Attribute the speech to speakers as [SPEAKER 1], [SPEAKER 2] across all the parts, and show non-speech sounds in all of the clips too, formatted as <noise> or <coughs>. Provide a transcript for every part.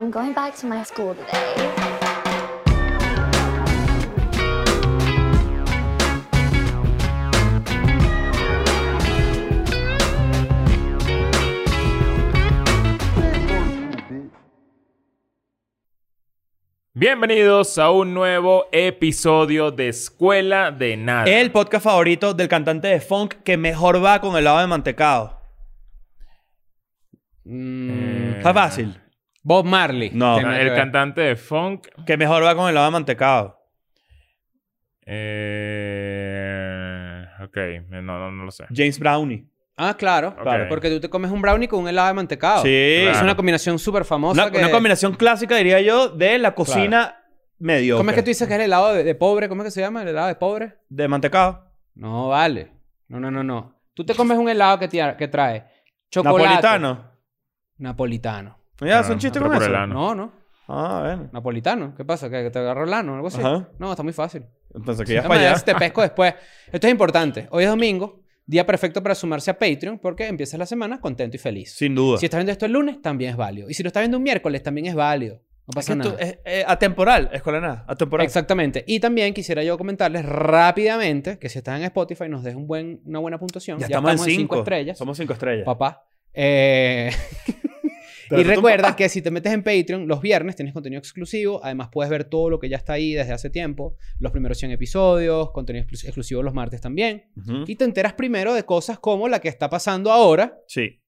[SPEAKER 1] I'm going back to my school today.
[SPEAKER 2] Bienvenidos a un nuevo episodio de Escuela de Nada.
[SPEAKER 3] El podcast favorito del cantante de funk que mejor va con el lado de mantecado.
[SPEAKER 2] Eh, ah,
[SPEAKER 3] Está fácil.
[SPEAKER 4] Bob Marley.
[SPEAKER 3] No.
[SPEAKER 4] Tiene nada que
[SPEAKER 2] El
[SPEAKER 4] ver.
[SPEAKER 2] cantante de funk.
[SPEAKER 3] Que mejor va con el lado de mantecado.
[SPEAKER 2] Eh, ok, no, no, no lo sé.
[SPEAKER 3] James Brownie.
[SPEAKER 4] Ah, claro.
[SPEAKER 2] Claro.
[SPEAKER 4] Porque tú te comes un brownie con un helado de mantecado.
[SPEAKER 3] Sí.
[SPEAKER 4] Es
[SPEAKER 2] Claro.
[SPEAKER 4] una combinación súper famosa.
[SPEAKER 3] una,
[SPEAKER 4] que...
[SPEAKER 3] una combinación clásica, diría yo, de la cocina mediocre.
[SPEAKER 4] ¿Cómo es que tú dices que es el helado de, de pobre? ¿Cómo es que se llama? ¿El helado de pobre?
[SPEAKER 3] De mantecado.
[SPEAKER 4] No, vale. No, no, no, no. Tú te comes un helado que, tía- que trae chocolate.
[SPEAKER 3] Napolitano.
[SPEAKER 4] Napolitano.
[SPEAKER 3] Mira, son
[SPEAKER 2] Ah,
[SPEAKER 3] chistes
[SPEAKER 2] pero
[SPEAKER 3] con
[SPEAKER 2] por
[SPEAKER 3] eso.
[SPEAKER 2] el ano.
[SPEAKER 4] No, no.
[SPEAKER 3] Ah, bueno.
[SPEAKER 4] Napolitano. ¿Qué pasa? ¿Que que te agarró el ano o algo así?
[SPEAKER 3] Ajá.
[SPEAKER 4] No, está muy fácil.
[SPEAKER 3] Pensé que ibas
[SPEAKER 4] Déjame
[SPEAKER 3] para
[SPEAKER 4] ver
[SPEAKER 3] allá.
[SPEAKER 4] si te pesco después. Esto es importante. Hoy es domingo. Día perfecto para sumarse a Patreon porque empiezas la semana contento y feliz.
[SPEAKER 3] Sin duda.
[SPEAKER 4] Si estás viendo esto el lunes, también es válido. Y si lo estás viendo un miércoles, también es válido. No
[SPEAKER 3] Es que
[SPEAKER 4] pasa
[SPEAKER 3] tú-
[SPEAKER 4] nada.
[SPEAKER 3] es- eh, atemporal. Escuela de nada. Atemporal.
[SPEAKER 4] Exactamente. Y también quisiera yo comentarles rápidamente que si estás en Spotify, nos des un buen, una buena puntuación.
[SPEAKER 3] Ya, estamos, en cinco.
[SPEAKER 4] estrellas.
[SPEAKER 3] Somos cinco estrellas.
[SPEAKER 4] Papá. Eh, y
[SPEAKER 3] Tanto
[SPEAKER 4] recuerda
[SPEAKER 3] papá.
[SPEAKER 4] que si te metes en Patreon, los viernes tienes contenido exclusivo. Además, puedes ver todo lo que ya está ahí desde hace tiempo. Los primeros 100 episodios, contenido exclus- exclusivo los martes también.
[SPEAKER 3] Ujú.
[SPEAKER 4] Y te enteras primero de cosas como la que está pasando ahora,
[SPEAKER 3] Sí.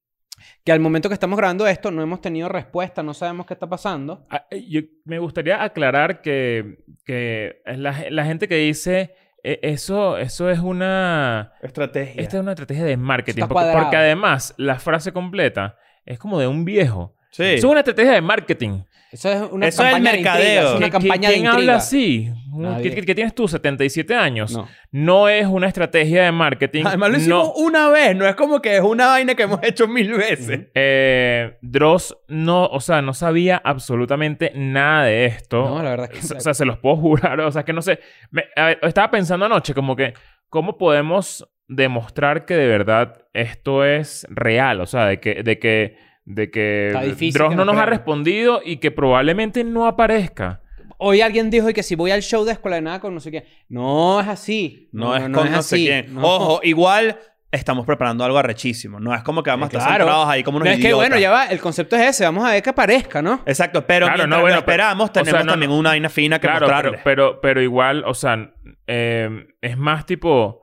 [SPEAKER 4] que al momento que estamos grabando esto no hemos tenido respuesta, no sabemos qué está pasando.
[SPEAKER 2] Ah, eh, yo- me gustaría aclarar que, que la, la gente que dice eh, eso, eso es una.
[SPEAKER 3] Estrategia.
[SPEAKER 4] Este-
[SPEAKER 2] Esta es una estrategia de marketing.
[SPEAKER 4] Está
[SPEAKER 2] Porque,
[SPEAKER 4] cuadrado.
[SPEAKER 2] porque además, la frase completa es como de un viejo.
[SPEAKER 3] Sí.
[SPEAKER 2] Eso es una estrategia de marketing.
[SPEAKER 4] Eso es una
[SPEAKER 3] Eso es el
[SPEAKER 4] campaña de intriga,
[SPEAKER 3] mercadeo.
[SPEAKER 4] es una
[SPEAKER 2] ¿Qui- qui-
[SPEAKER 4] campaña de
[SPEAKER 2] ¿Quién habla
[SPEAKER 4] intriga.
[SPEAKER 2] así?
[SPEAKER 4] Nadie.
[SPEAKER 2] ¿Qué, qué- qué tienes tú? ¿77 años?
[SPEAKER 4] No.
[SPEAKER 2] No es una estrategia de marketing.
[SPEAKER 3] Además lo
[SPEAKER 2] No-
[SPEAKER 3] hicimos una vez, no es como que es una vaina que hemos <laughs> hecho mil veces.
[SPEAKER 2] Eh, Dross no, o sea, no sabía absolutamente nada de esto.
[SPEAKER 4] No, la verdad es que-
[SPEAKER 2] S- O sea, se los puedo <laughs> jurar. O sea, es que no sé. Me- a ver, estaba pensando anoche como que, ¿cómo podemos demostrar que de verdad esto es real? O sea, de que, de que, de que
[SPEAKER 4] Está difícil
[SPEAKER 2] Dross
[SPEAKER 4] que
[SPEAKER 2] no
[SPEAKER 4] nos
[SPEAKER 2] nos ha
[SPEAKER 4] crean.
[SPEAKER 2] respondido y que probablemente no aparezca.
[SPEAKER 4] Hoy alguien dijo y que si voy al show de Escuela de Nada con no sé quién. No es así.
[SPEAKER 3] No, es con no sé
[SPEAKER 4] así.
[SPEAKER 3] quién.
[SPEAKER 4] No.
[SPEAKER 3] Ojo, igual estamos preparando algo arrechísimo. No es como que vamos a estar
[SPEAKER 4] Claro.
[SPEAKER 3] sentados ahí como unos
[SPEAKER 4] No, es que
[SPEAKER 3] idiotas.
[SPEAKER 4] bueno, ya va. El concepto es ese. Vamos a ver que aparezca, ¿no?
[SPEAKER 3] Exacto, pero
[SPEAKER 2] Claro,
[SPEAKER 3] mientras
[SPEAKER 2] no, bueno,
[SPEAKER 3] lo
[SPEAKER 2] pero-
[SPEAKER 3] esperamos,
[SPEAKER 2] o sea,
[SPEAKER 3] tenemos
[SPEAKER 2] no,
[SPEAKER 3] también una vaina fina que
[SPEAKER 2] Claro, pero,
[SPEAKER 3] mostrarles.
[SPEAKER 2] pero, pero igual, o sea, eh, es más tipo...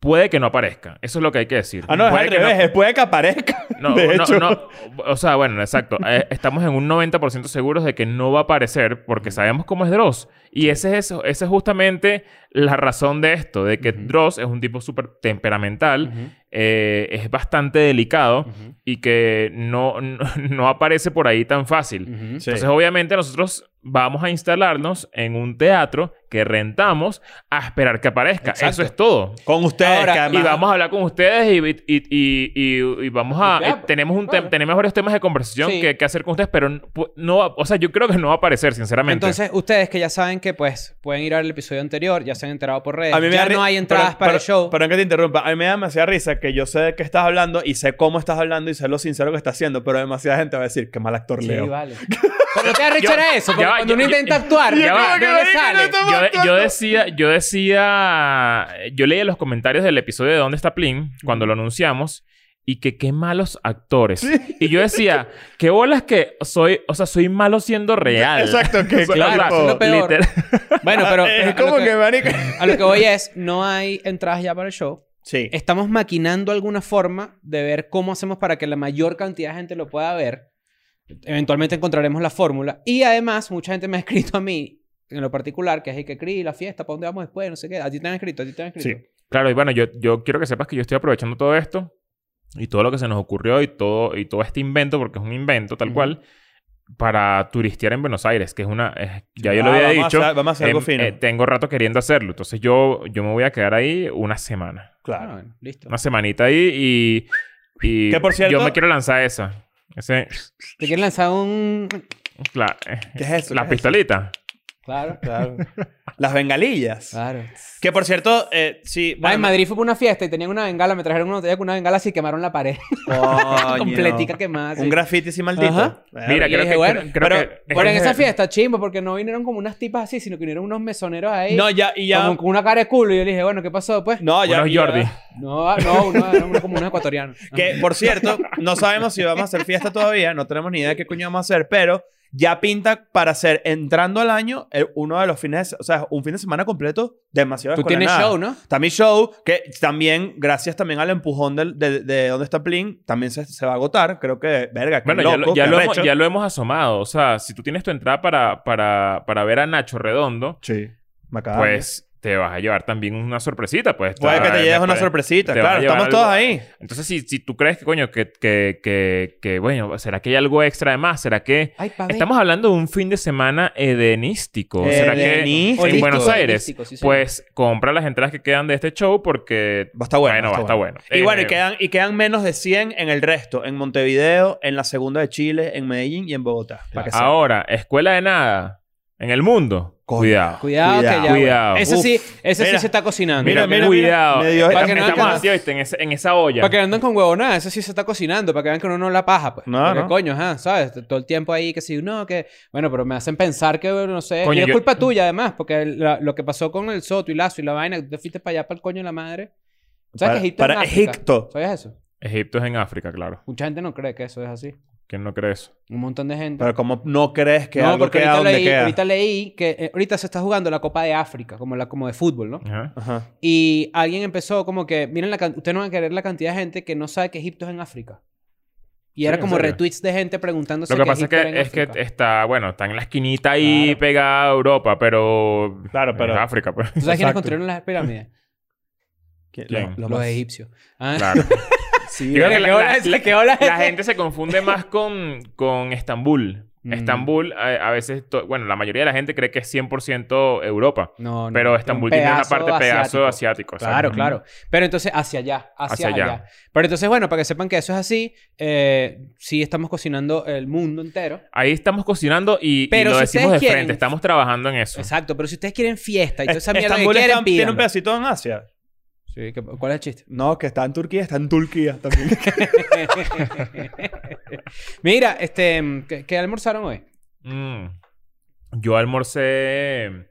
[SPEAKER 2] Puede que no aparezca. Eso es lo que hay que decir.
[SPEAKER 3] Ah, no, es
[SPEAKER 2] Puede
[SPEAKER 3] al
[SPEAKER 2] que
[SPEAKER 3] revés, es puede que aparezca.
[SPEAKER 2] No,
[SPEAKER 3] de
[SPEAKER 2] no,
[SPEAKER 3] hecho.
[SPEAKER 2] no. O sea, bueno, exacto.
[SPEAKER 4] <laughs>
[SPEAKER 2] Eh, estamos en un 90% seguros de que no va a aparecer porque sabemos cómo es Dross. Y ese es, eso- esa es justamente la razón de esto, de que
[SPEAKER 4] Ujú.
[SPEAKER 2] Dross es un tipo súper temperamental,
[SPEAKER 4] Ujú.
[SPEAKER 2] eh, es bastante delicado
[SPEAKER 4] Ujú.
[SPEAKER 2] y que no, <laughs> no, no aparece por ahí tan fácil.
[SPEAKER 4] Ujú.
[SPEAKER 3] Sí.
[SPEAKER 2] Entonces, obviamente, nosotros vamos a instalarnos en un teatro que rentamos a esperar que aparezca.
[SPEAKER 4] Exacto.
[SPEAKER 2] Eso es todo.
[SPEAKER 3] Con ustedes,
[SPEAKER 4] Ahora,
[SPEAKER 3] que además-
[SPEAKER 2] Y vamos a hablar con ustedes y, y- y- y- y- y vamos a...
[SPEAKER 4] Ya,
[SPEAKER 2] eh, tenemos, un tem-
[SPEAKER 4] claro.
[SPEAKER 2] tenemos varios temas de conversación
[SPEAKER 4] Sí.
[SPEAKER 2] que, que hacer con ustedes, pero n- pu- no... va- O sea, yo creo que no va a aparecer, sinceramente.
[SPEAKER 4] Entonces, ustedes que ya saben que, pues, pueden ir al episodio anterior, ya se han enterado por redes,
[SPEAKER 3] A mí me
[SPEAKER 4] ya
[SPEAKER 3] da ri-
[SPEAKER 4] no hay
[SPEAKER 3] pero-
[SPEAKER 4] entradas para
[SPEAKER 3] pero-
[SPEAKER 4] el show.
[SPEAKER 3] Perdón que te interrumpa. A mí me da demasiada risa que yo sé de qué estás hablando y sé cómo estás hablando y sé lo sincero que estás haciendo, pero demasiada gente va a decir qué mal actor
[SPEAKER 4] Sí,
[SPEAKER 3] Leo. <laughs>
[SPEAKER 4] vale. Pero no te arrechera eso, porque
[SPEAKER 2] ya va,
[SPEAKER 4] cuando
[SPEAKER 2] yo-
[SPEAKER 4] uno
[SPEAKER 2] yo-
[SPEAKER 4] intenta actuar,
[SPEAKER 2] ya va,
[SPEAKER 4] no,
[SPEAKER 2] yo
[SPEAKER 4] le
[SPEAKER 2] dije que
[SPEAKER 4] sale.
[SPEAKER 2] yo, de- yo decía... Yo decía... Yo leía los comentarios del episodio de ¿Dónde está Plin? Cuando lo anunciamos. Y que qué malos actores. Y yo decía, qué bolas que soy... O sea, soy malo siendo real.
[SPEAKER 3] Exacto,
[SPEAKER 2] <laughs>
[SPEAKER 3] que
[SPEAKER 2] O sea,
[SPEAKER 4] claro,
[SPEAKER 2] o sea,
[SPEAKER 4] eso es lo peor.
[SPEAKER 2] literal-
[SPEAKER 4] Bueno, pero,
[SPEAKER 3] <laughs>
[SPEAKER 4] pero
[SPEAKER 3] es
[SPEAKER 4] a lo
[SPEAKER 3] como
[SPEAKER 4] que-
[SPEAKER 3] que, marico.
[SPEAKER 4] <laughs> a lo que voy es, no hay entradas ya para el show.
[SPEAKER 3] Sí.
[SPEAKER 4] estamos maquinando alguna forma de ver cómo hacemos para que la mayor cantidad de gente lo pueda ver. Eventualmente encontraremos la fórmula. Y además, mucha gente me ha <laughs> escrito a mí, en lo particular, que es el que cri, la fiesta, ¿para dónde vamos después? No sé qué. A ti te han escrito, a ti te han escrito.
[SPEAKER 2] Claro, y bueno, yo, yo quiero que sepas que yo estoy aprovechando todo esto y todo lo que se nos ocurrió y todo, y todo este invento, porque es un invento tal
[SPEAKER 4] Ujú.
[SPEAKER 2] cual, para turistear en Buenos Aires, que es una... es- ya yo
[SPEAKER 3] Ah,
[SPEAKER 2] lo había
[SPEAKER 3] vamos a
[SPEAKER 2] dicho.
[SPEAKER 3] hacer- vamos a hacer algo
[SPEAKER 2] em,
[SPEAKER 3] fino.
[SPEAKER 2] eh, tengo rato queriendo hacerlo, entonces yo, yo me voy a quedar ahí una semana.
[SPEAKER 4] Ah,
[SPEAKER 3] Claro.
[SPEAKER 4] bueno, listo.
[SPEAKER 2] Una semanita ahí y... y
[SPEAKER 3] Que, por cierto-
[SPEAKER 2] Yo me quiero lanzar esa. Ese...
[SPEAKER 4] ¿Te quieren lanzar un...?
[SPEAKER 2] La, eh,
[SPEAKER 3] ¿Qué es eso?
[SPEAKER 2] la
[SPEAKER 3] ¿Qué es eso?
[SPEAKER 2] pistolita.
[SPEAKER 4] Claro,
[SPEAKER 3] Claro. Las bengalillas. <laughs>
[SPEAKER 4] claro.
[SPEAKER 3] Que por cierto, eh, sí.
[SPEAKER 4] Ah, en Ah. Madrid fue por una fiesta y tenían una bengala, me trajeron una botella con una bengala así y quemaron la pared. <laughs>
[SPEAKER 3] coño.
[SPEAKER 4] completica quemada. así.
[SPEAKER 3] Un graffiti así maldito.
[SPEAKER 4] Ajá.
[SPEAKER 3] Verga.
[SPEAKER 2] Mira,
[SPEAKER 4] yo
[SPEAKER 2] creo
[SPEAKER 4] dije,
[SPEAKER 2] que...
[SPEAKER 4] bueno,
[SPEAKER 2] creo- creo
[SPEAKER 3] pero-
[SPEAKER 2] que-
[SPEAKER 4] Bueno, en
[SPEAKER 2] es-
[SPEAKER 4] esa fiesta, chimbo, porque no vinieron como unas tipas así, sino que vinieron unos mesoneros ahí.
[SPEAKER 3] No, ya, y ya.
[SPEAKER 4] Como con una cara de culo. Y yo le dije, bueno, ¿qué pasó pues?
[SPEAKER 3] No, ya.
[SPEAKER 2] Unos
[SPEAKER 3] ya-
[SPEAKER 2] Jordi.
[SPEAKER 4] No, no, uno,
[SPEAKER 3] <laughs>
[SPEAKER 4] no, uno como unos ecuatorianos.
[SPEAKER 3] Que, por cierto, no sabemos si vamos a hacer fiesta todavía, no tenemos ni idea de qué coño vamos a hacer, pero ya pinta para hacer entrando al año el- uno de los fines, o sea, un fin de semana completo demasiado
[SPEAKER 4] Tú tienes
[SPEAKER 3] descolenada.
[SPEAKER 4] show, ¿no?
[SPEAKER 3] Está mi show, que también, gracias también al empujón del- de, de donde está Plin, también se, se va a agotar. Creo que, verga, qué
[SPEAKER 2] Bueno, ya,
[SPEAKER 3] loco,
[SPEAKER 2] lo, ya
[SPEAKER 3] qué
[SPEAKER 2] lo hemos,
[SPEAKER 3] arrecho.
[SPEAKER 2] ya lo hemos asomado. O sea, si tú tienes tu entrada para, para, para ver a Nacho Redondo,
[SPEAKER 3] Sí, macabro.
[SPEAKER 2] pues te vas a llevar también una sorpresita. Pues,
[SPEAKER 3] Puede que
[SPEAKER 2] Ah,
[SPEAKER 3] te lleves una
[SPEAKER 2] después.
[SPEAKER 3] sorpresita,
[SPEAKER 2] te va a
[SPEAKER 3] claro,
[SPEAKER 2] llevar
[SPEAKER 3] estamos
[SPEAKER 2] algo.
[SPEAKER 3] todos ahí.
[SPEAKER 2] Entonces, si, si tú crees que, coño, que, que, que, que, bueno, ¿será que hay algo extra de más? ¿Será que...?
[SPEAKER 4] Ay, pa' ver.
[SPEAKER 2] Estamos hablando de un fin de semana edenístico.
[SPEAKER 3] Eh,
[SPEAKER 2] ¿Será que
[SPEAKER 3] Edenístico.
[SPEAKER 2] en Buenos
[SPEAKER 4] Holístico,
[SPEAKER 2] Aires?
[SPEAKER 4] holístico, sí, señor.
[SPEAKER 2] pues compra las entradas que quedan de este show porque...
[SPEAKER 3] Va a estar bueno.
[SPEAKER 2] Bueno,
[SPEAKER 3] va a estar
[SPEAKER 2] bueno.
[SPEAKER 3] Y bueno, y
[SPEAKER 2] Eh,
[SPEAKER 3] quedan, y quedan menos de 100 en el resto. En Montevideo, en la segunda de Chile, en Medellín y en Bogotá. Para que sepan.
[SPEAKER 2] Ahora, escuela de nada en el mundo.
[SPEAKER 3] Coño.
[SPEAKER 2] Cuidado.
[SPEAKER 4] Cuidado,
[SPEAKER 3] Cuidado.
[SPEAKER 4] que ya.
[SPEAKER 2] Cuidado.
[SPEAKER 4] Ese
[SPEAKER 3] Uf.
[SPEAKER 4] sí, ese
[SPEAKER 3] Mira.
[SPEAKER 4] sí se está cocinando.
[SPEAKER 3] Mira,
[SPEAKER 2] Mira,
[SPEAKER 3] mira,
[SPEAKER 2] cuidado.
[SPEAKER 3] mira. Me dio-
[SPEAKER 2] Estamos-
[SPEAKER 4] Para que no
[SPEAKER 2] estamos
[SPEAKER 4] hagan-
[SPEAKER 2] así, ¿viste? En, ese- en esa olla.
[SPEAKER 4] Para que no anden con huevonada, eso sí se está cocinando, para que vean que uno no la paja, pues.
[SPEAKER 3] No,
[SPEAKER 4] Porque,
[SPEAKER 3] no.
[SPEAKER 4] coño, ajá, ¿sabes? T- Todo el tiempo ahí que si no, que. Bueno, pero me hacen pensar que, no sé.
[SPEAKER 2] Coño,
[SPEAKER 4] y es
[SPEAKER 2] yo-
[SPEAKER 4] culpa tuya, además, porque la- lo que pasó con el Soto y Lazo y la vaina, tú te fuiste para allá, para el coño de la madre. ¿Sabes
[SPEAKER 3] Para-
[SPEAKER 4] que Egipto
[SPEAKER 3] para
[SPEAKER 4] es en África?
[SPEAKER 3] Egipto.
[SPEAKER 4] ¿Sabías eso?
[SPEAKER 2] Egipto es en África, claro.
[SPEAKER 4] Mucha gente no cree que eso es así.
[SPEAKER 2] ¿Quién no cree eso?
[SPEAKER 4] Un montón de gente.
[SPEAKER 3] Pero como no crees que
[SPEAKER 4] no,
[SPEAKER 3] algo
[SPEAKER 4] porque
[SPEAKER 3] queda
[SPEAKER 4] ahorita
[SPEAKER 3] donde
[SPEAKER 4] leí,
[SPEAKER 3] queda.
[SPEAKER 4] ahorita leí que eh, ahorita se está jugando la Copa de África, como la como de fútbol, ¿no?
[SPEAKER 2] Ajá.
[SPEAKER 3] Ajá.
[SPEAKER 4] Y alguien empezó como que, miren, la can- ustedes no van a querer la cantidad de gente que no sabe que Egipto es en África. Y
[SPEAKER 2] Sí,
[SPEAKER 4] era
[SPEAKER 2] en
[SPEAKER 4] como
[SPEAKER 2] serio.
[SPEAKER 4] retweets de gente preguntándose
[SPEAKER 2] Lo que pasa es
[SPEAKER 4] Egipto era en
[SPEAKER 2] que, es que
[SPEAKER 4] África.
[SPEAKER 2] está, bueno, está en la esquinita ahí
[SPEAKER 4] Claro.
[SPEAKER 2] pegada a Europa, pero...
[SPEAKER 3] Claro, pero-
[SPEAKER 2] En África, pues. <laughs>
[SPEAKER 4] ¿Tú sabes quiénes
[SPEAKER 3] Exacto.
[SPEAKER 4] construyeron las pirámides?
[SPEAKER 2] ¿Quién?
[SPEAKER 3] Lo- lo
[SPEAKER 4] Los
[SPEAKER 3] más-
[SPEAKER 4] egipcios. Ah, <laughs>
[SPEAKER 2] Claro.
[SPEAKER 3] Sí,
[SPEAKER 2] Yo creo
[SPEAKER 4] ¿Qué
[SPEAKER 2] que la-
[SPEAKER 4] hora
[SPEAKER 2] la-
[SPEAKER 4] es? ¿Qué hora es?
[SPEAKER 2] La gente se confunde más con, con Estambul.
[SPEAKER 4] Mm.
[SPEAKER 2] Estambul, a, a veces, to- bueno, la mayoría de la gente cree que es 100% Europa.
[SPEAKER 4] <laughs> No, no.
[SPEAKER 2] pero
[SPEAKER 4] Mm. un
[SPEAKER 2] Estambul tiene una
[SPEAKER 4] pedazo
[SPEAKER 2] parte pedazo asiático. mm. exacto.
[SPEAKER 4] Claro, claro. Pero entonces, hacia allá,
[SPEAKER 2] Hacia
[SPEAKER 4] hacia,
[SPEAKER 2] allá.
[SPEAKER 4] allá. Pero entonces, bueno, para que sepan que eso es así, eh, sí estamos cocinando el mundo entero.
[SPEAKER 2] Ahí estamos cocinando y, y
[SPEAKER 4] Pero
[SPEAKER 2] lo
[SPEAKER 4] si
[SPEAKER 2] decimos
[SPEAKER 4] ustedes
[SPEAKER 2] de frente.
[SPEAKER 4] quieren-
[SPEAKER 2] Estamos trabajando en eso.
[SPEAKER 4] Exacto, pero si ustedes quieren fiesta y
[SPEAKER 3] <laughs>
[SPEAKER 4] toda esa mierda que
[SPEAKER 3] Estambul está-
[SPEAKER 4] quieren,
[SPEAKER 3] tiene un
[SPEAKER 4] pídanlo.
[SPEAKER 3] pedacito en Asia.
[SPEAKER 4] Sí, que- ¿Cuál es el chiste? <laughs>
[SPEAKER 3] No, que está en Turquía, está en Turquía también.
[SPEAKER 4] Mira, este, ¿qué, qué almorzaron hoy?
[SPEAKER 2] Mm. Yo almorcé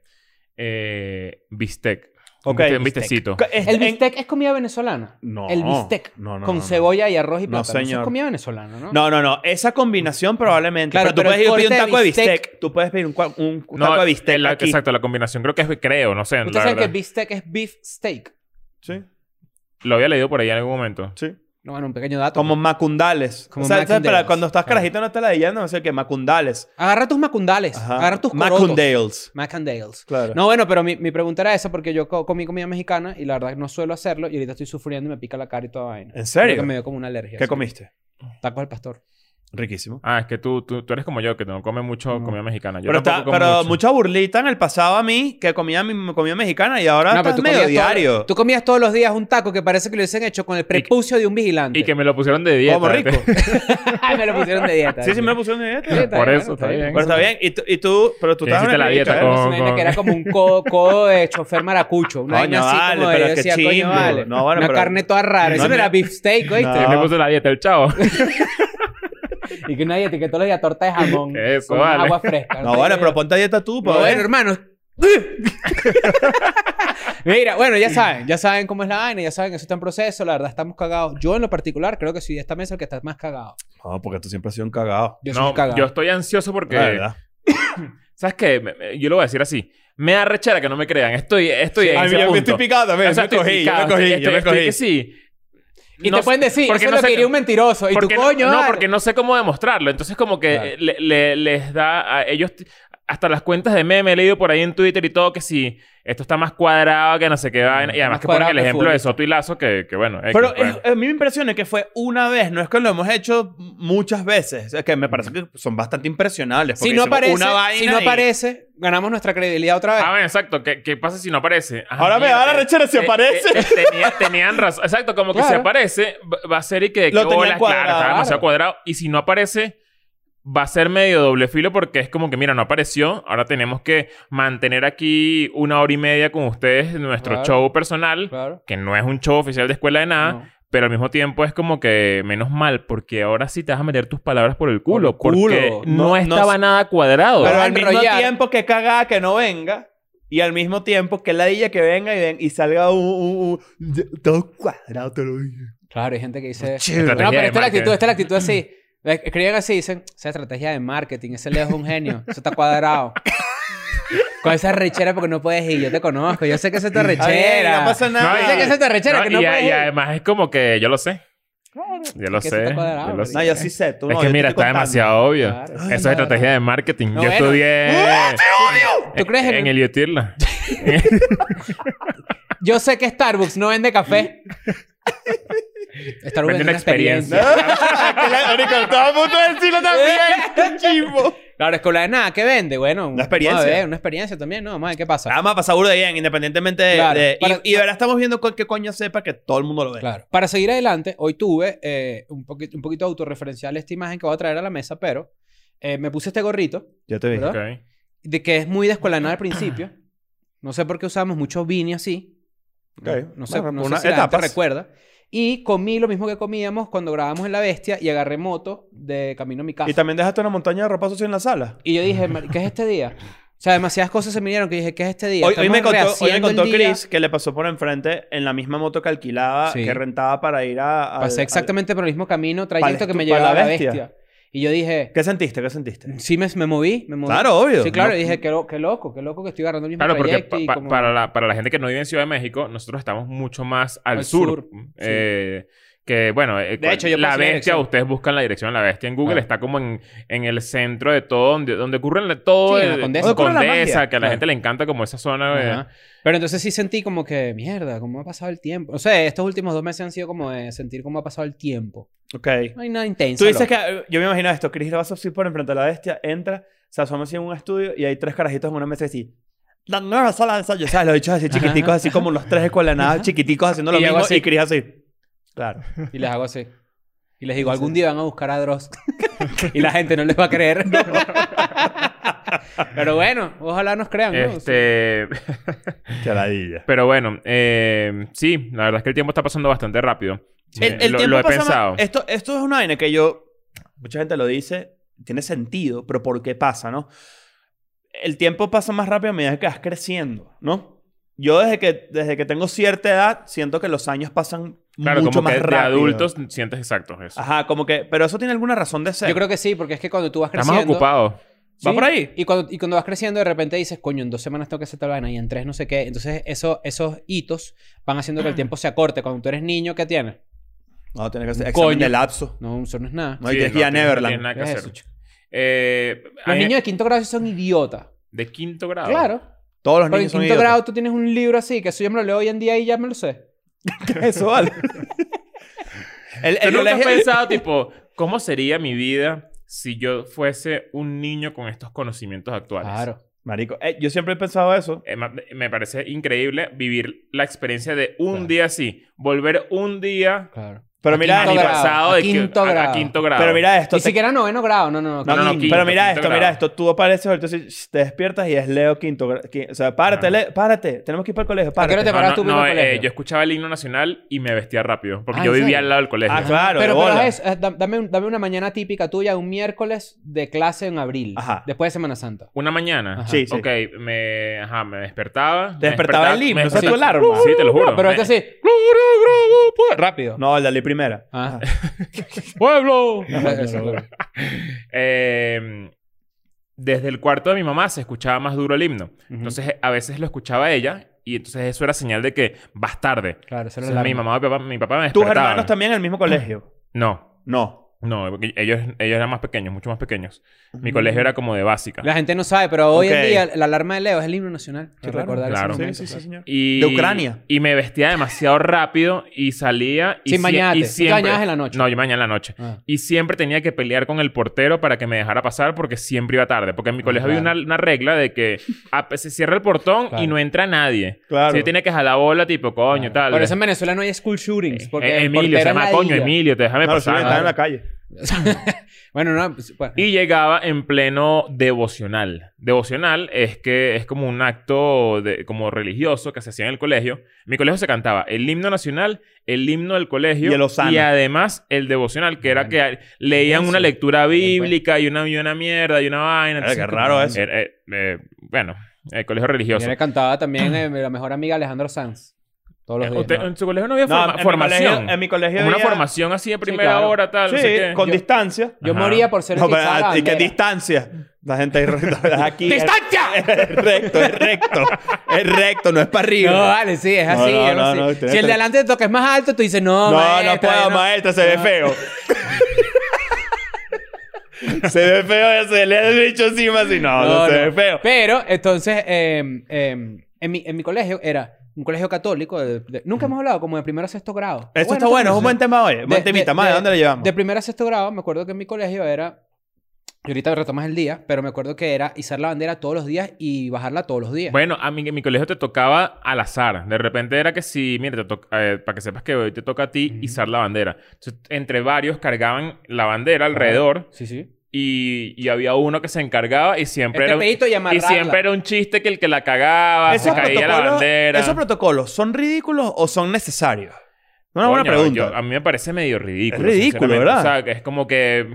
[SPEAKER 2] eh, bistec. <laughs> Un
[SPEAKER 3] Ok,
[SPEAKER 2] biste- un
[SPEAKER 3] bistec.
[SPEAKER 2] bistecito.
[SPEAKER 3] Este,
[SPEAKER 4] El
[SPEAKER 3] en-
[SPEAKER 4] bistec es comida venezolana.
[SPEAKER 3] No,
[SPEAKER 4] El bistec
[SPEAKER 3] no, no,
[SPEAKER 4] con
[SPEAKER 3] no, no.
[SPEAKER 4] cebolla y arroz y
[SPEAKER 3] No,
[SPEAKER 4] plátano. Eso
[SPEAKER 3] señor.
[SPEAKER 4] es comida venezolana, ¿no?
[SPEAKER 3] No, no, no. Esa combinación probablemente.
[SPEAKER 4] Claro,
[SPEAKER 3] pero tú
[SPEAKER 4] pero
[SPEAKER 3] puedes
[SPEAKER 4] el
[SPEAKER 3] ir a pedir un
[SPEAKER 4] corte de
[SPEAKER 3] taco de bistec.
[SPEAKER 4] bistec.
[SPEAKER 3] Tú puedes pedir un, cua- un
[SPEAKER 2] No, eh,
[SPEAKER 3] taco de bistec
[SPEAKER 2] la-
[SPEAKER 3] aquí.
[SPEAKER 2] exacto, la combinación creo que es, creo, no sé. la
[SPEAKER 4] Ustedes saben que
[SPEAKER 2] verdad.
[SPEAKER 4] el bistec es beef steak.
[SPEAKER 3] Sí,
[SPEAKER 2] Lo había leído por ahí en algún momento.
[SPEAKER 3] sí.
[SPEAKER 4] No, bueno, un pequeño dato.
[SPEAKER 3] Como macundales.
[SPEAKER 4] Como
[SPEAKER 3] o sea, ¿sabes?
[SPEAKER 4] macundales.
[SPEAKER 3] Para cuando estás
[SPEAKER 4] Claro.
[SPEAKER 3] carajito no te la no sé qué. Macundales.
[SPEAKER 4] Agarra tus macundales.
[SPEAKER 3] Ajá.
[SPEAKER 4] Agarra tus corotos.
[SPEAKER 3] Macundales.
[SPEAKER 4] Macundales.
[SPEAKER 3] Claro.
[SPEAKER 4] No, bueno, pero mi, mi pregunta era esa porque yo co- comí comida mexicana y la verdad no suelo hacerlo y ahorita estoy sufriendo y me pica la cara y toda vaina.
[SPEAKER 3] ¿En serio?
[SPEAKER 4] Creo que me dio como una alergia.
[SPEAKER 3] ¿Qué
[SPEAKER 4] así.
[SPEAKER 3] comiste?
[SPEAKER 4] Tacos al pastor.
[SPEAKER 3] Riquísimo.
[SPEAKER 2] Ah, es que tú, tú, tú eres como yo, que no come mucho
[SPEAKER 4] No.
[SPEAKER 2] comida mexicana. Yo
[SPEAKER 3] pero
[SPEAKER 2] tampoco como
[SPEAKER 3] está, pero
[SPEAKER 2] mucho.
[SPEAKER 3] mucha burlita en el pasado a mí que comía mi comida mexicana y ahora estás Ah, medio
[SPEAKER 4] comías todo-
[SPEAKER 3] diario.
[SPEAKER 4] tú comías todos los días un taco que parece que lo hubiesen hecho con el prepucio de un vigilante.
[SPEAKER 2] Y
[SPEAKER 4] <laughs>
[SPEAKER 2] que me lo pusieron de dieta.
[SPEAKER 3] Como rico.
[SPEAKER 4] Ay, me lo pusieron de dieta.
[SPEAKER 3] sí, sí, me lo pusieron de dieta.
[SPEAKER 4] Sí, está
[SPEAKER 2] Por
[SPEAKER 4] bien,
[SPEAKER 2] eso,
[SPEAKER 4] está
[SPEAKER 2] está
[SPEAKER 4] bien.
[SPEAKER 2] bien.
[SPEAKER 3] Pero está bien. Y tú, y tú pero tú
[SPEAKER 2] Que
[SPEAKER 3] estás en ¿eh?
[SPEAKER 2] hiciste la dieta
[SPEAKER 4] Claro,
[SPEAKER 2] con-
[SPEAKER 4] es una vaina que era como un codo, codo de chofer maracucho. Una
[SPEAKER 3] Coño,
[SPEAKER 4] vaina así
[SPEAKER 3] vale,
[SPEAKER 4] como
[SPEAKER 3] pero
[SPEAKER 4] de,
[SPEAKER 3] qué
[SPEAKER 4] decía,
[SPEAKER 3] chimbo.
[SPEAKER 4] coño, vale.
[SPEAKER 3] No, bueno,
[SPEAKER 4] una
[SPEAKER 3] pero-
[SPEAKER 4] carne toda
[SPEAKER 3] No,
[SPEAKER 4] rara. Eso no
[SPEAKER 3] mira-
[SPEAKER 4] era beefsteak, ¿oíste?
[SPEAKER 3] No.
[SPEAKER 2] Él me puso la dieta, el
[SPEAKER 3] <laughs>
[SPEAKER 2] chavo.
[SPEAKER 4] Y que una dieta que todos los días torta de jamón.
[SPEAKER 2] Eso,
[SPEAKER 4] con
[SPEAKER 2] vale.
[SPEAKER 4] agua fresca.
[SPEAKER 3] No, bueno, pero ¿eh? ponte a dieta tú, pa'
[SPEAKER 4] No,
[SPEAKER 3] ver.
[SPEAKER 4] bueno, hermanos. <laughs> Mira, bueno, ya saben, ya saben cómo es la vaina, ya saben que eso está en proceso, la verdad estamos cagados. Yo en lo particular creo que soy de esta mesa el que está más cagado.
[SPEAKER 3] No, porque tú siempre has sido un cagado.
[SPEAKER 4] Yo soy un
[SPEAKER 2] No,
[SPEAKER 4] cagado.
[SPEAKER 2] yo estoy ansioso porque...
[SPEAKER 3] La verdad.
[SPEAKER 2] ¿Sabes qué? Me- me- Yo lo voy a decir así. Me da rechera que no me crean. Estoy, estoy en
[SPEAKER 3] Ay,
[SPEAKER 2] ese
[SPEAKER 3] yo me
[SPEAKER 2] punto.
[SPEAKER 3] estoy picado también.
[SPEAKER 2] O sea,
[SPEAKER 3] yo
[SPEAKER 2] estoy
[SPEAKER 3] me cogí, yo me
[SPEAKER 2] picado,
[SPEAKER 3] cogí,
[SPEAKER 2] estoy-
[SPEAKER 3] yo me
[SPEAKER 2] estoy-
[SPEAKER 3] cogí.
[SPEAKER 2] estoy que sí.
[SPEAKER 4] Y
[SPEAKER 2] No
[SPEAKER 4] te
[SPEAKER 2] sé-
[SPEAKER 4] pueden decir,
[SPEAKER 2] porque
[SPEAKER 4] eso
[SPEAKER 2] no
[SPEAKER 4] es lo
[SPEAKER 2] sé-
[SPEAKER 4] que diría un mentiroso. Y tú,
[SPEAKER 2] porque no-
[SPEAKER 4] coño,
[SPEAKER 2] No,
[SPEAKER 4] vale.
[SPEAKER 2] porque no sé cómo demostrarlo. Entonces, como que
[SPEAKER 4] Claro.
[SPEAKER 2] eh, le- le- les da a ellos. t- Hasta las cuentas de meme he leído por ahí en Twitter y todo que si esto está más cuadrado que no sé qué vaina. Y además
[SPEAKER 4] Mm, más
[SPEAKER 2] que ponen
[SPEAKER 4] cuadrado
[SPEAKER 2] el
[SPEAKER 4] que
[SPEAKER 2] ejemplo de
[SPEAKER 4] futbolista.
[SPEAKER 2] Soto y Lazo, que, que bueno. X,
[SPEAKER 3] Pero
[SPEAKER 2] pues.
[SPEAKER 3] es- a mí me impresiona que fue una vez, no es que lo hemos hecho muchas veces. O sea, que me parece que son bastante impresionables.
[SPEAKER 4] Si
[SPEAKER 3] porque
[SPEAKER 4] no
[SPEAKER 3] hicimos
[SPEAKER 4] aparece,
[SPEAKER 3] una vaina
[SPEAKER 4] si no
[SPEAKER 3] y-
[SPEAKER 4] aparece, ganamos nuestra credibilidad otra vez.
[SPEAKER 2] Ah, bueno, exacto. ¿Qué, qué pasa si no aparece? Ah,
[SPEAKER 3] Ahora me
[SPEAKER 2] mierda,
[SPEAKER 3] da la
[SPEAKER 2] eh,
[SPEAKER 3] rechera <laughs> si
[SPEAKER 2] eh,
[SPEAKER 3] aparece.
[SPEAKER 2] eh, eh, tenía- tenían razón. Exacto, como que si
[SPEAKER 4] Claro.
[SPEAKER 2] aparece, va- va a ser y que.
[SPEAKER 3] Lo
[SPEAKER 2] qué bolas,
[SPEAKER 3] tenían
[SPEAKER 2] claro,
[SPEAKER 3] cuadrado.
[SPEAKER 2] está demasiado cuadrado. Y si no aparece, va a ser medio doble filo porque es como que, mira, no apareció. Ahora tenemos que mantener aquí una hora y media con ustedes nuestro
[SPEAKER 4] Claro.
[SPEAKER 2] show personal,
[SPEAKER 4] Claro.
[SPEAKER 2] que no es un show oficial de escuela de nada.
[SPEAKER 4] No.
[SPEAKER 2] Pero al mismo tiempo es como que menos mal, porque ahora sí te vas a meter tus palabras por el culo.
[SPEAKER 3] Por el
[SPEAKER 2] Porque
[SPEAKER 3] culo.
[SPEAKER 2] no,
[SPEAKER 3] No- no
[SPEAKER 2] estaba
[SPEAKER 3] s-
[SPEAKER 2] nada cuadrado.
[SPEAKER 3] Pero al
[SPEAKER 4] enrollar.
[SPEAKER 3] mismo tiempo que cagada que no venga. Y al mismo tiempo que ladilla que venga y, ven- y salga un, un- un- Eh, Todo cuadrado, te
[SPEAKER 2] <laughs>
[SPEAKER 3] lo dije.
[SPEAKER 4] Claro, hay gente que dice...
[SPEAKER 2] Pues, Estrategia
[SPEAKER 4] No, pero
[SPEAKER 2] de
[SPEAKER 4] esta es la actitud,
[SPEAKER 2] marketing.
[SPEAKER 4] esta es la actitud así. La- Escriben así, dicen, esa estrategia de marketing, ese Leo es un genio, eso
[SPEAKER 2] <laughs>
[SPEAKER 4] está cuadrado. Con esa rechera porque no puedes ir, yo te conozco, yo sé que esa es tu
[SPEAKER 3] Está bien,
[SPEAKER 4] rechera.
[SPEAKER 3] No pasa
[SPEAKER 2] No,
[SPEAKER 3] nada.
[SPEAKER 4] Yo sé que esa es tu rechera,
[SPEAKER 2] No,
[SPEAKER 4] que no
[SPEAKER 2] y, a-
[SPEAKER 4] puedes
[SPEAKER 2] y
[SPEAKER 4] ir.
[SPEAKER 2] además es como que yo lo sé. Yo lo
[SPEAKER 4] que
[SPEAKER 2] sé.
[SPEAKER 4] eso está cuadrado,
[SPEAKER 2] yo lo
[SPEAKER 4] marico.
[SPEAKER 2] sé.
[SPEAKER 3] No, yo sí sé. Tú, no,
[SPEAKER 2] es
[SPEAKER 3] yo
[SPEAKER 2] que
[SPEAKER 3] te
[SPEAKER 2] mira,
[SPEAKER 3] estoy
[SPEAKER 2] está
[SPEAKER 3] contando.
[SPEAKER 2] demasiado obvio.
[SPEAKER 4] Claro.
[SPEAKER 2] Eso
[SPEAKER 4] Ay,
[SPEAKER 2] es
[SPEAKER 4] no,
[SPEAKER 2] estrategia de marketing.
[SPEAKER 4] No,
[SPEAKER 2] yo
[SPEAKER 4] bueno.
[SPEAKER 2] estudié.
[SPEAKER 3] <laughs>
[SPEAKER 4] ¿Tú crees en-
[SPEAKER 2] en, el Yutirla?
[SPEAKER 4] Yo sé que Starbucks no vende
[SPEAKER 2] <laughs>
[SPEAKER 4] café. Starbucks
[SPEAKER 2] Vende
[SPEAKER 4] vende
[SPEAKER 2] una
[SPEAKER 4] una experiencia.
[SPEAKER 3] Que
[SPEAKER 2] <laughs>
[SPEAKER 3] la- ahorita todo el mundo decirlo
[SPEAKER 4] <laughs>
[SPEAKER 3] también. Chivo.
[SPEAKER 4] Claro, escuela de nada, ¿qué vende? Bueno, una
[SPEAKER 3] experiencia. Ah,
[SPEAKER 4] Vamos a ver, una experiencia también, ¿no? Vamos a ver qué pasa.
[SPEAKER 3] Nada más para seguro de bien, independientemente de...
[SPEAKER 4] Claro.
[SPEAKER 3] de- y-
[SPEAKER 4] Para-
[SPEAKER 3] y, de verdad estamos viendo con qué coño sepa que todo el mundo lo ve.
[SPEAKER 4] Claro. Para seguir adelante, hoy tuve eh, un, poquito, un poquito autorreferencial esta imagen que voy a traer a la mesa, pero eh, me puse este gorrito,
[SPEAKER 3] Yo te
[SPEAKER 4] ¿verdad?
[SPEAKER 2] Ok.
[SPEAKER 4] De que es muy de escuela de nada al principio. <clears throat> No sé por qué usamos muchos beanie así. No,
[SPEAKER 3] Ok.
[SPEAKER 4] no sé,
[SPEAKER 3] Bueno,
[SPEAKER 4] no sé
[SPEAKER 3] una-
[SPEAKER 4] si la gente
[SPEAKER 3] etapas.
[SPEAKER 4] recuerda. Y comí lo mismo que comíamos cuando grabamos en La Bestia y agarré moto de camino a mi casa.
[SPEAKER 3] Y también dejaste una montaña de ropa sucia en la sala.
[SPEAKER 4] Y yo dije, "Mar- ¿qué es este día? O sea, demasiadas cosas se me vinieron que dije, ¿qué es este día?
[SPEAKER 3] Hoy, hoy me
[SPEAKER 4] Estamos
[SPEAKER 3] contó, hoy me
[SPEAKER 4] rehaciendo el
[SPEAKER 3] contó
[SPEAKER 4] día.
[SPEAKER 3] Chris que le pasó por enfrente en la misma moto que alquilaba,
[SPEAKER 4] Sí.
[SPEAKER 3] que rentaba para ir a... al-
[SPEAKER 4] Pasé
[SPEAKER 3] al-
[SPEAKER 4] exactamente por el mismo camino, trayecto
[SPEAKER 3] Pal-
[SPEAKER 4] que
[SPEAKER 3] para
[SPEAKER 4] me llevaba a
[SPEAKER 3] la
[SPEAKER 4] la bestia.
[SPEAKER 3] bestia.
[SPEAKER 4] Y yo dije,
[SPEAKER 3] ¿Qué sentiste? ¿Qué sentiste?
[SPEAKER 4] sí me, me moví, me moví.
[SPEAKER 3] Claro, obvio.
[SPEAKER 4] Sí, claro,
[SPEAKER 3] No-
[SPEAKER 4] y dije, qué, lo- qué loco, qué loco que estoy agarrando el mismo
[SPEAKER 2] Claro, porque
[SPEAKER 4] trayecto. y
[SPEAKER 2] pa- pa-
[SPEAKER 4] como-
[SPEAKER 2] para, la, para la gente que no vive en Ciudad de México, nosotros estamos mucho más al,
[SPEAKER 4] Al
[SPEAKER 2] sur.
[SPEAKER 4] sur,
[SPEAKER 2] Eh, Que bueno, eh,
[SPEAKER 4] De hecho, yo
[SPEAKER 2] la
[SPEAKER 4] puse la
[SPEAKER 2] bestia,
[SPEAKER 4] dirección. Ah.
[SPEAKER 2] ustedes buscan la dirección de la bestia en Google,
[SPEAKER 4] Claro.
[SPEAKER 2] está como en, en el centro de todo, donde, donde ocurren todo.
[SPEAKER 4] Sí, en
[SPEAKER 2] el-
[SPEAKER 4] la Condesa.
[SPEAKER 2] Donde ocurre la
[SPEAKER 3] Condesa,
[SPEAKER 2] magia. que a la
[SPEAKER 4] claro.
[SPEAKER 2] gente le encanta como esa zona. eh.
[SPEAKER 4] Ajá. Pero entonces sí sentí como que, mierda, cómo ha pasado el tiempo. O sea, estos últimos dos meses han sido como de sentir cómo ha pasado el tiempo.
[SPEAKER 3] Ok.
[SPEAKER 4] No hay nada intenso.
[SPEAKER 3] Tú dices
[SPEAKER 4] loco.
[SPEAKER 3] que... eh, Yo me imagino esto. Chris va a subir por enfrente a la bestia, entra, se asoma así en un estudio y hay tres carajitos en una mesa y así... La nueva sala de ensayo. ¿Sabes? Los bichos así chiquiticos, así como los tres escuelanados chiquiticos haciendo lo
[SPEAKER 4] Y hago
[SPEAKER 3] mismo.
[SPEAKER 4] así.
[SPEAKER 3] Y Chris así... Claro.
[SPEAKER 4] Y les hago así. Y les digo, algún día van a buscar a Dross. <laughs> y la gente no les va a creer. <laughs> Pero bueno, ojalá nos crean. ¿no?
[SPEAKER 2] Este,
[SPEAKER 3] Qué ladilla.
[SPEAKER 2] pero bueno, eh, sí, la verdad es que el tiempo está pasando bastante rápido.
[SPEAKER 3] El,
[SPEAKER 2] Eh,
[SPEAKER 3] el
[SPEAKER 2] lo,
[SPEAKER 3] tiempo
[SPEAKER 2] lo he
[SPEAKER 3] pasa más-
[SPEAKER 2] pensado.
[SPEAKER 3] Esto, esto es una vaina que yo... Mucha gente lo dice. Tiene sentido, pero ¿por qué pasa, no? El tiempo pasa más rápido a medida que vas creciendo, ¿no? Yo desde que, desde que tengo cierta edad siento que los años pasan
[SPEAKER 2] Claro,
[SPEAKER 3] mucho
[SPEAKER 2] como
[SPEAKER 3] más
[SPEAKER 2] que de
[SPEAKER 3] rápido.
[SPEAKER 2] adultos sientes exactos eso.
[SPEAKER 3] Ajá, como que... Pero eso tiene alguna razón de ser.
[SPEAKER 4] Yo creo que sí, porque es que cuando tú vas
[SPEAKER 2] Estás
[SPEAKER 4] creciendo...
[SPEAKER 2] más ocupado.
[SPEAKER 3] ¿Va por ahí?
[SPEAKER 4] Y cuando, y cuando vas creciendo, de repente dices, coño, en dos semanas tengo que hacer tal vaina y en tres no sé qué. Entonces, eso, esos hitos van haciendo
[SPEAKER 3] <clears throat>
[SPEAKER 4] que el tiempo se acorte. Cuando tú eres niño, ¿qué tienes?
[SPEAKER 3] No, tiene que ser
[SPEAKER 4] Un
[SPEAKER 3] examen
[SPEAKER 4] coño.
[SPEAKER 3] de lapso.
[SPEAKER 4] No, eso no es nada.
[SPEAKER 3] No, y tienes que ir a
[SPEAKER 2] tienes-
[SPEAKER 3] Neverland.
[SPEAKER 2] tienes nada que
[SPEAKER 4] Es
[SPEAKER 2] hacer.
[SPEAKER 4] eso, chico.
[SPEAKER 2] Eh,
[SPEAKER 4] Los
[SPEAKER 2] hay-
[SPEAKER 4] niños de quinto grado sí son idiotas.
[SPEAKER 2] de quinto grado.
[SPEAKER 4] Claro.
[SPEAKER 3] Todos los
[SPEAKER 4] Porque en
[SPEAKER 3] niños son
[SPEAKER 4] quinto
[SPEAKER 3] idiotas.
[SPEAKER 4] grado tú tienes un libro así, que eso yo me lo leo hoy en día y ya me lo sé.
[SPEAKER 3] Eso
[SPEAKER 4] <laughs>
[SPEAKER 3] vale. el,
[SPEAKER 2] Yo
[SPEAKER 3] el
[SPEAKER 2] nunca he
[SPEAKER 3] colegio- <laughs>
[SPEAKER 2] pensado, tipo, ¿cómo sería mi vida si yo fuese un niño con estos conocimientos actuales?
[SPEAKER 3] Marico, eh, yo siempre he pensado eso.
[SPEAKER 2] Eh, ma- me parece increíble vivir la experiencia de un
[SPEAKER 4] Claro.
[SPEAKER 2] día así. Volver un día
[SPEAKER 4] claro.
[SPEAKER 3] Pero
[SPEAKER 2] a
[SPEAKER 3] mira...
[SPEAKER 2] mi
[SPEAKER 4] quinto grado,
[SPEAKER 2] pasado
[SPEAKER 4] a
[SPEAKER 2] de
[SPEAKER 4] quinto
[SPEAKER 2] que, a- A,
[SPEAKER 4] grado.
[SPEAKER 2] quinto grado.
[SPEAKER 3] Pero mira esto.
[SPEAKER 4] Ni
[SPEAKER 3] te-
[SPEAKER 4] siquiera noveno grado, no, no,
[SPEAKER 2] No,
[SPEAKER 4] no.
[SPEAKER 2] no, no,
[SPEAKER 4] quinto.
[SPEAKER 2] quinto.
[SPEAKER 3] Pero mira esto,
[SPEAKER 2] quinto
[SPEAKER 3] mira
[SPEAKER 2] grado.
[SPEAKER 3] esto. Tú apareces ahorita, si- si te despiertas y es Leo quinto. gra- qui- O sea, párate,
[SPEAKER 2] Ah.
[SPEAKER 3] Leo, párate. Tenemos que ir para el colegio,
[SPEAKER 4] hora
[SPEAKER 3] párate.
[SPEAKER 4] te paras
[SPEAKER 2] no,
[SPEAKER 4] tú
[SPEAKER 2] no,
[SPEAKER 4] para
[SPEAKER 2] no,
[SPEAKER 4] el
[SPEAKER 2] eh,
[SPEAKER 4] colegio?
[SPEAKER 2] yo escuchaba el himno nacional y me vestía rápido. Porque
[SPEAKER 4] Ah,
[SPEAKER 2] yo
[SPEAKER 4] ¿en
[SPEAKER 2] vivía
[SPEAKER 4] serio?
[SPEAKER 2] al lado del colegio.
[SPEAKER 3] Ah, claro,
[SPEAKER 4] pero,
[SPEAKER 3] de
[SPEAKER 4] pero
[SPEAKER 3] bola.
[SPEAKER 4] es, eh, da- dame, un- dame una mañana típica tuya, un miércoles de clase en abril.
[SPEAKER 3] Ajá.
[SPEAKER 4] Después de Semana Santa.
[SPEAKER 2] Una mañana.
[SPEAKER 4] Ajá.
[SPEAKER 3] Sí, sí.
[SPEAKER 2] Ok, me, ajá, me despertaba.
[SPEAKER 3] Te
[SPEAKER 2] me
[SPEAKER 3] despertaba el himno,
[SPEAKER 2] me
[SPEAKER 3] o sea,
[SPEAKER 2] desper-
[SPEAKER 3] tu alarma.
[SPEAKER 2] Sí, te lo juro.
[SPEAKER 4] Pero
[SPEAKER 2] Me-
[SPEAKER 4] este sí.
[SPEAKER 3] <laughs>
[SPEAKER 4] Rápido.
[SPEAKER 3] No, el de la primera. <laughs>
[SPEAKER 4] Ah. <laughs>
[SPEAKER 2] ¡Pueblo!
[SPEAKER 4] Eso, claro.
[SPEAKER 2] Eh, desde el cuarto de mi mamá se escuchaba más duro el himno. Entonces, a veces lo escuchaba ella y entonces eso era señal de que vas tarde.
[SPEAKER 4] Claro, eso era
[SPEAKER 2] Entonces,
[SPEAKER 4] la
[SPEAKER 2] mi
[SPEAKER 4] alarma.
[SPEAKER 2] mamá y papá, mi papá me
[SPEAKER 3] ¿Tus
[SPEAKER 2] despertaban.
[SPEAKER 3] hermanos también en el mismo colegio?
[SPEAKER 4] <laughs>
[SPEAKER 2] No,
[SPEAKER 3] No.
[SPEAKER 2] no, porque ellos, ellos eran más pequeños, mucho más pequeños. Mi colegio era como de básica.
[SPEAKER 4] La gente no sabe, pero hoy
[SPEAKER 3] Ok.
[SPEAKER 4] en día la alarma de Leo es el himno nacional. Hay que
[SPEAKER 3] Claro.
[SPEAKER 4] recordar
[SPEAKER 2] Claro.
[SPEAKER 4] ese
[SPEAKER 3] Sí,
[SPEAKER 4] momento,
[SPEAKER 3] sí, sí,
[SPEAKER 4] claro.
[SPEAKER 3] señor.
[SPEAKER 2] Y-
[SPEAKER 3] De Ucrania.
[SPEAKER 2] Y me vestía demasiado rápido y salía y,
[SPEAKER 4] Sin
[SPEAKER 2] sie-
[SPEAKER 4] bañarte.
[SPEAKER 2] y
[SPEAKER 4] Tú te
[SPEAKER 2] siempre...
[SPEAKER 4] bañabas en la noche.
[SPEAKER 2] No, yo me bañaba en la noche.
[SPEAKER 4] Ah.
[SPEAKER 2] Y siempre tenía que pelear con el portero para que me dejara pasar porque siempre iba tarde. Porque en mi
[SPEAKER 4] Ah,
[SPEAKER 2] colegio había una,
[SPEAKER 4] claro.
[SPEAKER 2] una regla de que a- se cierra el portón
[SPEAKER 4] Claro.
[SPEAKER 2] y no entra nadie.
[SPEAKER 3] Claro.
[SPEAKER 2] Si yo tenía que jalar bola, tipo, coño,
[SPEAKER 4] Claro.
[SPEAKER 2] tal.
[SPEAKER 4] Por eso en Venezuela no hay school shootings. Porque
[SPEAKER 2] Eh,
[SPEAKER 4] el
[SPEAKER 2] Emilio, se
[SPEAKER 4] portero es
[SPEAKER 2] llama
[SPEAKER 4] la
[SPEAKER 2] coño
[SPEAKER 4] isla.
[SPEAKER 2] Emilio, te déjame
[SPEAKER 4] Ah.
[SPEAKER 3] No, los
[SPEAKER 2] pasar.
[SPEAKER 3] están en la calle.
[SPEAKER 4] <laughs> bueno, no. pues, bueno.
[SPEAKER 2] Y llegaba en pleno devocional. Devocional es que es como un acto de- como religioso que se hacía en el colegio. En mi colegio se cantaba el himno nacional, el himno del colegio
[SPEAKER 3] Y el Osana.
[SPEAKER 2] además el devocional, que era que leían
[SPEAKER 4] Eso.
[SPEAKER 2] una lectura
[SPEAKER 4] pues.
[SPEAKER 2] bíblica y una, y una mierda y una vaina.
[SPEAKER 3] Ay, qué
[SPEAKER 2] Entonces,
[SPEAKER 3] raro
[SPEAKER 2] como-
[SPEAKER 3] eso.
[SPEAKER 2] era, eh, eh, bueno, el colegio
[SPEAKER 4] Yo
[SPEAKER 2] religioso.
[SPEAKER 4] le cantaba también eh, la mejor amiga Alejandro Sanz. Todos los días.
[SPEAKER 2] Eh, Usted-
[SPEAKER 4] ¿no?
[SPEAKER 2] En su colegio no había
[SPEAKER 3] No,
[SPEAKER 2] forma-
[SPEAKER 3] en mi
[SPEAKER 2] formación.
[SPEAKER 3] colegio- en mi colegio
[SPEAKER 2] Como una
[SPEAKER 3] había-
[SPEAKER 2] formación así de primera
[SPEAKER 4] claro.
[SPEAKER 2] hora, tal. no
[SPEAKER 3] Sí,
[SPEAKER 2] sé qué.
[SPEAKER 3] con
[SPEAKER 4] Yo-
[SPEAKER 3] distancia.
[SPEAKER 4] Yo
[SPEAKER 2] Ajá.
[SPEAKER 4] moría por ser el
[SPEAKER 3] No,
[SPEAKER 4] que
[SPEAKER 3] pero- ah,
[SPEAKER 4] izara la
[SPEAKER 3] y qué
[SPEAKER 4] bandera.
[SPEAKER 3] distancia. La gente ahí <laughs> recto- aquí. es-
[SPEAKER 4] ¡Distancia!
[SPEAKER 3] Es recto, es recto. Es recto, no es para arriba.
[SPEAKER 4] No, vale, sí, es
[SPEAKER 3] No,
[SPEAKER 4] así.
[SPEAKER 3] no,
[SPEAKER 4] es
[SPEAKER 3] no,
[SPEAKER 4] así.
[SPEAKER 3] no,
[SPEAKER 4] si
[SPEAKER 3] tenés
[SPEAKER 4] el
[SPEAKER 3] que-
[SPEAKER 4] de adelante te toca es más alto, tú dices,
[SPEAKER 3] <laughs>
[SPEAKER 4] no,
[SPEAKER 3] No, no,
[SPEAKER 4] maestra,
[SPEAKER 3] puedo,
[SPEAKER 4] yo
[SPEAKER 3] maestra, se ve
[SPEAKER 4] no.
[SPEAKER 3] feo. se ve feo, se le ha dicho encima así. Ah, No, no, se ve feo.
[SPEAKER 4] Pero, entonces, eh, eh, en, mi, en mi colegio era un colegio católico. de- de- nunca hemos hablado como de primero a sexto grado.
[SPEAKER 3] Esto está bueno, es un buen tema hoy. Buen
[SPEAKER 4] De-
[SPEAKER 3] temita,
[SPEAKER 4] de-
[SPEAKER 3] madre,
[SPEAKER 4] de-
[SPEAKER 3] ¿dónde lo llevamos?
[SPEAKER 4] De primero a sexto grado, me acuerdo que en mi colegio era. Y ahorita retomas el día, pero me acuerdo que era izar la bandera todos los días y bajarla todos los días.
[SPEAKER 2] Bueno, a mí en mi colegio te tocaba al azar. De repente era que si, mira, te toca- eh, para que sepas que hoy te toca a ti izar la bandera. Entonces, entre varios cargaban la bandera alrededor
[SPEAKER 4] Sí, sí.
[SPEAKER 2] y, y había uno que se encargaba y siempre
[SPEAKER 4] Este
[SPEAKER 2] era
[SPEAKER 4] pedito y
[SPEAKER 2] y
[SPEAKER 4] amarrarla.
[SPEAKER 2] siempre era un chiste que el que la cagaba, se
[SPEAKER 3] Esos
[SPEAKER 2] caía la
[SPEAKER 3] protocolos-
[SPEAKER 2] bandera.
[SPEAKER 3] ¿Esos protocolos son ridículos o son necesarios? Una buena
[SPEAKER 2] Coño,
[SPEAKER 3] pregunta.
[SPEAKER 2] yo- a mí me parece medio ridículo.
[SPEAKER 3] Es ridículo,
[SPEAKER 2] sinceramente.
[SPEAKER 3] ¿verdad?
[SPEAKER 2] O sea, que es como que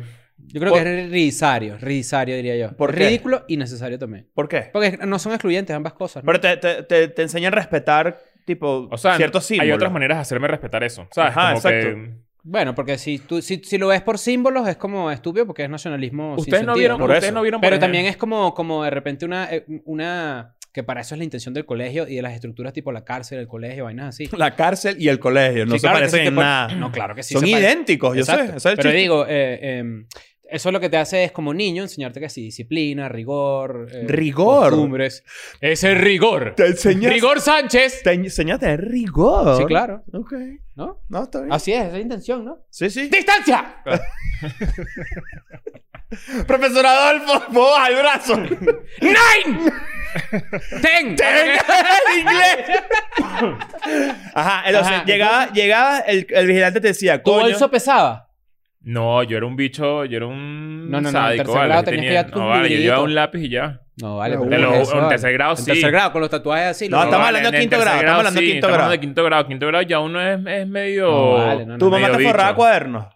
[SPEAKER 4] Yo creo
[SPEAKER 3] Por-
[SPEAKER 4] que es ridisario, ridisario diría yo.
[SPEAKER 3] ¿Por qué?
[SPEAKER 4] Ridículo y necesario también.
[SPEAKER 3] ¿Por qué?
[SPEAKER 4] Porque no son excluyentes ambas cosas. ¿no?
[SPEAKER 3] Pero te, te, te, te enseñan a respetar, tipo,
[SPEAKER 2] O sea,
[SPEAKER 3] ciertos
[SPEAKER 2] hay
[SPEAKER 3] símbolos.
[SPEAKER 2] otras maneras de hacerme respetar eso. ¿Sabes?
[SPEAKER 3] Ajá,
[SPEAKER 2] Como que-
[SPEAKER 3] exacto.
[SPEAKER 4] Bueno, porque si, tú, si, si lo ves por símbolos es como estúpido porque es nacionalismo. sin
[SPEAKER 2] Ustedes no
[SPEAKER 4] sentido,
[SPEAKER 2] vieron,
[SPEAKER 3] por
[SPEAKER 2] ustedes
[SPEAKER 3] eso.
[SPEAKER 2] no vieron. por
[SPEAKER 4] Pero
[SPEAKER 2] ejemplo-
[SPEAKER 4] también es como, como de repente una, eh, una... Que para eso es la intención del colegio y de las estructuras tipo la cárcel, el colegio,
[SPEAKER 3] <laughs>
[SPEAKER 4] vainas así.
[SPEAKER 3] <laughs> La cárcel y el colegio. No
[SPEAKER 4] Sí,
[SPEAKER 3] se
[SPEAKER 4] claro que
[SPEAKER 3] parecen
[SPEAKER 4] sí te
[SPEAKER 3] en
[SPEAKER 4] pon-
[SPEAKER 3] nada.
[SPEAKER 4] No, claro que sí.
[SPEAKER 3] Son
[SPEAKER 4] se parecen.
[SPEAKER 3] idénticos, yo sé.
[SPEAKER 4] Exacto.
[SPEAKER 3] ese es el
[SPEAKER 4] Pero
[SPEAKER 3] chiste.
[SPEAKER 4] digo, eh, eh, eso lo que te hace es como niño enseñarte que sí, disciplina, rigor. eh,
[SPEAKER 3] Rigor.
[SPEAKER 4] Costumbres. Ese rigor.
[SPEAKER 3] Te enseñas,
[SPEAKER 4] Rigor Sánchez.
[SPEAKER 3] te enseñas a tener rigor.
[SPEAKER 4] Sí, claro.
[SPEAKER 3] Ok.
[SPEAKER 4] ¿No?
[SPEAKER 3] No, está bien.
[SPEAKER 4] Así es, esa es la intención, ¿no?
[SPEAKER 3] Ah, Sí, sí.
[SPEAKER 4] ¡Distancia!
[SPEAKER 3] Profesor Adolfo, vos baja el <laughs> brazo.
[SPEAKER 4] ¡Nine!
[SPEAKER 3] <laughs>
[SPEAKER 4] ¡Ten!
[SPEAKER 3] ¡En inglés! Ajá, entonces
[SPEAKER 4] Ajá.
[SPEAKER 3] llegaba, llegaba el, el vigilante te decía,
[SPEAKER 4] ¿Tu
[SPEAKER 3] coño.
[SPEAKER 4] bolso pesaba?
[SPEAKER 2] No, yo era un bicho, yo era un
[SPEAKER 4] No, no, no, en
[SPEAKER 2] sádico,
[SPEAKER 4] tercer
[SPEAKER 2] vale,
[SPEAKER 4] grado
[SPEAKER 2] yo
[SPEAKER 4] tenías que llevar tus
[SPEAKER 2] no, vale, yo
[SPEAKER 4] libritos.
[SPEAKER 2] llevaba un lápiz y ya.
[SPEAKER 4] No, vale.
[SPEAKER 3] No,
[SPEAKER 4] pero
[SPEAKER 2] en
[SPEAKER 4] eso,
[SPEAKER 2] lo- en
[SPEAKER 4] vale.
[SPEAKER 2] tercer grado
[SPEAKER 4] En
[SPEAKER 2] sí.
[SPEAKER 4] tercer grado, con los tatuajes así.
[SPEAKER 3] No,
[SPEAKER 4] lo-
[SPEAKER 3] estamos hablando de
[SPEAKER 2] en
[SPEAKER 3] quinto
[SPEAKER 2] tercer
[SPEAKER 3] grado, estamos hablando de
[SPEAKER 2] sí,
[SPEAKER 3] quinto
[SPEAKER 2] estamos
[SPEAKER 3] grado.
[SPEAKER 2] hablando de quinto grado. Quinto grado ya uno es, es medio...
[SPEAKER 4] No, vale, no, no,
[SPEAKER 3] Tu
[SPEAKER 4] no.
[SPEAKER 3] mamá
[SPEAKER 2] medio
[SPEAKER 3] te forraba
[SPEAKER 2] bicho.
[SPEAKER 3] cuadernos.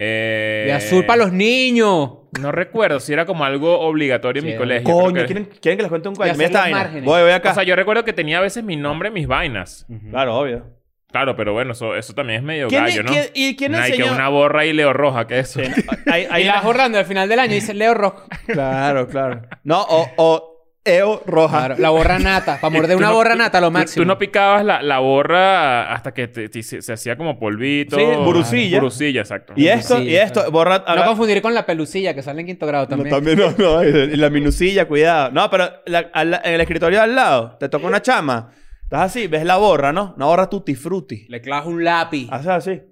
[SPEAKER 2] Eh,
[SPEAKER 4] De azul para los niños.
[SPEAKER 2] No recuerdo si era como algo obligatorio
[SPEAKER 4] Sí,
[SPEAKER 2] en mi
[SPEAKER 4] era-
[SPEAKER 2] colegio. creo
[SPEAKER 3] Coño,
[SPEAKER 2] que-
[SPEAKER 3] ¿quieren, quieren que les cuente un cuento?
[SPEAKER 4] hacer
[SPEAKER 3] Mira esta
[SPEAKER 4] los
[SPEAKER 3] vaina.
[SPEAKER 4] márgenes.
[SPEAKER 3] Voy, voy acá.
[SPEAKER 2] O sea, yo recuerdo que tenía a veces mi nombre en mis vainas.
[SPEAKER 3] Claro, obvio.
[SPEAKER 2] Claro, pero bueno, eso, eso también es medio
[SPEAKER 3] ¿Quién-
[SPEAKER 2] gallo, ¿no?
[SPEAKER 3] quién- ¿Y quién
[SPEAKER 2] Nike,
[SPEAKER 3] enseñó?
[SPEAKER 2] una borra y leo roja, que eso.
[SPEAKER 3] <laughs>
[SPEAKER 2] <laughs>
[SPEAKER 3] Ahí- ahí
[SPEAKER 4] Y la
[SPEAKER 3] la-
[SPEAKER 4] jornada al final del año dice Leo Rock.
[SPEAKER 3] Claro, claro. No, o, o Eo Roja.
[SPEAKER 4] Claro, la borra nata. Para morder
[SPEAKER 2] Eh, Tú
[SPEAKER 4] una
[SPEAKER 2] no-
[SPEAKER 4] borra
[SPEAKER 2] tú-
[SPEAKER 4] nata, lo
[SPEAKER 2] tú-
[SPEAKER 4] máximo.
[SPEAKER 2] Tú no picabas la, la borra hasta que te- te- se, se hacía como polvito.
[SPEAKER 3] Sí, burucilla.
[SPEAKER 2] Burucilla, exacto.
[SPEAKER 3] Y esto,
[SPEAKER 4] Sí,
[SPEAKER 3] y esto,
[SPEAKER 4] claro.
[SPEAKER 3] borra.
[SPEAKER 4] No
[SPEAKER 3] habla-
[SPEAKER 4] confundir con la pelucilla que sale en quinto grado
[SPEAKER 3] No,
[SPEAKER 4] también.
[SPEAKER 3] también no, no. Y la minucilla, cuidado. No, pero la- al- en el escritorio de al lado, te toca una chama. Estás así, ves la borra, ¿no? Una borra tutti frutti.
[SPEAKER 4] Le clavas un lápiz.
[SPEAKER 3] Haces así.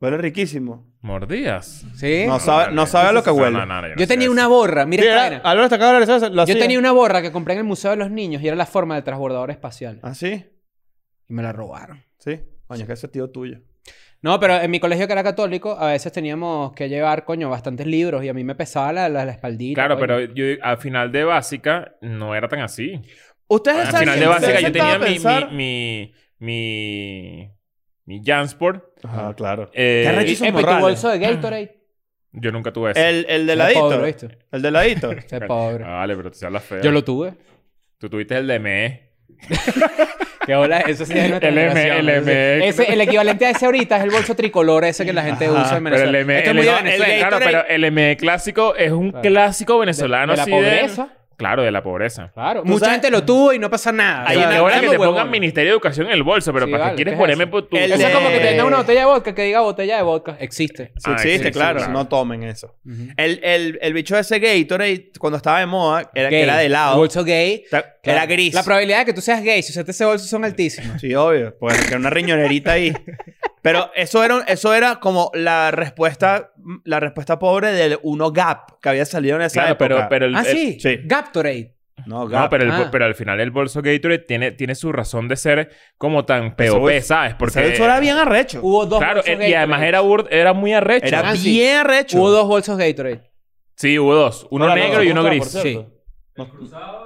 [SPEAKER 3] Huele riquísimo.
[SPEAKER 2] ¿Mordías?
[SPEAKER 4] ¿Sí?
[SPEAKER 3] No sabe, no sabe a lo que huele.
[SPEAKER 4] yo tenía una borra. Mira,
[SPEAKER 2] ah,
[SPEAKER 4] esta vaina.
[SPEAKER 3] Álvaro te acaba de regresar. Lo
[SPEAKER 4] yo
[SPEAKER 3] hacía.
[SPEAKER 4] tenía una borra que compré en el Museo de los Niños y era la forma del transbordador espacial.
[SPEAKER 3] ¿Así?
[SPEAKER 4] Y me la robaron.
[SPEAKER 3] ¿Ah, Sí. Coño, que ese tío tuyo.
[SPEAKER 4] No, pero en mi colegio que era católico, a veces teníamos que llevar, coño, bastantes libros y a mí me pesaba la, la, la espaldita.
[SPEAKER 2] Claro,
[SPEAKER 4] coño.
[SPEAKER 2] pero yo al final de básica no era tan así.
[SPEAKER 4] Ah,
[SPEAKER 3] Ustedes
[SPEAKER 2] Al final de
[SPEAKER 4] ¿ustedes
[SPEAKER 2] básica yo
[SPEAKER 4] han
[SPEAKER 2] tenía
[SPEAKER 3] sentado a
[SPEAKER 2] mi,
[SPEAKER 3] pensar?
[SPEAKER 2] mi, mi, mi, mi Jansport.
[SPEAKER 3] Ajá, Ah, claro.
[SPEAKER 2] Eh,
[SPEAKER 3] Qué
[SPEAKER 4] Y-
[SPEAKER 3] arrecho
[SPEAKER 4] eh, pero tu
[SPEAKER 3] morrales.
[SPEAKER 4] bolso de Gatorade.
[SPEAKER 2] yo nunca tuve eso.
[SPEAKER 3] El, el de
[SPEAKER 4] Qué
[SPEAKER 3] ladito.
[SPEAKER 4] pobre, ¿viste?
[SPEAKER 3] El de
[SPEAKER 4] <laughs>
[SPEAKER 3] ladito.
[SPEAKER 4] Qué pobre.
[SPEAKER 2] Ah, vale, pero tú se hablas feo.
[SPEAKER 4] Yo lo tuve.
[SPEAKER 2] Tú tuviste el E. de ME.
[SPEAKER 4] Qué hola, eso <laughs> sí es de nuestra
[SPEAKER 2] El M,
[SPEAKER 4] generación.
[SPEAKER 2] el M.
[SPEAKER 4] Ese- el equivalente a ese ahorita es el bolso tricolor ese que la gente
[SPEAKER 3] Ajá,
[SPEAKER 4] usa en
[SPEAKER 2] Pero el
[SPEAKER 4] Venezuela.
[SPEAKER 2] ME,
[SPEAKER 4] Esto es
[SPEAKER 2] el, E,
[SPEAKER 4] muy de
[SPEAKER 2] claro,
[SPEAKER 4] Venezuela.
[SPEAKER 3] Gatorade-
[SPEAKER 2] pero el ME clásico es un
[SPEAKER 4] Claro.
[SPEAKER 2] clásico venezolano
[SPEAKER 4] de la
[SPEAKER 2] así
[SPEAKER 4] pobreza.
[SPEAKER 2] Claro, de la pobreza.
[SPEAKER 4] Claro.
[SPEAKER 3] Tú
[SPEAKER 4] Mucha
[SPEAKER 3] sabes-
[SPEAKER 4] gente lo tuvo y no pasa nada.
[SPEAKER 3] Ahí
[SPEAKER 2] Y
[SPEAKER 3] Claro,
[SPEAKER 2] que ahora que te
[SPEAKER 4] huevón.
[SPEAKER 2] pongan Ministerio de Educación en el bolso, pero
[SPEAKER 4] Sí,
[SPEAKER 2] ¿para
[SPEAKER 4] vale,
[SPEAKER 2] qué quieres
[SPEAKER 4] ¿qué es
[SPEAKER 2] ponerme
[SPEAKER 4] eso?
[SPEAKER 2] por tu...
[SPEAKER 3] El
[SPEAKER 4] Eso es como que
[SPEAKER 3] de-
[SPEAKER 4] tenga una botella de vodka que diga botella de vodka. Existe.
[SPEAKER 3] Sí
[SPEAKER 2] Ah,
[SPEAKER 3] existe,
[SPEAKER 2] existe,
[SPEAKER 3] claro.
[SPEAKER 2] claro.
[SPEAKER 3] No tomen eso.
[SPEAKER 4] Ujú.
[SPEAKER 3] El, el, el bicho ese Gatorade, cuando estaba de moda, era, que
[SPEAKER 4] Gay.
[SPEAKER 3] era de
[SPEAKER 4] El
[SPEAKER 3] lado.
[SPEAKER 4] bolso gay.
[SPEAKER 3] Era gris.
[SPEAKER 4] La probabilidad de que tú seas gay si usaste ese bolso son altísimas.
[SPEAKER 3] Sí, obvio. Porque era una riñonerita ahí. Pero eso era, eso era como la respuesta, la respuesta pobre del uno gap que había salido en esa
[SPEAKER 2] Claro,
[SPEAKER 3] época.
[SPEAKER 2] pero, pero el,
[SPEAKER 4] ah,
[SPEAKER 2] el-
[SPEAKER 4] sí.
[SPEAKER 3] sí.
[SPEAKER 4] Gatorade.
[SPEAKER 3] No,
[SPEAKER 2] No,
[SPEAKER 3] Gap.
[SPEAKER 2] pero, el bol-
[SPEAKER 4] Ah.
[SPEAKER 2] pero al final el bolso Gatorade tiene, tiene su razón de ser como tan
[SPEAKER 3] Ese
[SPEAKER 2] POP,
[SPEAKER 3] bolso-
[SPEAKER 2] ¿sabes? Porque...
[SPEAKER 3] Porque eso era bien arrecho.
[SPEAKER 4] Hubo dos
[SPEAKER 2] Claro,
[SPEAKER 4] bolsos
[SPEAKER 2] eh, y
[SPEAKER 4] Gatorade.
[SPEAKER 2] además era, bur- era muy arrecho.
[SPEAKER 3] Era
[SPEAKER 4] Ah, sí.
[SPEAKER 3] bien arrecho.
[SPEAKER 4] Hubo dos bolsos Gatorade.
[SPEAKER 2] Sí, hubo dos. Uno
[SPEAKER 3] Ahora, no,
[SPEAKER 2] negro y uno
[SPEAKER 3] ¿cómo
[SPEAKER 2] gris.
[SPEAKER 3] está, por cierto?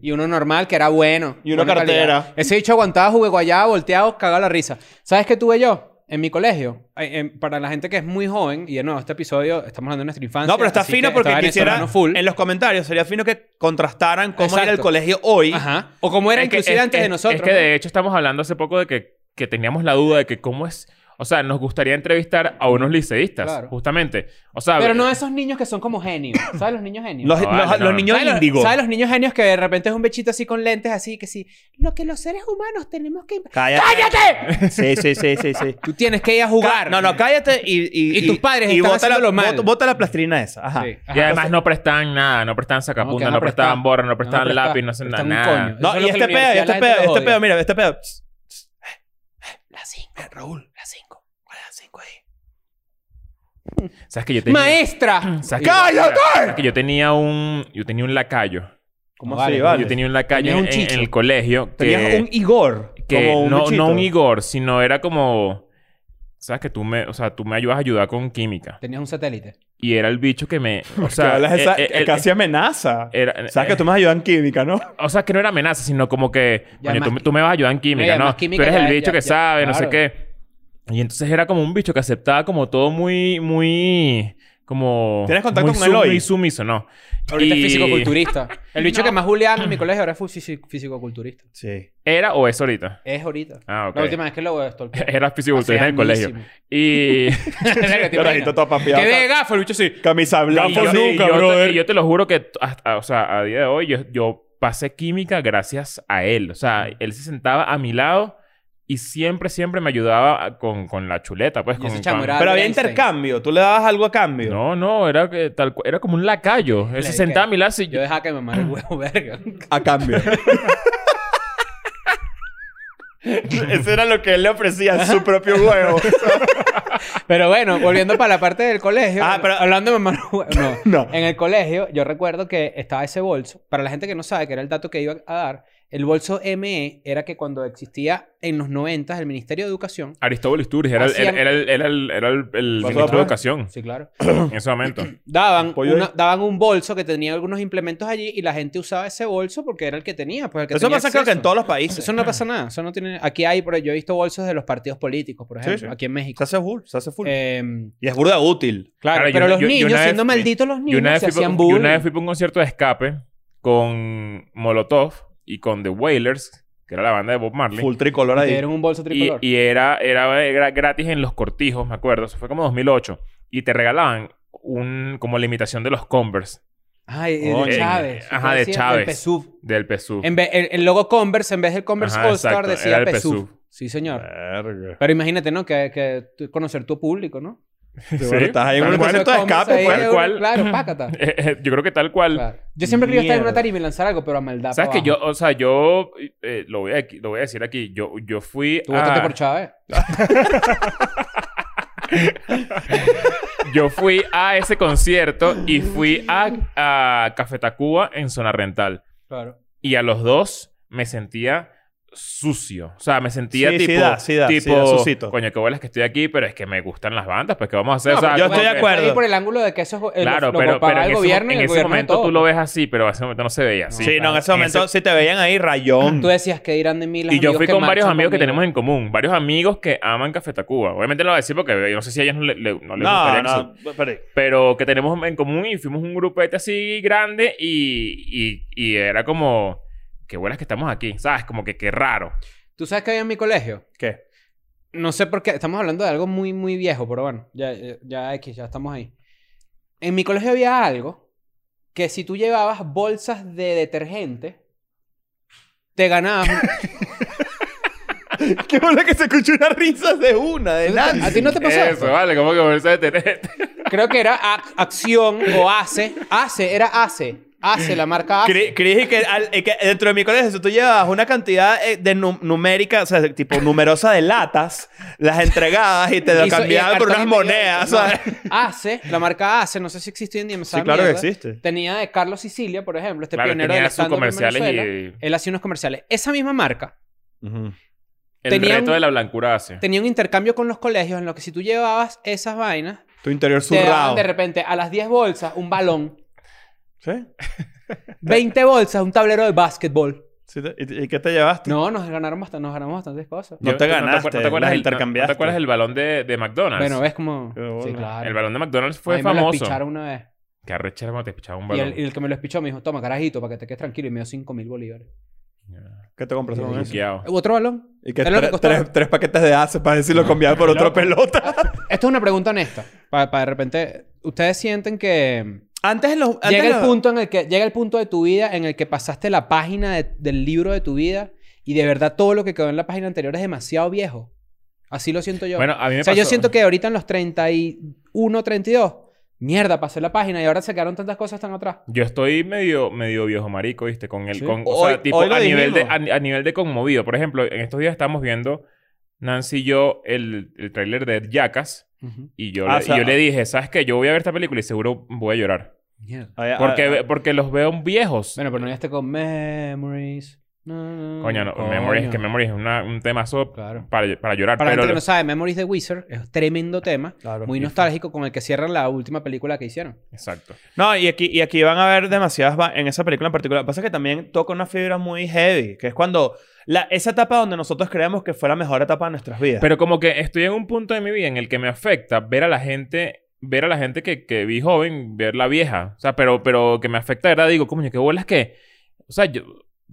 [SPEAKER 4] Y uno normal, que era bueno.
[SPEAKER 3] Y una
[SPEAKER 4] buena
[SPEAKER 3] cartera.
[SPEAKER 4] calidad. Ese dicho aguantaba, jugué guayaba, volteado, cagaba la risa. ¿Sabes qué tuve yo? En mi colegio. Ay, em, para la gente que es muy joven, y de nuevo, este episodio estamos hablando de nuestra infancia.
[SPEAKER 3] No, pero está
[SPEAKER 4] así
[SPEAKER 3] fino
[SPEAKER 4] que
[SPEAKER 3] porque
[SPEAKER 4] está
[SPEAKER 3] quisiera.
[SPEAKER 4] venezolano Full.
[SPEAKER 3] En los comentarios sería fino que contrastaran cómo era el
[SPEAKER 4] Exacto.
[SPEAKER 3] colegio hoy.
[SPEAKER 4] Ajá. O como era
[SPEAKER 2] Es que-
[SPEAKER 4] inclusive
[SPEAKER 2] es-
[SPEAKER 4] antes
[SPEAKER 2] es-
[SPEAKER 4] de nosotros.
[SPEAKER 2] Es que
[SPEAKER 4] ¿no?
[SPEAKER 2] de hecho estamos hablando hace poco de que, que teníamos la duda de que cómo es. O sea, nos gustaría entrevistar a unos liceístas,
[SPEAKER 4] Claro.
[SPEAKER 2] justamente. O sea,
[SPEAKER 4] Pero no esos niños que son como genios. ¿Sabes los niños genios?
[SPEAKER 3] Los,
[SPEAKER 2] No,
[SPEAKER 3] los-
[SPEAKER 2] vale, no,
[SPEAKER 3] los
[SPEAKER 2] no.
[SPEAKER 3] niños
[SPEAKER 4] ¿Sabes,
[SPEAKER 3] índigo.
[SPEAKER 4] los, ¿Sabes los niños genios que de repente es un bechito así con lentes así que sí? Lo que los seres humanos tenemos que...
[SPEAKER 3] Cállate.
[SPEAKER 4] ¡Cállate!
[SPEAKER 3] Sí, sí, sí, sí, sí.
[SPEAKER 4] Tú tienes que ir a jugar.
[SPEAKER 3] Ca- No, no, cállate y...
[SPEAKER 4] Y tus padres están
[SPEAKER 3] bota
[SPEAKER 4] haciéndolo
[SPEAKER 3] la,
[SPEAKER 4] mal.
[SPEAKER 3] bota- bota la plastilina esa. Ajá.
[SPEAKER 4] Sí.
[SPEAKER 2] Y además no prestaban nada, no prestaban
[SPEAKER 4] No, que
[SPEAKER 2] sacapuntas,
[SPEAKER 4] van
[SPEAKER 2] no,
[SPEAKER 4] a
[SPEAKER 2] prestaban
[SPEAKER 4] prestar.
[SPEAKER 2] borra, no
[SPEAKER 4] Van
[SPEAKER 3] Pues
[SPEAKER 4] a
[SPEAKER 2] prestaban
[SPEAKER 4] prestar.
[SPEAKER 2] lápiz, no hacían nada.
[SPEAKER 4] Prestan un coño.
[SPEAKER 2] nada.
[SPEAKER 4] Eso
[SPEAKER 3] No,
[SPEAKER 4] es
[SPEAKER 3] y
[SPEAKER 4] lo que
[SPEAKER 3] este
[SPEAKER 4] la
[SPEAKER 3] pedo, y
[SPEAKER 4] universidad,
[SPEAKER 3] este
[SPEAKER 4] la
[SPEAKER 3] pedo,
[SPEAKER 4] gente los
[SPEAKER 3] este
[SPEAKER 4] odia.
[SPEAKER 3] pedo, mira, este pedo. Psst, psst. Eh, eh, La 5. Raúl, la
[SPEAKER 4] <clears throat>
[SPEAKER 3] 5. ¿Cuál es la 5 ahí?
[SPEAKER 2] ¿Sabes que yo tenía,
[SPEAKER 4] <clears throat>
[SPEAKER 2] <clears throat>
[SPEAKER 4] ¡Maestra!
[SPEAKER 2] ¿sabes que-
[SPEAKER 3] ¡Cállate!
[SPEAKER 2] ¿sabes que yo tenía un, yo tenía un lacayo.
[SPEAKER 3] ¿Cómo
[SPEAKER 4] Vale,
[SPEAKER 3] así, vale?
[SPEAKER 2] Yo tenía un lacayo
[SPEAKER 4] Tenías
[SPEAKER 2] en,
[SPEAKER 4] un
[SPEAKER 2] en- en
[SPEAKER 4] chicho.
[SPEAKER 2] el colegio que,
[SPEAKER 3] Tenías un Igor.
[SPEAKER 2] que
[SPEAKER 3] como un
[SPEAKER 2] no,
[SPEAKER 3] bichito.
[SPEAKER 2] no un Igor, sino era como, sabes que tú me, o sea, tú me ayudas a ayudar con química.
[SPEAKER 4] Tenías un satélite.
[SPEAKER 2] Y era el bicho que me,
[SPEAKER 3] <laughs>
[SPEAKER 2] o
[SPEAKER 3] Que
[SPEAKER 2] sea,
[SPEAKER 3] hablas esa-
[SPEAKER 2] eh, eh,
[SPEAKER 3] casi amenaza.
[SPEAKER 2] era-
[SPEAKER 3] Sabes que tú me has ayudado en química, ¿no?
[SPEAKER 2] O sea, que no era amenaza, sino como que,
[SPEAKER 4] Ya
[SPEAKER 2] coño,
[SPEAKER 4] más
[SPEAKER 2] tú, me-
[SPEAKER 4] qui-
[SPEAKER 2] tú me vas a ayudar en
[SPEAKER 4] No,
[SPEAKER 2] química,
[SPEAKER 4] ya
[SPEAKER 2] ¿no?
[SPEAKER 4] más
[SPEAKER 2] Tú
[SPEAKER 4] química
[SPEAKER 2] eres
[SPEAKER 4] ya-
[SPEAKER 2] el bicho
[SPEAKER 4] ya-
[SPEAKER 2] que
[SPEAKER 4] ya-
[SPEAKER 2] sabe, no sé
[SPEAKER 4] claro.
[SPEAKER 2] qué. Y entonces era como un bicho que aceptaba como todo muy, muy, como...
[SPEAKER 3] ¿Tienes contacto
[SPEAKER 2] muy
[SPEAKER 3] con él hoy?
[SPEAKER 2] Muy sumiso, no.
[SPEAKER 4] Ahorita es
[SPEAKER 2] Y-
[SPEAKER 3] <laughs>
[SPEAKER 4] físico-culturista. El bicho
[SPEAKER 1] No.
[SPEAKER 4] que más julián en mi colegio ahora es fisi- físico-culturista.
[SPEAKER 3] Sí.
[SPEAKER 2] ¿Era o es ahorita?
[SPEAKER 4] Es ahorita.
[SPEAKER 2] Ah, ok.
[SPEAKER 4] La última vez que lo voy a
[SPEAKER 3] <laughs>
[SPEAKER 4] stalkear.
[SPEAKER 2] <laughs> Era fisiculturista en el colegio. Y...
[SPEAKER 4] Verga, ¿te
[SPEAKER 3] Carajito
[SPEAKER 4] imaginas?
[SPEAKER 3] todo
[SPEAKER 4] <laughs>
[SPEAKER 2] <laughs>
[SPEAKER 4] ¡Qué
[SPEAKER 3] papiado.
[SPEAKER 4] de gafo el bicho sí!
[SPEAKER 3] Camisa
[SPEAKER 2] y yo,
[SPEAKER 3] blanca.
[SPEAKER 2] y yo te- y yo te lo juro que, hasta- o sea, a día de hoy yo, yo pasé química gracias a él. O sea, él se sentaba a mi lado y siempre, siempre me ayudaba a- con, con la chuleta, pues.
[SPEAKER 4] Y
[SPEAKER 2] Con,
[SPEAKER 4] ese chamo
[SPEAKER 2] con-
[SPEAKER 4] era-
[SPEAKER 3] Pero había
[SPEAKER 4] Einstein.
[SPEAKER 3] intercambio. Tú le dabas algo a cambio.
[SPEAKER 2] No, no, era, que tal, cu- era como un lacayo. Él se
[SPEAKER 4] Claro,
[SPEAKER 2] sentaba
[SPEAKER 4] que-
[SPEAKER 2] a mi lado y
[SPEAKER 4] Yo dejaba que me mamara el huevo, <laughs> verga.
[SPEAKER 3] A cambio. Eso era lo que él le ofrecía, su propio huevo.
[SPEAKER 4] Pero bueno, volviendo para la parte del colegio.
[SPEAKER 3] Ah, pero-
[SPEAKER 4] hablando de <laughs> mamar huevo. No.
[SPEAKER 3] No.
[SPEAKER 4] En el colegio, yo recuerdo que estaba ese bolso. Para la gente que no sabe, que era el dato que iba a dar, el bolso ME era que cuando existía en los 90 el Ministerio de Educación.
[SPEAKER 2] Aristóbulo Isturiz era, el-
[SPEAKER 4] Hacían-
[SPEAKER 2] era el, era el, era el- el
[SPEAKER 3] Pasó
[SPEAKER 2] ministro de
[SPEAKER 3] la-
[SPEAKER 2] Educación
[SPEAKER 4] Sí, claro.
[SPEAKER 2] en ese
[SPEAKER 4] <clears throat>
[SPEAKER 2] momento.
[SPEAKER 4] Daban,
[SPEAKER 3] Pollo
[SPEAKER 4] una-
[SPEAKER 3] ahí.
[SPEAKER 4] daban un bolso que tenía algunos implementos allí y la gente usaba ese bolso porque era el que tenía. Pues el que
[SPEAKER 3] Eso
[SPEAKER 4] tenía
[SPEAKER 3] pasa creo que en
[SPEAKER 4] acceso.
[SPEAKER 3] todos los países.
[SPEAKER 4] Eso no pasa nada. Eso no tiene... Aquí hay, pero yo he visto bolsos de los partidos políticos, por
[SPEAKER 3] Sí,
[SPEAKER 4] ejemplo,
[SPEAKER 3] sí.
[SPEAKER 4] aquí en México.
[SPEAKER 3] Se hace full, se hace full.
[SPEAKER 4] Em,
[SPEAKER 3] y es burda útil.
[SPEAKER 4] claro,
[SPEAKER 2] Claro, yo
[SPEAKER 4] pero
[SPEAKER 2] una-
[SPEAKER 4] los
[SPEAKER 2] yo- yo
[SPEAKER 4] niños,
[SPEAKER 2] una vez
[SPEAKER 4] siendo
[SPEAKER 2] fui-
[SPEAKER 4] malditos los
[SPEAKER 2] Yo
[SPEAKER 4] niños,
[SPEAKER 2] una, vez
[SPEAKER 4] se
[SPEAKER 2] fui
[SPEAKER 4] hacían
[SPEAKER 2] pa- yo
[SPEAKER 4] bullying.
[SPEAKER 2] una vez fui para un concierto de escape con Molotov y con The Wailers, que era la banda de Bob Marley.
[SPEAKER 3] Full tricolor
[SPEAKER 4] Te
[SPEAKER 3] ahí.
[SPEAKER 4] dieron un bolso
[SPEAKER 2] Y,
[SPEAKER 4] tricolor.
[SPEAKER 2] y era, era, era gratis en los cortijos, me acuerdo. Eso fue como 2008. Y te regalaban un, como la imitación de los Converse
[SPEAKER 4] Ay, eh,
[SPEAKER 3] Coño.
[SPEAKER 4] de Chávez.
[SPEAKER 2] Ajá,
[SPEAKER 4] Ustedes
[SPEAKER 2] de
[SPEAKER 4] decían
[SPEAKER 2] Chávez.
[SPEAKER 4] El PSUV.
[SPEAKER 2] del PSU.
[SPEAKER 4] En vez- el, el logo Converse, en vez del Converse
[SPEAKER 2] Ajá,
[SPEAKER 4] All Star,
[SPEAKER 2] exacto,
[SPEAKER 4] decía
[SPEAKER 2] era el Ah.
[SPEAKER 4] PSUV.
[SPEAKER 2] PSUV.
[SPEAKER 4] Sí, señor.
[SPEAKER 3] Verga.
[SPEAKER 4] Pero imagínate, ¿no? Que, que tú- conocer tu
[SPEAKER 2] <laughs>
[SPEAKER 4] público, ¿no?
[SPEAKER 2] Sí,
[SPEAKER 3] Bueno, estás ahí en
[SPEAKER 2] tal
[SPEAKER 3] un
[SPEAKER 2] cual.
[SPEAKER 3] concierto de
[SPEAKER 4] Converse
[SPEAKER 3] escape,
[SPEAKER 4] ahí, eh,
[SPEAKER 3] pues.
[SPEAKER 2] Tal cual. <laughs>
[SPEAKER 4] Claro, pácata.
[SPEAKER 2] Eh, eh, Yo creo que tal cual.
[SPEAKER 4] Claro. Yo siempre quería estar en una
[SPEAKER 3] Mierda.
[SPEAKER 4] tarima y lanzar algo, pero a maldad.
[SPEAKER 2] ¿Sabes
[SPEAKER 4] pa'
[SPEAKER 2] que
[SPEAKER 4] abajo.
[SPEAKER 2] yo, o sea, yo eh, lo, voy a, aquí- lo voy a decir aquí. Yo, yo fui
[SPEAKER 4] Tú votaste
[SPEAKER 2] a,
[SPEAKER 4] por Chávez.
[SPEAKER 2] yo fui a ese concierto y fui a, a Café Tacuba en Zona Rental.
[SPEAKER 4] Claro.
[SPEAKER 2] Y a los dos me sentía sucio. O sea, me sentía
[SPEAKER 3] Sí, sí
[SPEAKER 2] tipo...
[SPEAKER 3] da, sí da, sí
[SPEAKER 2] tipo,
[SPEAKER 3] da, sucito.
[SPEAKER 2] Coño, qué bolas que estoy aquí, pero es que me gustan las bandas. Pues, ¿qué vamos a hacer?
[SPEAKER 3] No,
[SPEAKER 2] O sea,
[SPEAKER 3] yo
[SPEAKER 2] como
[SPEAKER 3] estoy de
[SPEAKER 2] que-
[SPEAKER 3] acuerdo.
[SPEAKER 4] Ahí por el ángulo de que eso es go- el-
[SPEAKER 2] Claro,
[SPEAKER 4] lo
[SPEAKER 2] pero,
[SPEAKER 4] pagaba
[SPEAKER 2] pero en
[SPEAKER 4] el
[SPEAKER 2] ese,
[SPEAKER 4] gobierno y
[SPEAKER 2] en
[SPEAKER 4] el
[SPEAKER 2] ese
[SPEAKER 4] gobierno
[SPEAKER 2] momento
[SPEAKER 4] todo.
[SPEAKER 2] tú lo ves así, pero en ese momento no se veía así.
[SPEAKER 3] Sí, no, en ese momento si te veían ahí rayón.
[SPEAKER 4] Ah, Tú decías que irán de mí las
[SPEAKER 2] Y yo fui con varios amigos que tenemos en común. Varios amigos que aman Café Tacuba. Obviamente lo voy a decir porque yo no sé si a ellos no, le, le- no les gustaría
[SPEAKER 3] No,
[SPEAKER 2] que se-
[SPEAKER 3] no. espérate.
[SPEAKER 2] Pero que tenemos en común y fuimos un grupete así grande y, y, y era como... Qué buenas que estamos aquí, ¿sabes? Como que qué raro.
[SPEAKER 4] ¿Tú sabes que había en mi colegio?
[SPEAKER 3] ¿Qué?
[SPEAKER 4] No sé por qué. Estamos hablando de algo muy, muy viejo, pero bueno. Ya, ya, ya X, ya estamos ahí. En mi colegio había algo que si tú llevabas bolsas de detergente, te ganabas...
[SPEAKER 3] <laughs>
[SPEAKER 4] un-
[SPEAKER 3] Qué bola que se escuchó una risa de una, de nada.
[SPEAKER 4] ¿A ti no Este te pasó
[SPEAKER 2] Eso, vale. Como que volverse de tener...
[SPEAKER 4] Creo que era ac- acción o hace. Hace, era hace. hace, la marca hace.
[SPEAKER 3] Cri- Cris, y que, al- y que dentro de mi colegio, si tú llevabas una cantidad eh, de nu- numérica, o sea, de
[SPEAKER 4] <laughs>
[SPEAKER 3] tipo numerosa de latas, las entregabas y te
[SPEAKER 4] Hizo-
[SPEAKER 3] lo
[SPEAKER 4] y el
[SPEAKER 3] cambiaban por
[SPEAKER 4] cartón
[SPEAKER 3] unas monedas,
[SPEAKER 4] inmediato, no.
[SPEAKER 3] ¿sabes?
[SPEAKER 4] Hace, la marca Hace, no sé si existe hoy en día. me sabe
[SPEAKER 3] claro que
[SPEAKER 4] mierda.
[SPEAKER 3] existe.
[SPEAKER 4] Tenía de Carlos Sicilia, por ejemplo, este
[SPEAKER 2] <laughs> Claro,
[SPEAKER 4] pionero
[SPEAKER 2] tenía
[SPEAKER 4] del
[SPEAKER 2] sus
[SPEAKER 4] stand-up en
[SPEAKER 2] comerciales
[SPEAKER 4] Venezuela.
[SPEAKER 2] y-
[SPEAKER 4] Él hacía unos comerciales. Esa misma marca
[SPEAKER 2] El
[SPEAKER 4] Tenían-
[SPEAKER 2] reto de la blancura hace.
[SPEAKER 4] tenía un intercambio con los colegios en lo que si tú llevabas esas vainas,
[SPEAKER 3] Tu interior
[SPEAKER 4] te daban
[SPEAKER 3] zurrado.
[SPEAKER 4] de repente a las 10 bolsas un balón,
[SPEAKER 3] ¿Sí?
[SPEAKER 4] 20 bolsas un tablero de básquetbol.
[SPEAKER 3] ¿Sí te- y, y qué te llevaste?
[SPEAKER 4] No, nos ganaron bastante, nos ganamos bastantes cosas.
[SPEAKER 3] No
[SPEAKER 2] Yo-
[SPEAKER 3] te
[SPEAKER 2] acuer-
[SPEAKER 3] ganaste, las
[SPEAKER 2] el- no-
[SPEAKER 3] intercambiaste.
[SPEAKER 2] ¿No te acuerdas el balón de, de McDonald's?
[SPEAKER 4] Bueno, ves como...
[SPEAKER 3] Qué bola.
[SPEAKER 4] Sí, claro.
[SPEAKER 2] El balón de McDonald's
[SPEAKER 4] A
[SPEAKER 2] fue
[SPEAKER 4] mí me lo
[SPEAKER 2] famoso.
[SPEAKER 4] picharon una vez.
[SPEAKER 2] Qué arrechera cuando te pichaban un
[SPEAKER 4] Y
[SPEAKER 2] balón.
[SPEAKER 4] el, y el que me lo espichó me dijo, toma, carajito, para que te quedes tranquilo. Y me dio 5 mil bolívares.
[SPEAKER 3] ¿Qué te compraste con eso?
[SPEAKER 2] Bloqueado.
[SPEAKER 4] ¿Otro balón?
[SPEAKER 3] Y que
[SPEAKER 4] Es lo que
[SPEAKER 3] tre-
[SPEAKER 4] costaba.
[SPEAKER 3] tres, tres paquetes de haces para decirlo cambiar por otra pelota.
[SPEAKER 4] Esto es una pregunta honesta. Para, de repente... ¿Ustedes sienten que...
[SPEAKER 3] Antes los... antes
[SPEAKER 4] Llega el
[SPEAKER 3] los-
[SPEAKER 4] punto en el que... Llega el punto de tu vida en el que pasaste la página de- del libro de tu vida y de verdad todo lo que quedó en la página anterior es demasiado viejo? Así lo siento yo.
[SPEAKER 2] Bueno, a mí me
[SPEAKER 4] o sea, yo
[SPEAKER 2] pasó-
[SPEAKER 4] siento que ahorita en los 31, 32... Mierda, pasé la página y ahora se quedaron tantas cosas tan atrás.
[SPEAKER 2] Yo estoy medio, medio viejo marico, ¿viste? Con el...
[SPEAKER 4] Sí.
[SPEAKER 2] Con, o
[SPEAKER 3] Hoy-
[SPEAKER 2] sea, tipo,
[SPEAKER 3] hoy lo
[SPEAKER 2] a, nivel de, a,
[SPEAKER 3] dijimos.
[SPEAKER 2] a nivel de conmovido. Por ejemplo, en estos días estábamos viendo, Nancy y yo, el, el tráiler de Jackass. Y yo, le,
[SPEAKER 3] Ah, o sea-
[SPEAKER 2] y yo le dije, ¿sabes qué? Yo voy a ver esta película y seguro voy a llorar.
[SPEAKER 4] Mierda.
[SPEAKER 3] Ay,
[SPEAKER 5] <laughs>
[SPEAKER 3] ay,
[SPEAKER 4] ah,
[SPEAKER 5] Ah,
[SPEAKER 2] Porque,
[SPEAKER 3] ay.
[SPEAKER 2] ve- porque los veo viejos.
[SPEAKER 4] Bueno, pero no llegaste con Memories. No,
[SPEAKER 2] Coño, no,
[SPEAKER 4] coño.
[SPEAKER 2] Memories, que Memories es una- un temazo
[SPEAKER 4] Claro.
[SPEAKER 2] para, para llorar.
[SPEAKER 4] Para la
[SPEAKER 2] pero
[SPEAKER 4] gente que
[SPEAKER 2] lo-
[SPEAKER 4] no sabe, Memories de Wizard es un tremendo tema.
[SPEAKER 3] Claro.
[SPEAKER 4] Muy nostálgico con el que cierran la última película que hicieron.
[SPEAKER 2] Exacto.
[SPEAKER 3] No, y aquí, y aquí van a ver demasiadas va- en esa película en particular. Pasa que también toca una fibra muy heavy, que es cuando la, esa etapa donde nosotros creemos que fue la mejor etapa de nuestras vidas.
[SPEAKER 2] Pero como que estoy en un punto de mi vida en el que me afecta ver a la gente, ver a la gente que, que vi joven, verla vieja. O sea, pero, pero que me afecta, de ¿verdad? Digo, coño, qué bolas que. O sea, yo,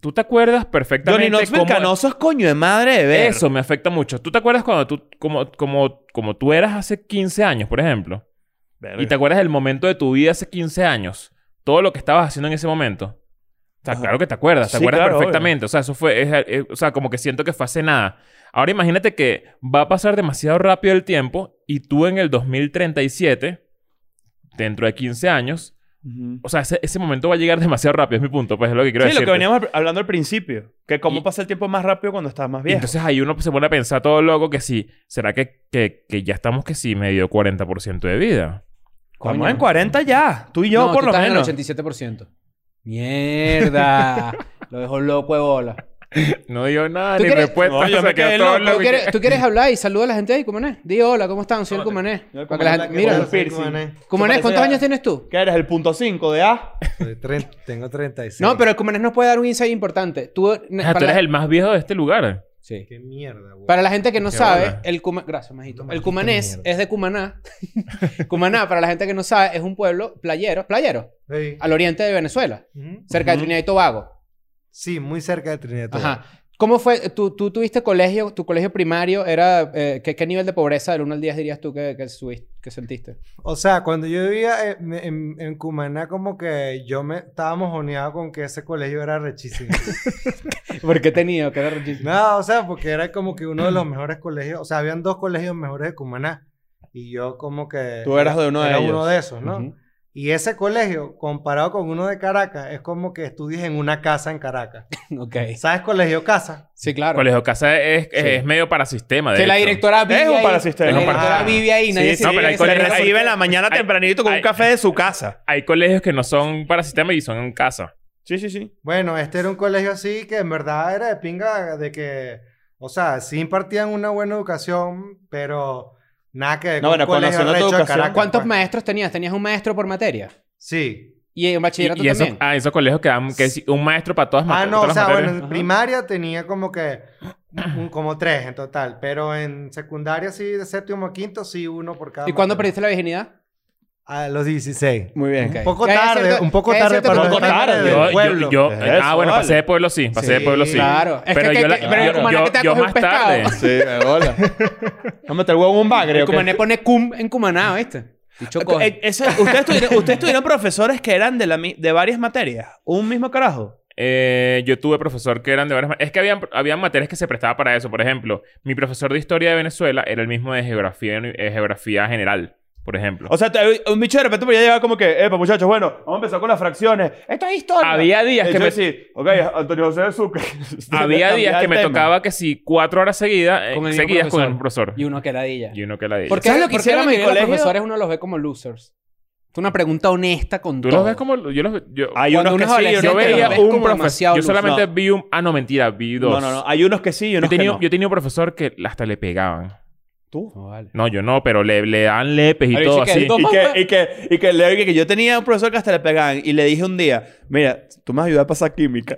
[SPEAKER 2] tú te acuerdas perfectamente.
[SPEAKER 3] Johnny Knoxville
[SPEAKER 2] cómo-
[SPEAKER 3] Canoso es coño de madre de ver.
[SPEAKER 2] Eso me afecta mucho. ¿Tú te acuerdas cuando tú, como, como, como tú eras hace 15 años, por ejemplo?
[SPEAKER 3] Verga.
[SPEAKER 2] Y te acuerdas del momento de tu vida hace 15 años. Todo lo que estabas haciendo en ese momento. O sea,
[SPEAKER 3] Ajá.
[SPEAKER 2] claro que te acuerdas. Te
[SPEAKER 3] Sí,
[SPEAKER 2] acuerdas
[SPEAKER 3] claro,
[SPEAKER 2] perfectamente. O sea, eso fue... es- es- o sea, como que siento que fue hace nada. Ahora imagínate que va a pasar demasiado rápido el tiempo y tú en el 2037, dentro de 15 años...
[SPEAKER 3] Ujú.
[SPEAKER 2] O sea, ese, ese momento va a llegar <laughs> demasiado rápido. Es mi punto. Pues es lo que quiero
[SPEAKER 3] Sí,
[SPEAKER 2] decir.
[SPEAKER 3] lo que veníamos al- hablando al principio. Que cómo
[SPEAKER 2] Y-
[SPEAKER 3] pasa el tiempo más rápido cuando estás más
[SPEAKER 2] Y
[SPEAKER 3] viejo.
[SPEAKER 2] entonces ahí uno pues, se pone a pensar todo loco que sí, ¿será que, que, que ya estamos que sí medio 40% de vida?
[SPEAKER 3] Estamos
[SPEAKER 4] Coño.
[SPEAKER 3] en 40 ya. Tú y yo,
[SPEAKER 4] No,
[SPEAKER 3] por
[SPEAKER 4] tú
[SPEAKER 3] lo
[SPEAKER 4] estás en
[SPEAKER 3] menos.
[SPEAKER 4] el 87%.
[SPEAKER 3] <laughs>
[SPEAKER 4] Mierda. Lo dejo loco de bola.
[SPEAKER 2] No dio nada,
[SPEAKER 4] ¿Tú
[SPEAKER 2] ni
[SPEAKER 4] quieres-
[SPEAKER 2] respuesta.
[SPEAKER 3] No, yo
[SPEAKER 2] se
[SPEAKER 3] me
[SPEAKER 2] quedó
[SPEAKER 3] quedé
[SPEAKER 2] todo
[SPEAKER 3] loco.
[SPEAKER 2] loco
[SPEAKER 4] ¿Tú
[SPEAKER 2] y
[SPEAKER 4] quieres,
[SPEAKER 2] que-
[SPEAKER 4] tú quieres hablar y saluda a la gente ahí, Cumané? Di hola, ¿cómo están? Soy el Cumané.
[SPEAKER 3] yo el
[SPEAKER 4] Para que la
[SPEAKER 3] Cumané,
[SPEAKER 4] gente-
[SPEAKER 3] que
[SPEAKER 4] Mira,
[SPEAKER 3] el piercing.
[SPEAKER 4] Cumané,
[SPEAKER 3] parece
[SPEAKER 4] ¿cuántos
[SPEAKER 3] a-
[SPEAKER 4] años tienes tú?
[SPEAKER 3] ¿Qué eres? ¿El punto 5 de A?
[SPEAKER 5] Soy tre- Tengo 36.
[SPEAKER 4] No, pero el Cumané nos puede dar un insight importante. Tú,
[SPEAKER 2] O sea, tú eres el más viejo de este lugar.
[SPEAKER 4] Sí.
[SPEAKER 5] Qué mierda, güey.
[SPEAKER 4] Para la gente que no
[SPEAKER 2] Qué
[SPEAKER 4] sabe,
[SPEAKER 2] bola.
[SPEAKER 4] el Cuma... Gracias, majito.
[SPEAKER 5] No,
[SPEAKER 4] el
[SPEAKER 5] maldita
[SPEAKER 4] cumanés
[SPEAKER 5] mierda.
[SPEAKER 4] es de Cumaná. <laughs> Cumaná, para la gente que no sabe, es un pueblo playero, playero,
[SPEAKER 5] Sí.
[SPEAKER 4] al oriente de Venezuela,
[SPEAKER 5] Ujú.
[SPEAKER 4] cerca de
[SPEAKER 3] Ujú.
[SPEAKER 4] Trinidad y Tobago.
[SPEAKER 5] ¿mm? Sí, muy cerca de Trinidad. y Tobago.
[SPEAKER 4] Ajá. ¿Cómo fue? ¿Tú, tú tuviste colegio? ¿Tu colegio primario era... eh, ¿qué, qué nivel de pobreza del 1 al 10 dirías tú que, que, subiste- que sentiste? <laughs>
[SPEAKER 5] O sea, cuando yo vivía en, en, en Cumaná, como que yo me estaba mojoneado con que ese colegio era
[SPEAKER 4] <laughs>
[SPEAKER 5] rechísimo.
[SPEAKER 4] Porque tenía que era rechísimo.
[SPEAKER 5] no, o sea, porque era como que uno de los mejores colegios. O sea, habían dos colegios mejores de Cumaná. Y yo como que...
[SPEAKER 3] Tú eras de uno de
[SPEAKER 5] era
[SPEAKER 3] ellos.
[SPEAKER 5] uno de esos, ¿no?
[SPEAKER 4] Ujú.
[SPEAKER 5] Y ese colegio, comparado con uno de Caracas, es como que estudies en una casa en Caracas.
[SPEAKER 4] Ok.
[SPEAKER 5] ¿Sabes colegio casa?
[SPEAKER 4] Sí, claro.
[SPEAKER 2] Colegio Casa es, es-
[SPEAKER 4] Sí.
[SPEAKER 2] es medio parasistema, de
[SPEAKER 4] que la
[SPEAKER 2] hecho.
[SPEAKER 4] directora vive
[SPEAKER 3] Es un
[SPEAKER 4] ahí.
[SPEAKER 3] parasistema.
[SPEAKER 4] La
[SPEAKER 2] Es un
[SPEAKER 4] directora
[SPEAKER 5] parasistema.
[SPEAKER 4] vive ahí.
[SPEAKER 3] Sí,
[SPEAKER 4] Nadie se
[SPEAKER 3] sí,
[SPEAKER 2] no, pero hay
[SPEAKER 3] se
[SPEAKER 2] colegios-
[SPEAKER 3] recibe en la mañana
[SPEAKER 2] hay-
[SPEAKER 3] tempranito con
[SPEAKER 2] hay-
[SPEAKER 3] un café de su casa.
[SPEAKER 2] Hay colegios que no son parasistema y son en casa.
[SPEAKER 3] Sí, sí, sí.
[SPEAKER 5] Bueno, este era un colegio así que en verdad era de pinga de que, o sea, sí impartían una buena educación, pero nada que ver
[SPEAKER 3] No,
[SPEAKER 5] con
[SPEAKER 3] bueno,
[SPEAKER 5] un colegio
[SPEAKER 3] conociendo tu
[SPEAKER 5] arrecho de
[SPEAKER 3] educación,
[SPEAKER 5] Caracas,
[SPEAKER 4] ¿Cuántos
[SPEAKER 5] pues.
[SPEAKER 4] maestros tenías? ¿Tenías un maestro por materia?
[SPEAKER 5] Sí.
[SPEAKER 4] Y en
[SPEAKER 2] Y,
[SPEAKER 4] bachillerato
[SPEAKER 2] y esos,
[SPEAKER 4] también.
[SPEAKER 2] ah, esos colegios que dan que si- un maestro para todas
[SPEAKER 5] Ah,
[SPEAKER 2] mate-
[SPEAKER 5] no,
[SPEAKER 2] todas
[SPEAKER 5] o
[SPEAKER 2] las
[SPEAKER 5] sea,
[SPEAKER 2] materias.
[SPEAKER 5] bueno, en primaria tenía como que un- como tres en total, pero en secundaria sí, de séptimo a quinto, sí, uno por cada.
[SPEAKER 4] ¿Y cuándo
[SPEAKER 5] materia.
[SPEAKER 4] perdiste la virginidad?
[SPEAKER 5] A los 16.
[SPEAKER 3] Muy bien.
[SPEAKER 4] Ok.
[SPEAKER 5] Un poco
[SPEAKER 4] Que haya
[SPEAKER 5] tarde,
[SPEAKER 4] cierto-
[SPEAKER 5] un poco
[SPEAKER 4] que haya
[SPEAKER 5] tarde
[SPEAKER 4] cierto
[SPEAKER 5] para
[SPEAKER 3] componente
[SPEAKER 5] tarde
[SPEAKER 3] de-
[SPEAKER 5] del
[SPEAKER 2] Yo,
[SPEAKER 5] pueblo.
[SPEAKER 2] yo, yo-
[SPEAKER 3] Eso,
[SPEAKER 2] ah, bueno,
[SPEAKER 3] vale.
[SPEAKER 2] pasé de pueblo sí, pasé de
[SPEAKER 5] Sí,
[SPEAKER 2] pueblo sí.
[SPEAKER 4] Claro. Es
[SPEAKER 2] Pero
[SPEAKER 4] que,
[SPEAKER 2] yo,
[SPEAKER 4] que-
[SPEAKER 2] la-
[SPEAKER 4] pero el
[SPEAKER 2] yo-
[SPEAKER 4] cumané que te
[SPEAKER 2] yo- yo
[SPEAKER 4] acoge un
[SPEAKER 2] más
[SPEAKER 4] pescado.
[SPEAKER 2] tarde.
[SPEAKER 3] Sí, de bola. <laughs> No me te huevo en un bagre.
[SPEAKER 4] El
[SPEAKER 3] ¿o qué?
[SPEAKER 4] cumané pone cum en cumaná, ¿viste? Dicho coge.
[SPEAKER 3] Eh, eso-
[SPEAKER 2] <laughs>
[SPEAKER 3] ustedes, tuvieron, ustedes tuvieron profesores que eran de, la, mi- de varias materias. Un mismo carajo.
[SPEAKER 2] Eh, yo tuve profesor que eran de varias... ma- Es que habían, habían materias que se prestaba para eso. Por ejemplo, mi profesor de Historia de Venezuela era el mismo de Geografía, eh, geografía General. por ejemplo.
[SPEAKER 3] O sea, te- un bicho de repente podía llegar como que, epa, muchachos, bueno, vamos a empezar con las fracciones. Esto es historia.
[SPEAKER 2] Había días
[SPEAKER 3] Y
[SPEAKER 2] que
[SPEAKER 3] yo
[SPEAKER 2] me-
[SPEAKER 3] decía, ok, Antonio José de <laughs> Sucre.
[SPEAKER 4] <laughs>
[SPEAKER 2] Había
[SPEAKER 3] Cambiar
[SPEAKER 2] días que
[SPEAKER 3] el
[SPEAKER 2] me
[SPEAKER 3] tema.
[SPEAKER 2] tocaba que si cuatro horas seguidas, eh,
[SPEAKER 4] Con el mismo
[SPEAKER 2] seguidas con el mismo
[SPEAKER 4] profesor.
[SPEAKER 2] profesor.
[SPEAKER 4] Y uno que era dilla.
[SPEAKER 2] Y uno que la dice.
[SPEAKER 4] ¿Por qué
[SPEAKER 3] ¿Sabes lo
[SPEAKER 4] lo
[SPEAKER 3] que
[SPEAKER 4] que
[SPEAKER 3] hicieron en
[SPEAKER 4] hicieron
[SPEAKER 3] mi
[SPEAKER 4] Los
[SPEAKER 3] colegio?
[SPEAKER 4] profesores uno los ve como losers. Es una pregunta honesta con
[SPEAKER 2] Tú
[SPEAKER 4] todo.
[SPEAKER 2] los ves como... Yo los... Yo,
[SPEAKER 3] Hay
[SPEAKER 4] Cuando
[SPEAKER 3] unos que
[SPEAKER 4] uno es
[SPEAKER 3] sí, y
[SPEAKER 2] yo
[SPEAKER 4] adolescente,
[SPEAKER 3] otros que
[SPEAKER 2] veía
[SPEAKER 4] los ves
[SPEAKER 2] un
[SPEAKER 4] como
[SPEAKER 2] profesor.
[SPEAKER 4] demasiado
[SPEAKER 2] Yo solamente
[SPEAKER 3] luz.
[SPEAKER 2] vi un... Ah, no, mentira. Vi
[SPEAKER 3] no.
[SPEAKER 2] dos.
[SPEAKER 3] No, no, no. Hay unos que sí y
[SPEAKER 2] Yo
[SPEAKER 3] unos
[SPEAKER 2] tenía,
[SPEAKER 3] que no.
[SPEAKER 2] yo tenía un profesor que hasta le pegaban.
[SPEAKER 3] ¿Tú?
[SPEAKER 4] No, vale.
[SPEAKER 2] No, yo no, pero le, le dan lepes y
[SPEAKER 4] Ahí
[SPEAKER 2] todo
[SPEAKER 4] sí que-
[SPEAKER 2] así.
[SPEAKER 4] Toma,
[SPEAKER 3] Y
[SPEAKER 4] pues.
[SPEAKER 3] que, y, que, y que le oye que yo tenía un profesor que hasta le pegaban y le dije un día, mira, tú me vas a ayudar a pasar química.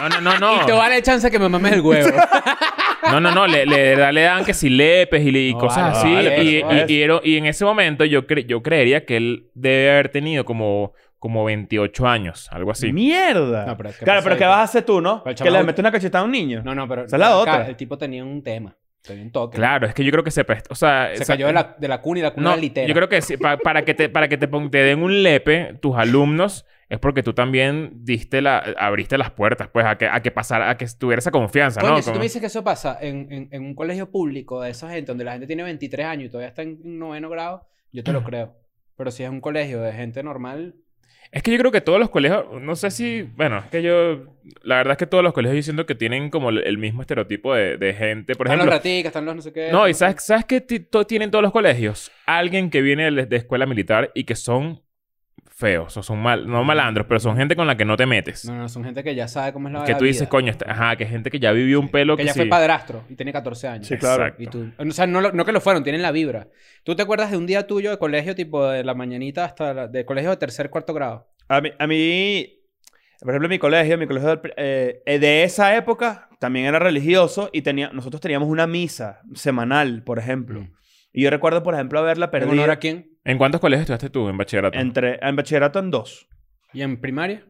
[SPEAKER 2] No, no, no, no.
[SPEAKER 4] Te vale chance que me mames el huevo.
[SPEAKER 3] <laughs>
[SPEAKER 2] No, no, no. Le, le, de verdad le dan que si lepes y, le- y
[SPEAKER 4] No,
[SPEAKER 2] cosas
[SPEAKER 4] vale,
[SPEAKER 2] así.
[SPEAKER 3] vale,
[SPEAKER 2] y,
[SPEAKER 3] pero eso
[SPEAKER 2] y- y era- y en ese momento yo, cre- yo creería que él debe haber tenido como, como 28 años, algo así.
[SPEAKER 3] ¡Mierda!
[SPEAKER 4] No, pero es que
[SPEAKER 3] claro,
[SPEAKER 4] pasó
[SPEAKER 3] pero
[SPEAKER 4] ahí,
[SPEAKER 3] ¿qué
[SPEAKER 4] pues.
[SPEAKER 3] vas a hacer tú, no?
[SPEAKER 4] Para el
[SPEAKER 3] Que le
[SPEAKER 4] chamaco-
[SPEAKER 3] metes una cachetada a un niño.
[SPEAKER 4] No, no, pero.
[SPEAKER 3] Esa es la
[SPEAKER 4] acá
[SPEAKER 3] otra.
[SPEAKER 4] El tipo tenía un tema. Tenía un toque.
[SPEAKER 2] Claro, es que yo creo que se... prest- O sea... esa-
[SPEAKER 4] Se
[SPEAKER 2] eh,
[SPEAKER 4] cayó de la, de la cuna y la cuna
[SPEAKER 2] No,
[SPEAKER 4] litera.
[SPEAKER 2] yo creo que sí, pa- para que te para que te, pon- te den un lepe tus alumnos es porque tú también diste la abriste las puertas pues a que a que pasara a que tuviera esa confianza,
[SPEAKER 4] Coño,
[SPEAKER 2] ¿no?
[SPEAKER 4] si
[SPEAKER 2] Como-
[SPEAKER 4] tú me dices que eso pasa en, en- en un colegio público de esa gente donde la gente tiene 23 años y todavía está en noveno grado, yo
[SPEAKER 2] <clears throat>
[SPEAKER 4] te lo creo. Pero si es un colegio de gente normal,
[SPEAKER 2] Es que yo creo que todos los colegios, no sé si, bueno, es que yo la verdad es que todos los colegios yo siento que tienen como el- el mismo estereotipo de, de gente, por
[SPEAKER 4] están los
[SPEAKER 2] ejemplo,
[SPEAKER 4] raticas, están los no sé qué.
[SPEAKER 2] no, y
[SPEAKER 4] están-
[SPEAKER 2] sabes, ¿sabes qué ti- to- tienen todos los colegios? Alguien que viene de, de escuela militar y que son feos, o son mal, no malandros, pero son gente con la que no te metes.
[SPEAKER 4] No, no, son gente que ya sabe cómo es la
[SPEAKER 2] que
[SPEAKER 4] la
[SPEAKER 2] tú dices,
[SPEAKER 4] vida.
[SPEAKER 2] coño, esta- ajá, que gente que ya vivió un pelo
[SPEAKER 4] que,
[SPEAKER 2] que,
[SPEAKER 4] ya
[SPEAKER 2] sí.
[SPEAKER 4] fue padrastro y tiene 14 años.
[SPEAKER 3] Sí, claro.
[SPEAKER 2] Exacto.
[SPEAKER 4] Y tú, o sea, no, lo- no que lo fueron, tienen la vibra. ¿Tú te acuerdas de un día tuyo de colegio, tipo de la mañanita hasta la- de colegio de tercer, cuarto grado?
[SPEAKER 3] A mí, a mí, por ejemplo, en mi colegio, mi colegio del pri- eh, eh, de esa época también era religioso y tenía, nosotros teníamos una misa semanal, por ejemplo.
[SPEAKER 4] Mm.
[SPEAKER 3] Y yo recuerdo, por ejemplo, haberla
[SPEAKER 4] ¿En
[SPEAKER 3] perdido
[SPEAKER 4] honor a quién?
[SPEAKER 2] ¿En cuántos colegios estudiaste tú en bachillerato?
[SPEAKER 3] entre, en bachillerato en dos.
[SPEAKER 4] ¿Y en primaria?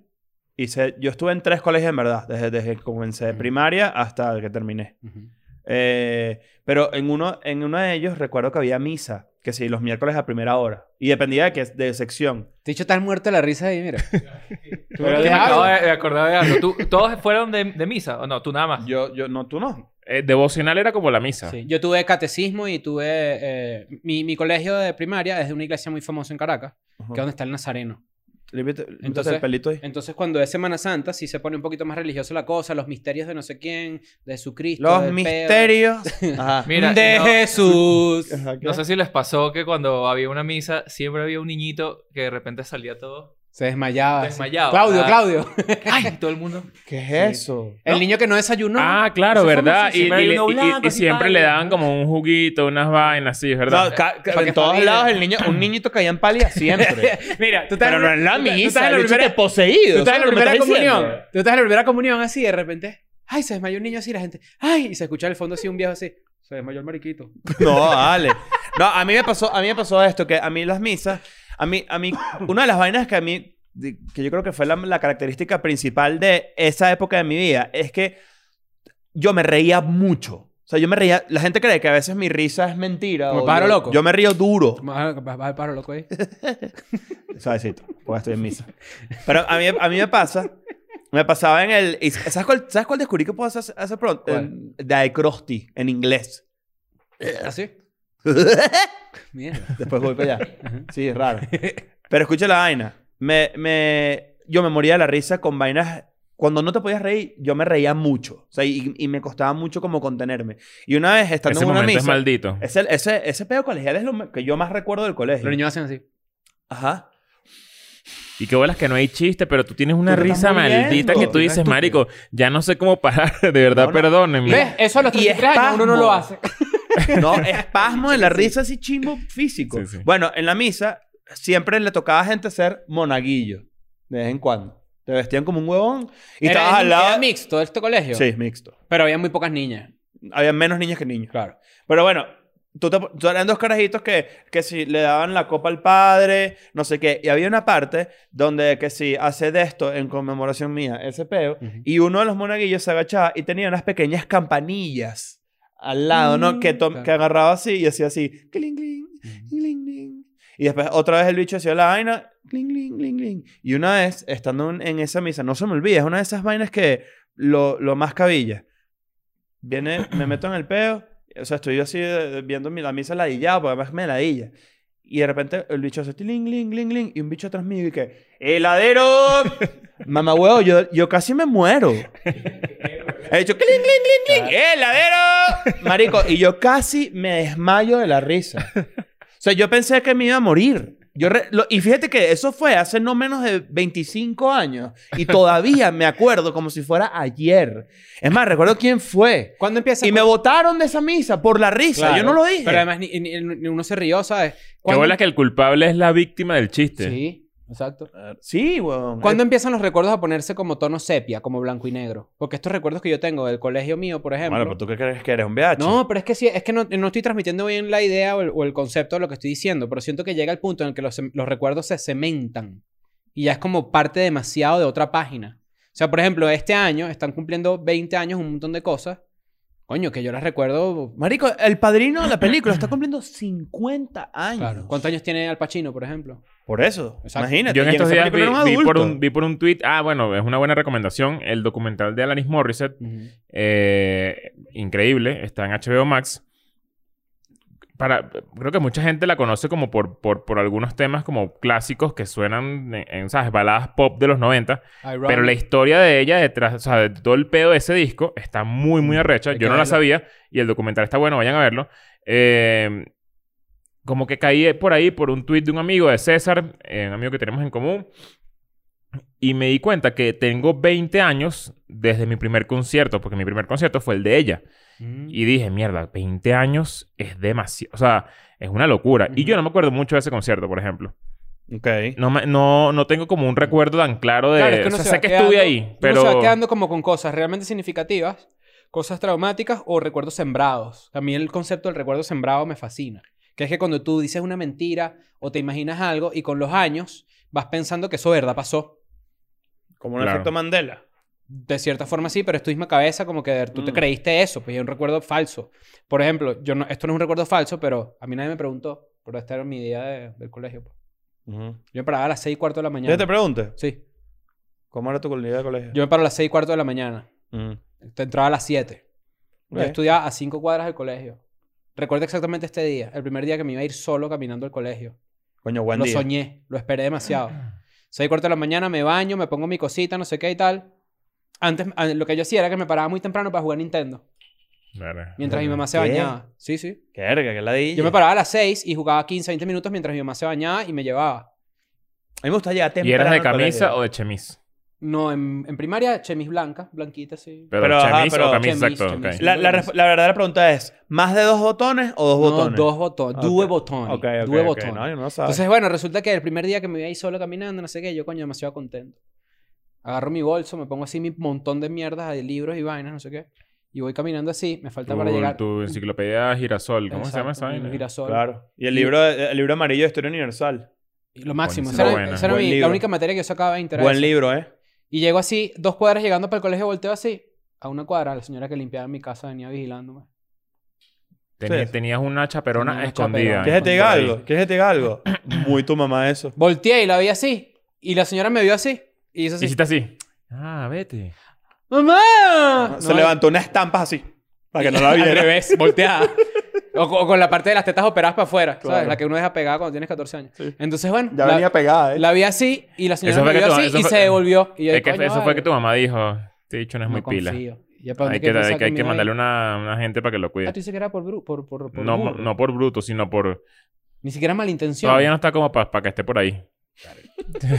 [SPEAKER 3] Hice- yo estuve en tres colegios en verdad, desde, desde que comencé de
[SPEAKER 4] Mm.
[SPEAKER 3] primaria hasta que terminé.
[SPEAKER 4] Ujú.
[SPEAKER 3] Eh, pero en uno, en uno de ellos recuerdo que había misa, que sí, los miércoles a primera hora. Y dependía de, que, de sección.
[SPEAKER 4] Te he dicho, estás muerto de la risa ahí, <laughs> mira. ¿Tú
[SPEAKER 6] Pero
[SPEAKER 4] qué
[SPEAKER 6] me acabo
[SPEAKER 4] hablas?
[SPEAKER 6] de, de acordar de algo. ¿Tú- ¿Todos fueron de, de misa? ¿O no? ¿Tú nada más?
[SPEAKER 3] Yo, yo, no, tú no.
[SPEAKER 2] Eh, devocional era como la misa.
[SPEAKER 4] Sí, Yo tuve catecismo y tuve... eh, mi, mi colegio de primaria es de una iglesia muy famosa en Caracas,
[SPEAKER 3] Ajá.
[SPEAKER 4] que es donde está el Nazareno.
[SPEAKER 3] Límpiate- límpiate
[SPEAKER 4] Entonces-
[SPEAKER 3] el pelito ahí.
[SPEAKER 4] Entonces, cuando es Semana Santa, sí se pone un poquito más religiosa la cosa, los misterios de no sé quién, de Jesucristo.
[SPEAKER 3] Los
[SPEAKER 4] de Pedro.
[SPEAKER 3] misterios.
[SPEAKER 4] <laughs>
[SPEAKER 3] Ajá.
[SPEAKER 6] Mira,
[SPEAKER 4] de
[SPEAKER 6] no-
[SPEAKER 4] <laughs> Jesús.
[SPEAKER 3] Ajá, ¿qué?
[SPEAKER 6] No sé si les pasó que cuando había una misa, siempre había un niñito que de repente salía todo
[SPEAKER 4] Se desmayaba. así.
[SPEAKER 6] desmayado.
[SPEAKER 4] Claudio,
[SPEAKER 6] Ah,
[SPEAKER 4] Claudio.
[SPEAKER 6] ¡Ay! Todo el mundo.
[SPEAKER 3] ¿Qué es eso?
[SPEAKER 4] El niño que no desayunó.
[SPEAKER 2] Ah, claro,
[SPEAKER 6] Eso fue
[SPEAKER 2] ¿verdad? Y,
[SPEAKER 6] muchísimo.
[SPEAKER 2] y-
[SPEAKER 6] Era uno
[SPEAKER 2] y- y-
[SPEAKER 6] blanco,
[SPEAKER 2] y
[SPEAKER 6] así,
[SPEAKER 2] siempre
[SPEAKER 6] padre.
[SPEAKER 2] le daban como un juguito, unas vainas así, ¿verdad?
[SPEAKER 3] No, ca- ca-
[SPEAKER 4] Pa' que
[SPEAKER 3] en todos
[SPEAKER 4] familia.
[SPEAKER 3] lados el niño, un niñito caía en palia siempre.
[SPEAKER 4] Mira, <laughs> tú estás,
[SPEAKER 3] pero no en la
[SPEAKER 4] tú estás- tú
[SPEAKER 3] misa,
[SPEAKER 4] estás en la
[SPEAKER 3] el bicho
[SPEAKER 4] primera,
[SPEAKER 3] está poseído.
[SPEAKER 4] tú estás en la
[SPEAKER 3] ¿sabes lo que
[SPEAKER 4] primera
[SPEAKER 3] me estás
[SPEAKER 4] comunión.
[SPEAKER 3] diciendo?
[SPEAKER 4] Tú estás en la primera comunión así y de repente, ay, se desmayó un niño así, la gente, ay, y se escucha al fondo así un viejo así. Se desmayó el mariquito.
[SPEAKER 3] <laughs> No, vale. No, a mí me pasó, a mí me pasó esto, que a mí las misas, a mí, a mí, una de las vainas que a mí, de- que yo creo que fue la, la característica principal de esa época de mi vida, es que yo me reía mucho. O sea, yo me reía, la gente cree que a veces mi risa es mentira.
[SPEAKER 4] Como
[SPEAKER 3] o
[SPEAKER 4] pájaro
[SPEAKER 3] yo-
[SPEAKER 4] loco.
[SPEAKER 3] Yo me río duro.
[SPEAKER 4] Vas vas- vas al paro loco eh". ahí.
[SPEAKER 3] <laughs> Suavecito, porque estoy en misa. Pero a mí, a mí me pasa, me pasaba en el... y ¿Sabes cuál, ¿sabes cuál descubrí que puedo hacer, hacer pronto?
[SPEAKER 4] ¿Cuál?
[SPEAKER 3] En- Die Crusty, en inglés. <laughs>
[SPEAKER 4] Así. Mierda.
[SPEAKER 3] Después voy para allá.
[SPEAKER 4] Ajá.
[SPEAKER 3] Sí, es raro. Pero escucha la vaina. Me, me, yo me moría de la risa con vainas. Cuando no te podías reír, yo me reía mucho. O sea, y, y me costaba mucho como contenerme. Y una vez estando
[SPEAKER 2] Ese
[SPEAKER 3] en una
[SPEAKER 2] momento es
[SPEAKER 3] misa.
[SPEAKER 2] maldito.
[SPEAKER 3] ese, ese, ese pedo colegial es lo me- que yo más recuerdo del colegio.
[SPEAKER 4] Los niños hacen así.
[SPEAKER 3] Ajá.
[SPEAKER 2] Y qué bolas que no hay chiste, pero tú tienes una
[SPEAKER 3] Tú te
[SPEAKER 2] risa
[SPEAKER 3] estás muriendo.
[SPEAKER 2] maldita que tú
[SPEAKER 3] Estás
[SPEAKER 2] dices,
[SPEAKER 3] estúpido.
[SPEAKER 2] marico, ya no sé cómo parar. <laughs> De verdad,
[SPEAKER 3] No, no.
[SPEAKER 2] perdónenme.
[SPEAKER 4] ¿Ves? Eso a los
[SPEAKER 3] y
[SPEAKER 4] 33 años uno no
[SPEAKER 3] espasmo.
[SPEAKER 4] lo hace.
[SPEAKER 3] No, espasmo de la risa así chimbo físico.
[SPEAKER 2] Sí, sí.
[SPEAKER 3] Bueno, en la misa siempre le tocaba a gente ser monaguillo. De vez en cuando. Te vestían como un huevón y
[SPEAKER 4] Era-
[SPEAKER 3] estabas al lado.
[SPEAKER 4] Era mixto este colegio.
[SPEAKER 3] Sí, mixto.
[SPEAKER 4] Pero había muy pocas niñas.
[SPEAKER 3] Había menos niñas que niños.
[SPEAKER 4] Claro.
[SPEAKER 3] Pero bueno, tú, te, tú eran dos carajitos que, que si le daban la copa al padre, no sé qué. Y había una parte donde que si hace de esto en conmemoración mía, ese peo.
[SPEAKER 4] Ujú.
[SPEAKER 3] Y uno de los monaguillos se agachaba y tenía unas pequeñas campanillas al lado, ¿no? Que, to-
[SPEAKER 4] Mm, claro.
[SPEAKER 3] que agarraba así y hacía así. Cling, cling, cling, cling. Y después otra vez el bicho hacía la vaina. Cling, cling, cling, cling. Y una vez, estando en- en esa misa, no se me olvida, es una de esas vainas que lo, lo más cabilla. Viene, me meto en el peo. O sea, estoy yo así eh, viendo mi, la misa ladillada, porque además me ladilla. Y de repente el bicho hace tiling, ling, ling, ling, y un bicho atrás mío y que, ¡heladero! Mamá huevo, yo, yo casi me muero. El bicho, ¡cling, ling, ling, ling! ¡heladero! Marico, y yo casi me desmayo de la risa. O sea, yo pensé que me iba a morir. Yo re- lo- y fíjate que eso fue hace no menos de 25 años. Y todavía me acuerdo como si fuera ayer. Es más, recuerdo quién fue.
[SPEAKER 4] ¿Cuándo empieza?
[SPEAKER 3] Y me votaron de esa misa por la risa.
[SPEAKER 4] Claro.
[SPEAKER 3] Yo no lo dije.
[SPEAKER 4] Pero además ni, ni- ni uno se rió, ¿sabes?
[SPEAKER 2] Que
[SPEAKER 4] ¿Cuándo-
[SPEAKER 2] bolas que el culpable es la víctima del chiste.
[SPEAKER 4] Sí, exacto.
[SPEAKER 3] Sí, weón.
[SPEAKER 4] ¿Cuándo empiezan los recuerdos a ponerse como tono sepia, como blanco y negro? Porque estos recuerdos que yo tengo del colegio mío, por ejemplo.
[SPEAKER 3] Bueno, pero tú qué crees que eres un VH.
[SPEAKER 4] No, pero es que sí, es que no, no estoy transmitiendo bien la idea o el, o el concepto de lo que estoy diciendo, pero siento que llega el punto en el que los, sem- los recuerdos se cementan y ya es como parte demasiado de otra página. O sea, por ejemplo, este año están cumpliendo 20 años un montón de cosas. Coño, que yo las recuerdo.
[SPEAKER 3] Marico, el padrino de la película está cumpliendo 50 años.
[SPEAKER 4] Claro. ¿Cuántos años tiene Al Pacino, por ejemplo?
[SPEAKER 3] Por eso.
[SPEAKER 4] Exacto.
[SPEAKER 3] Imagínate.
[SPEAKER 2] Yo en
[SPEAKER 3] y
[SPEAKER 2] estos
[SPEAKER 3] esa
[SPEAKER 2] días vi,
[SPEAKER 3] película era
[SPEAKER 2] vi por
[SPEAKER 3] adulto.
[SPEAKER 2] un, vi por un tweet. Ah, bueno, es una buena recomendación. El documental de Alanis Morissette. eh, increíble. Está en HBO Max. Para, creo que mucha gente la conoce como por, por, por algunos temas como clásicos que suenan en, en, ¿sabes? Baladas pop de los 90. Pero la historia de ella detrás, o sea, de todo el pedo de ese disco está muy, muy arrecha.
[SPEAKER 4] Hay que
[SPEAKER 2] Yo no la
[SPEAKER 4] verla.
[SPEAKER 2] sabía y el documental está bueno, vayan a verlo. Eh, como que caí por ahí por un tuit de un amigo de César, eh, un amigo que tenemos en común. Y me di cuenta que tengo 20 años desde mi primer concierto, porque mi primer concierto fue el de ella.
[SPEAKER 4] Mm.
[SPEAKER 2] Y dije, mierda, 20 años es demasiado, o sea, es una locura. Y
[SPEAKER 4] Ujú.
[SPEAKER 2] yo no me acuerdo mucho de ese concierto, por ejemplo.
[SPEAKER 3] Ok.
[SPEAKER 2] No, me- no, no tengo como un recuerdo tan claro de...
[SPEAKER 4] Claro, es que
[SPEAKER 2] o
[SPEAKER 4] uno
[SPEAKER 2] sea,
[SPEAKER 4] se
[SPEAKER 2] sé
[SPEAKER 4] va
[SPEAKER 2] que
[SPEAKER 4] quedando-
[SPEAKER 2] estuve ahí,
[SPEAKER 4] uno
[SPEAKER 2] pero...
[SPEAKER 4] se va quedando como con cosas realmente significativas, cosas traumáticas o recuerdos sembrados. A mí el concepto del recuerdo sembrado me fascina. Que es que cuando tú dices una mentira o te imaginas algo y con los años vas pensando que eso verdad pasó.
[SPEAKER 3] Como un
[SPEAKER 2] Claro.
[SPEAKER 3] efecto Mandela.
[SPEAKER 4] De cierta forma sí, pero es tu misma cabeza como que tú te
[SPEAKER 3] Mm.
[SPEAKER 4] creíste eso. Pues es un recuerdo falso. Por ejemplo, yo no, esto no es un recuerdo falso, pero a mí nadie me preguntó. Pero esta era mi día de- del colegio. pues. Yo me paraba a las seis y cuarto de la mañana.
[SPEAKER 3] Yo te pregunto,
[SPEAKER 4] Sí.
[SPEAKER 3] ¿cómo era tu comunidad de colegio?
[SPEAKER 4] Yo me paro a las seis y cuarto de la mañana.
[SPEAKER 3] Mm.
[SPEAKER 4] Te entraba a las 7.
[SPEAKER 3] Ok.
[SPEAKER 4] Yo estudiaba a cinco cuadras del colegio. Recuerdo exactamente este día, el primer día que me iba a ir solo caminando al colegio.
[SPEAKER 3] Coño, buen
[SPEAKER 4] lo
[SPEAKER 3] día.
[SPEAKER 4] soñé, lo
[SPEAKER 3] <clears throat>
[SPEAKER 4] esperé demasiado. Seis y cuarto de la mañana, me baño, me pongo mi cosita, no sé qué y tal. Antes, a- lo que yo hacía era que me paraba muy temprano para jugar Nintendo,
[SPEAKER 2] Verga.
[SPEAKER 4] mientras mi mamá se
[SPEAKER 3] ¿Qué?
[SPEAKER 4] bañaba. Sí, sí.
[SPEAKER 3] Qué verga, qué ladilla.
[SPEAKER 4] Yo me paraba a las 6 y jugaba 15, 20 minutos mientras mi mamá se bañaba y me llevaba.
[SPEAKER 3] A mí me gusta llegar temprano.
[SPEAKER 2] ¿Y eras de
[SPEAKER 3] al colegio.
[SPEAKER 2] camisa o de chemis?
[SPEAKER 4] No, en, en primaria, chemis blanca, blanquita, sí.
[SPEAKER 2] Pero,
[SPEAKER 3] Pero, ajá,
[SPEAKER 2] chemis
[SPEAKER 3] pero-
[SPEAKER 2] o camisa,
[SPEAKER 4] Chemis,
[SPEAKER 2] exacto.
[SPEAKER 4] chemis.
[SPEAKER 2] ok.
[SPEAKER 3] La, la, ref- la verdadera pregunta es, ¿más de dos botones o dos
[SPEAKER 4] No,
[SPEAKER 3] botones?
[SPEAKER 4] dos botones,
[SPEAKER 3] Ok.
[SPEAKER 4] due botones,
[SPEAKER 3] Ok, ok,
[SPEAKER 4] due
[SPEAKER 3] ok.
[SPEAKER 4] botones.
[SPEAKER 3] No, yo no lo sabía.
[SPEAKER 4] Entonces, bueno, resulta que el primer día que me voy ahí solo caminando, no sé qué, yo coño, demasiado contento. Agarro mi bolso, me pongo así mi montón de mierdas de libros y vainas, no sé qué. Y voy caminando así, me falta
[SPEAKER 2] Tu,
[SPEAKER 4] para llegar.
[SPEAKER 2] tu enciclopedia girasol. ¿Cómo se llama
[SPEAKER 4] Exacto,
[SPEAKER 2] esa vaina?
[SPEAKER 4] un girasol.
[SPEAKER 3] Claro. Y el libro, el libro amarillo de Historia Universal.
[SPEAKER 4] Y lo máximo.
[SPEAKER 2] Buenísimo.
[SPEAKER 4] Esa era,
[SPEAKER 2] Buena.
[SPEAKER 4] esa era
[SPEAKER 3] Buen
[SPEAKER 4] mi- la
[SPEAKER 3] libro.
[SPEAKER 4] única materia que yo sacaba de interés.
[SPEAKER 3] Buen libro, ¿eh?
[SPEAKER 4] Y llego así, dos cuadras llegando para el colegio, volteo así, a una cuadra. La señora que limpiaba mi casa venía vigilándome.
[SPEAKER 2] Teni-
[SPEAKER 3] Sí.
[SPEAKER 2] Tenías una chaperona
[SPEAKER 4] Tenía una
[SPEAKER 2] escondida.
[SPEAKER 4] chaperona.
[SPEAKER 3] ¿Quieres que te diga
[SPEAKER 2] Por ahí.
[SPEAKER 3] algo? ¿Quieres que te diga
[SPEAKER 4] <coughs>
[SPEAKER 3] algo? este Muy tu mamá eso.
[SPEAKER 4] Volteé y la vi así. Y la señora me vio así. Y hizo así.
[SPEAKER 2] Hiciste así. Ah, vete.
[SPEAKER 4] ¡Mamá!
[SPEAKER 3] Se
[SPEAKER 4] Ah, No,
[SPEAKER 3] levantó unas estampas así. Para que no
[SPEAKER 4] <laughs>
[SPEAKER 3] la
[SPEAKER 4] Al
[SPEAKER 3] viera.
[SPEAKER 4] revés, volteada. O, co- o con la parte de las tetas operadas para afuera, ¿sabes?
[SPEAKER 3] Claro.
[SPEAKER 4] La que uno deja pegada cuando tienes 14 años.
[SPEAKER 3] Sí.
[SPEAKER 4] Entonces, bueno,
[SPEAKER 3] Ya
[SPEAKER 4] la,
[SPEAKER 3] venía pegada, ¿eh?
[SPEAKER 4] la vi así y la señora
[SPEAKER 2] Eso fue
[SPEAKER 4] me
[SPEAKER 2] que
[SPEAKER 4] vio
[SPEAKER 2] tu-
[SPEAKER 4] así
[SPEAKER 2] eso
[SPEAKER 4] y
[SPEAKER 2] fue-
[SPEAKER 4] se devolvió. Y yo,
[SPEAKER 2] Es que
[SPEAKER 4] coño,
[SPEAKER 2] eso fue
[SPEAKER 4] vale,
[SPEAKER 2] que tu mamá dijo. Este dicho no es
[SPEAKER 4] no
[SPEAKER 2] muy pila.
[SPEAKER 4] confío. Ya, ¿para dónde
[SPEAKER 2] Hay que,
[SPEAKER 4] quieres
[SPEAKER 2] hay
[SPEAKER 4] pensar
[SPEAKER 2] que, hay que
[SPEAKER 4] mi novia-
[SPEAKER 2] mandarle una, una gente para que lo
[SPEAKER 4] Ah,
[SPEAKER 2] cuide.
[SPEAKER 4] tú dices que era por... bru- por, por, por
[SPEAKER 2] No,
[SPEAKER 4] burro.
[SPEAKER 2] no por bruto, sino por...
[SPEAKER 4] Ni siquiera malintención.
[SPEAKER 2] Todavía no está como para que esté por ahí.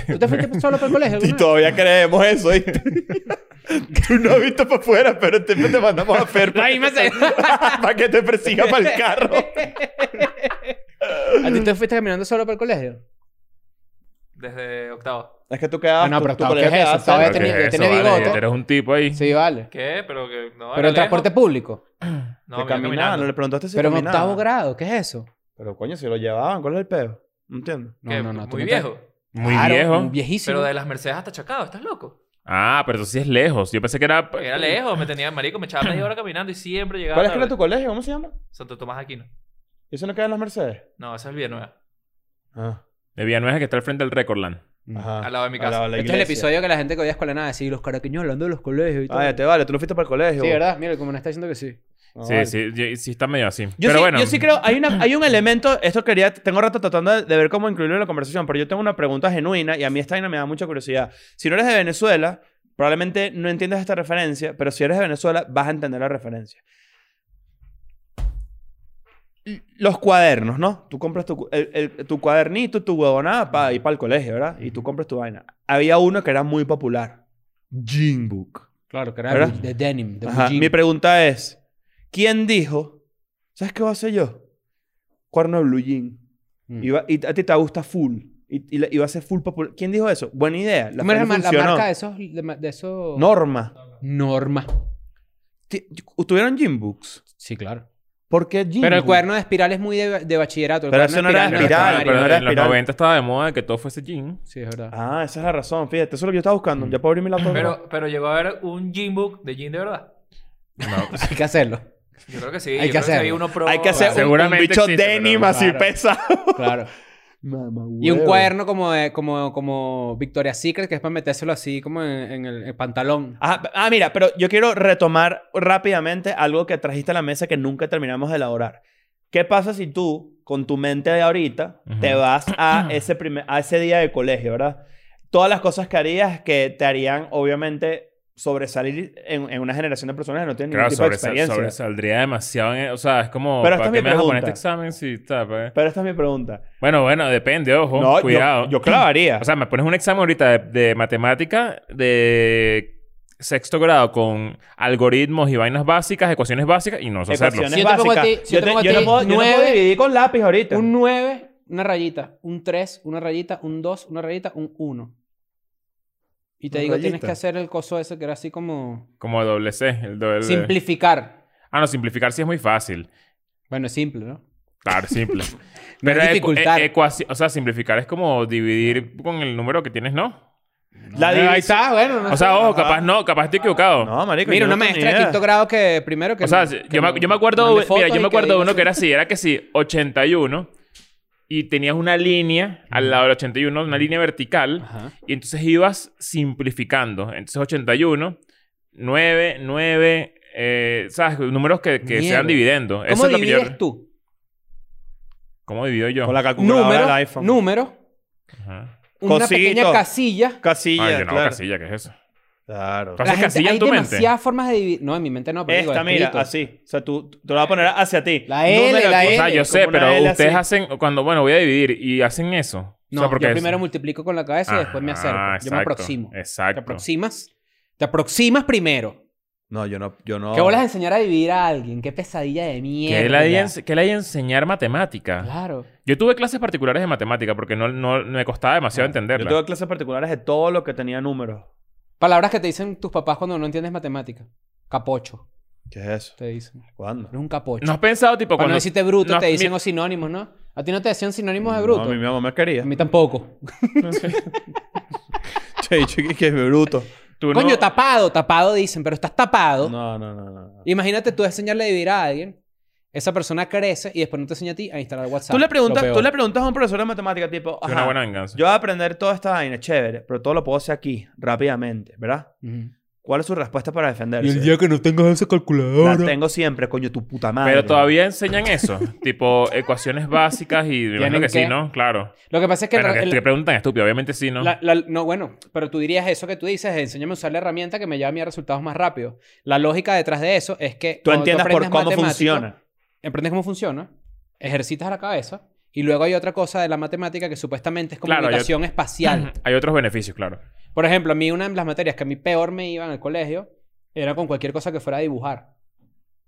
[SPEAKER 4] ¿Tú te fuiste solo para el
[SPEAKER 2] <laughs>
[SPEAKER 3] Y
[SPEAKER 4] colegio? alguna vez?
[SPEAKER 3] todavía creemos eso, ¿viste? Tú no has visto para afuera, pero te, te mandamos
[SPEAKER 2] <laughs>
[SPEAKER 3] a Fer
[SPEAKER 4] La misma se-
[SPEAKER 3] para que te persiga para el carro.
[SPEAKER 4] ¿A ti te fuiste caminando solo para el colegio?
[SPEAKER 6] Desde octavo.
[SPEAKER 3] Es que tú quedabas...
[SPEAKER 4] Ah, no, pero
[SPEAKER 3] tú,
[SPEAKER 4] estaba- ¿qué es eso? Estaba-
[SPEAKER 3] Estaba
[SPEAKER 4] Todavía tenía-
[SPEAKER 2] Porque
[SPEAKER 4] yo tenía
[SPEAKER 2] vale,
[SPEAKER 4] bigote.
[SPEAKER 2] ya eres un tipo ahí.
[SPEAKER 4] Sí, vale.
[SPEAKER 6] ¿Qué? Pero que no.
[SPEAKER 4] Pero
[SPEAKER 6] era
[SPEAKER 4] en transporte
[SPEAKER 6] lejos.
[SPEAKER 4] público.
[SPEAKER 6] No, me iba
[SPEAKER 3] caminando.
[SPEAKER 6] caminando.
[SPEAKER 3] Le preguntaste si
[SPEAKER 4] pero en
[SPEAKER 3] caminaba.
[SPEAKER 4] octavo grado, ¿qué es eso?
[SPEAKER 3] Pero coño, si lo llevaban, ¿cuál es el pedo? No entiendo.
[SPEAKER 4] No,
[SPEAKER 6] ¿Qué?
[SPEAKER 4] no, no. tú
[SPEAKER 6] Muy
[SPEAKER 4] no te-
[SPEAKER 6] viejo.
[SPEAKER 2] Muy
[SPEAKER 4] Claro,
[SPEAKER 2] viejo.
[SPEAKER 4] Viejísimo.
[SPEAKER 6] Pero de las Mercedes hasta Chacao, ¿estás loco?
[SPEAKER 2] Ah, pero eso sí es lejos. Yo pensé que era...
[SPEAKER 4] Pues
[SPEAKER 6] Porque era lejos, me tenía marico, me echaba media hora caminando y siempre llegaba.
[SPEAKER 3] ¿Cuál es que era
[SPEAKER 6] tarde.
[SPEAKER 3] tu colegio? ¿Cómo se llama?
[SPEAKER 6] Santo Tomás de Aquino.
[SPEAKER 3] ¿Y ¿Eso no queda en las Mercedes?
[SPEAKER 6] No, esa es el Villanueva.
[SPEAKER 3] Ah.
[SPEAKER 2] De Villanueva que está al frente del Recordland.
[SPEAKER 3] Ajá.
[SPEAKER 6] Al lado de mi casa.
[SPEAKER 3] de la
[SPEAKER 4] Este es el
[SPEAKER 3] iglesia.
[SPEAKER 4] episodio que la gente que odia escuela nada, sí, los caraqueños hablando de los colegios y todo.
[SPEAKER 3] Ah, ya te vale, tú no fuiste para el colegio.
[SPEAKER 4] Sí, ¿verdad? Mira, como no está diciendo que sí. No,
[SPEAKER 2] Sí,
[SPEAKER 4] vale.
[SPEAKER 2] sí, yo- sí está medio así.
[SPEAKER 3] Yo,
[SPEAKER 2] pero
[SPEAKER 3] sí,
[SPEAKER 2] bueno,
[SPEAKER 3] yo sí creo, hay, una, hay un elemento, esto quería, tengo rato tratando de, de ver cómo incluirlo en la conversación, pero yo tengo una pregunta genuina y a mí esta vaina me da mucha curiosidad. Si no eres de Venezuela, probablemente no entiendas esta referencia, pero si eres de Venezuela, vas a entender la referencia. L- Los cuadernos, ¿no? Tú compras tu, cu- el- el- tu cuadernito, tu huevonada para ir para el colegio, ¿verdad? Y tú compras tu vaina. Había uno que era muy popular. Jean Book.
[SPEAKER 4] Claro, que era
[SPEAKER 3] ¿Verdad?
[SPEAKER 4] de denim, de
[SPEAKER 3] Ajá,
[SPEAKER 4] jean.
[SPEAKER 3] Mi pregunta es, ¿quién dijo? ¿Sabes qué voy a hacer yo? Cuerno de blue jean.
[SPEAKER 4] Mm.
[SPEAKER 3] Y, va- y a ti te gusta full. Y, y la- y va a ser full popular. ¿Quién dijo eso? Buena idea. La,
[SPEAKER 4] ¿Cómo era
[SPEAKER 3] Fran
[SPEAKER 4] la, ma- la
[SPEAKER 3] funcionó.
[SPEAKER 4] marca de esos? De, ma- de esos...
[SPEAKER 3] Norma.
[SPEAKER 4] Norma.
[SPEAKER 3] Ti- ¿Tuvieron jean books?
[SPEAKER 4] Sí, claro.
[SPEAKER 3] ¿Por qué jean
[SPEAKER 4] Pero el
[SPEAKER 3] books?
[SPEAKER 4] cuaderno de espiral es muy de, de bachillerato. el
[SPEAKER 3] Pero
[SPEAKER 4] cuaderno
[SPEAKER 3] eso no
[SPEAKER 4] de
[SPEAKER 3] era
[SPEAKER 2] pero-
[SPEAKER 3] espiral,
[SPEAKER 2] pero
[SPEAKER 3] no era
[SPEAKER 2] en los
[SPEAKER 3] espiral.
[SPEAKER 2] 90 estaba de moda que todo fuese jean.
[SPEAKER 4] Sí, es verdad.
[SPEAKER 3] Ah, esa es la razón. Fíjate, eso es lo que yo estaba buscando.
[SPEAKER 4] Mm.
[SPEAKER 3] Ya puedo abrir mi
[SPEAKER 4] Pues
[SPEAKER 3] laptop.
[SPEAKER 6] Pero, pero llegó a haber un gym book de gym de verdad.
[SPEAKER 3] Ah,
[SPEAKER 4] <laughs> Hay que hacerlo.
[SPEAKER 6] Yo creo que sí.
[SPEAKER 4] Hay
[SPEAKER 6] yo
[SPEAKER 4] que
[SPEAKER 6] creo que
[SPEAKER 4] hacerlo.
[SPEAKER 6] había uno pro.
[SPEAKER 3] Hay que hacer un- un,
[SPEAKER 2] Seguramente
[SPEAKER 3] bicho
[SPEAKER 2] existe, pero
[SPEAKER 3] denim
[SPEAKER 2] no.
[SPEAKER 3] así
[SPEAKER 4] Claro.
[SPEAKER 3] pesado.
[SPEAKER 4] Claro.
[SPEAKER 3] Mamá
[SPEAKER 4] Y un
[SPEAKER 3] huevo.
[SPEAKER 4] cuaderno como, de- como, como Victoria's Secret, que es para metérselo así como en, en el, el pantalón.
[SPEAKER 3] Ajá, p- ah, mira, pero yo quiero retomar rápidamente algo que trajiste a la mesa que nunca terminamos de elaborar. ¿Qué pasa si tú, con tu mente de ahorita,
[SPEAKER 2] Ujú.
[SPEAKER 3] te vas a
[SPEAKER 2] <clears throat>
[SPEAKER 3] ese, primer, a ese día de colegio, ¿verdad? Todas las cosas que harías que te harían, obviamente, sobresalir en, en una generación de personas que no tienen
[SPEAKER 2] Claro,
[SPEAKER 3] ningún tipo de
[SPEAKER 2] sobre,
[SPEAKER 3] experiencia.
[SPEAKER 2] sobresaldría demasiado. en- e-, o sea, es como.
[SPEAKER 3] Pero esta
[SPEAKER 2] ¿Para
[SPEAKER 3] es mi
[SPEAKER 2] qué me vas a poner
[SPEAKER 3] pregunta.
[SPEAKER 2] este examen si está? pues?
[SPEAKER 3] Pero esta es mi pregunta.
[SPEAKER 2] Bueno, bueno, depende, ojo.
[SPEAKER 3] no, yo-
[SPEAKER 2] cuidado.
[SPEAKER 3] Yo, clavaría.
[SPEAKER 2] <clears throat> O sea, me pones un examen ahorita de, de matemática de sexto grado con algoritmos y vainas básicas, ecuaciones básicas, y no sé hacerlo.
[SPEAKER 3] ecuaciones
[SPEAKER 4] Si yo te pongo a
[SPEAKER 3] básicas.
[SPEAKER 4] ti- si yo
[SPEAKER 3] yo,
[SPEAKER 4] te
[SPEAKER 3] te-
[SPEAKER 4] pongo a
[SPEAKER 3] yo no
[SPEAKER 4] ti
[SPEAKER 3] puedo, yo no puedo
[SPEAKER 4] nueve-
[SPEAKER 3] dividir con lápiz ahorita.
[SPEAKER 4] Un 9, una rayita. Un 3, una rayita. Un 2, una rayita. Un 1. Y te
[SPEAKER 5] Una
[SPEAKER 4] digo, tienes
[SPEAKER 5] rayita.
[SPEAKER 4] que hacer el coso ese que era así como...
[SPEAKER 2] Como doble C, el doble.
[SPEAKER 4] Simplificar.
[SPEAKER 2] Ah, no, simplificar sí es muy fácil.
[SPEAKER 4] Bueno, es simple, ¿no? <laughs>
[SPEAKER 2] Claro, simple.
[SPEAKER 4] No es
[SPEAKER 2] Pero ecu-
[SPEAKER 4] dificultar.
[SPEAKER 2] e- ecuaci- o sea, simplificar es como dividir con el número que tienes, ¿no?
[SPEAKER 3] La
[SPEAKER 4] Ahí
[SPEAKER 3] división-
[SPEAKER 4] está, Ah, bueno. no
[SPEAKER 2] O
[SPEAKER 4] sé.
[SPEAKER 2] sea, ojo, capaz no, capaz estoy equivocado.
[SPEAKER 3] No, marico.
[SPEAKER 4] Mira,
[SPEAKER 3] yo no
[SPEAKER 4] una
[SPEAKER 3] tengo ni
[SPEAKER 4] maestra de
[SPEAKER 3] idea.
[SPEAKER 4] quinto grado que primero que...
[SPEAKER 2] O sea,
[SPEAKER 4] no-
[SPEAKER 2] yo,
[SPEAKER 4] que
[SPEAKER 2] me,
[SPEAKER 4] no-
[SPEAKER 2] yo me acuerdo,
[SPEAKER 4] mande
[SPEAKER 2] mira,
[SPEAKER 4] fotos
[SPEAKER 2] yo
[SPEAKER 4] y
[SPEAKER 2] me acuerdo
[SPEAKER 4] diga
[SPEAKER 2] uno que
[SPEAKER 4] <laughs> así.
[SPEAKER 2] era así, era que sí, 81 y tenías una línea al lado del 81, una línea vertical
[SPEAKER 4] Ajá.
[SPEAKER 2] y entonces ibas simplificando. Entonces 81, 9, 9, eh, sabes, números que, que
[SPEAKER 4] Mierda.
[SPEAKER 2] sean dividendos.
[SPEAKER 4] ¿Cómo
[SPEAKER 2] es lo que yo-
[SPEAKER 4] divides tú?
[SPEAKER 2] ¿Cómo divido yo?
[SPEAKER 3] Con la calculadora del
[SPEAKER 4] Número,
[SPEAKER 3] iPhone.
[SPEAKER 4] número,
[SPEAKER 2] Ajá.
[SPEAKER 4] una
[SPEAKER 3] Cosito.
[SPEAKER 4] pequeña casilla.
[SPEAKER 3] Casilla,
[SPEAKER 2] Ah, yo no hago
[SPEAKER 3] claro.
[SPEAKER 2] casilla, ¿qué es eso?
[SPEAKER 3] Claro.
[SPEAKER 2] Haces casilla en
[SPEAKER 4] hay
[SPEAKER 2] tu mente.
[SPEAKER 4] demasiadas formas de dividir. No, en mi mente no, pero digo,
[SPEAKER 3] Esta, mira,
[SPEAKER 4] escrito.
[SPEAKER 3] así. O sea, tú, tú la vas a poner hacia ti.
[SPEAKER 4] La L,
[SPEAKER 3] Número
[SPEAKER 4] la
[SPEAKER 3] aquí.
[SPEAKER 2] O sea,
[SPEAKER 4] L,
[SPEAKER 2] yo sé,
[SPEAKER 3] como una
[SPEAKER 2] pero
[SPEAKER 3] L
[SPEAKER 2] ustedes
[SPEAKER 3] así.
[SPEAKER 2] hacen cuando bueno, voy a dividir y hacen eso.
[SPEAKER 4] No,
[SPEAKER 2] o sea, porque
[SPEAKER 4] yo
[SPEAKER 2] es-
[SPEAKER 4] primero multiplico con la cabeza y después me
[SPEAKER 2] Ajá,
[SPEAKER 4] acerco. Yo me
[SPEAKER 2] exacto,
[SPEAKER 4] aproximo. ¿Te
[SPEAKER 2] Exacto.
[SPEAKER 4] aproximas? Te aproximas primero.
[SPEAKER 3] No, yo no. Yo no.
[SPEAKER 4] ¿Qué bolas de enseñar a dividir a alguien? ¿Qué pesadilla de mierda?
[SPEAKER 2] Que él haya, ens- que él haya enseñar matemática.
[SPEAKER 4] Claro.
[SPEAKER 2] Yo tuve clases particulares de matemática porque no, no me costaba demasiado
[SPEAKER 3] Yo
[SPEAKER 2] entenderla.
[SPEAKER 3] tuve clases particulares de todo lo que tenía números.
[SPEAKER 4] Palabras que te dicen tus papás cuando no entiendes matemática. Capocho,
[SPEAKER 3] ¿Qué es eso?
[SPEAKER 4] te dicen.
[SPEAKER 3] ¿Cuándo?
[SPEAKER 4] Eres un capocho.
[SPEAKER 2] ¿No has pensado, tipo,
[SPEAKER 4] Cuando
[SPEAKER 2] cuando...
[SPEAKER 4] deciste bruto,
[SPEAKER 2] no,
[SPEAKER 4] te dicen
[SPEAKER 2] mi-
[SPEAKER 4] los sinónimos, ¿no? A ti no te decían sinónimos de bruto.
[SPEAKER 3] No, mi, mi <laughs> mamá me quería.
[SPEAKER 4] A mí tampoco.
[SPEAKER 3] che, chiqui, que es bruto.
[SPEAKER 2] tú no-
[SPEAKER 4] Coño, tapado, tapado dicen, pero estás tapado.
[SPEAKER 3] No, no, no. no.
[SPEAKER 4] Imagínate tú enseñarle a dividir a alguien. Esa persona crece y después no te enseña a ti a instalar WhatsApp.
[SPEAKER 3] Tú le, preguntas,
[SPEAKER 4] Lo peor.
[SPEAKER 3] tú le preguntas a un profesor de matemática, tipo.
[SPEAKER 2] Es
[SPEAKER 3] ajá,
[SPEAKER 2] una buena venganza.
[SPEAKER 3] Yo voy a aprender toda esta vaina, chévere, pero todo lo puedo hacer aquí, rápidamente, ¿verdad?
[SPEAKER 4] Ujú.
[SPEAKER 3] ¿Cuál es su respuesta para defenderse?
[SPEAKER 5] que no tengas esa
[SPEAKER 3] La
[SPEAKER 5] calculadora.
[SPEAKER 3] tengo siempre, coño, tu puta
[SPEAKER 4] Ah,
[SPEAKER 3] madre.
[SPEAKER 2] Pero todavía enseñan
[SPEAKER 4] <laughs>
[SPEAKER 2] eso. tipo, ecuaciones básicas y... me imagino
[SPEAKER 4] ¿Tienen
[SPEAKER 2] que sí,
[SPEAKER 4] qué?
[SPEAKER 2] ¿no? Claro.
[SPEAKER 4] Lo que pasa es que...
[SPEAKER 2] Pero
[SPEAKER 4] el-
[SPEAKER 2] que
[SPEAKER 4] el-
[SPEAKER 2] te preguntan estúpido. Obviamente sí, ¿no?
[SPEAKER 4] La- la- no, bueno, pero tú dirías eso que tú dices, enséñame a usar la herramienta que me lleva a mis resultados más rápido. La lógica detrás de eso es que...
[SPEAKER 3] Tú
[SPEAKER 4] cuando
[SPEAKER 3] entiendas por
[SPEAKER 4] aprendes
[SPEAKER 3] cómo
[SPEAKER 4] matemática,
[SPEAKER 3] funciona.
[SPEAKER 4] Aprendes cómo funciona, ejercitas la cabeza y luego hay otra cosa de la matemática que supuestamente es
[SPEAKER 2] Claro, yo-
[SPEAKER 4] comunicación espacial.
[SPEAKER 2] <clears throat> Hay otros beneficios, claro.
[SPEAKER 4] Por ejemplo, a mí una de las materias que a mí peor me iba en el colegio era con cualquier cosa que fuera a dibujar.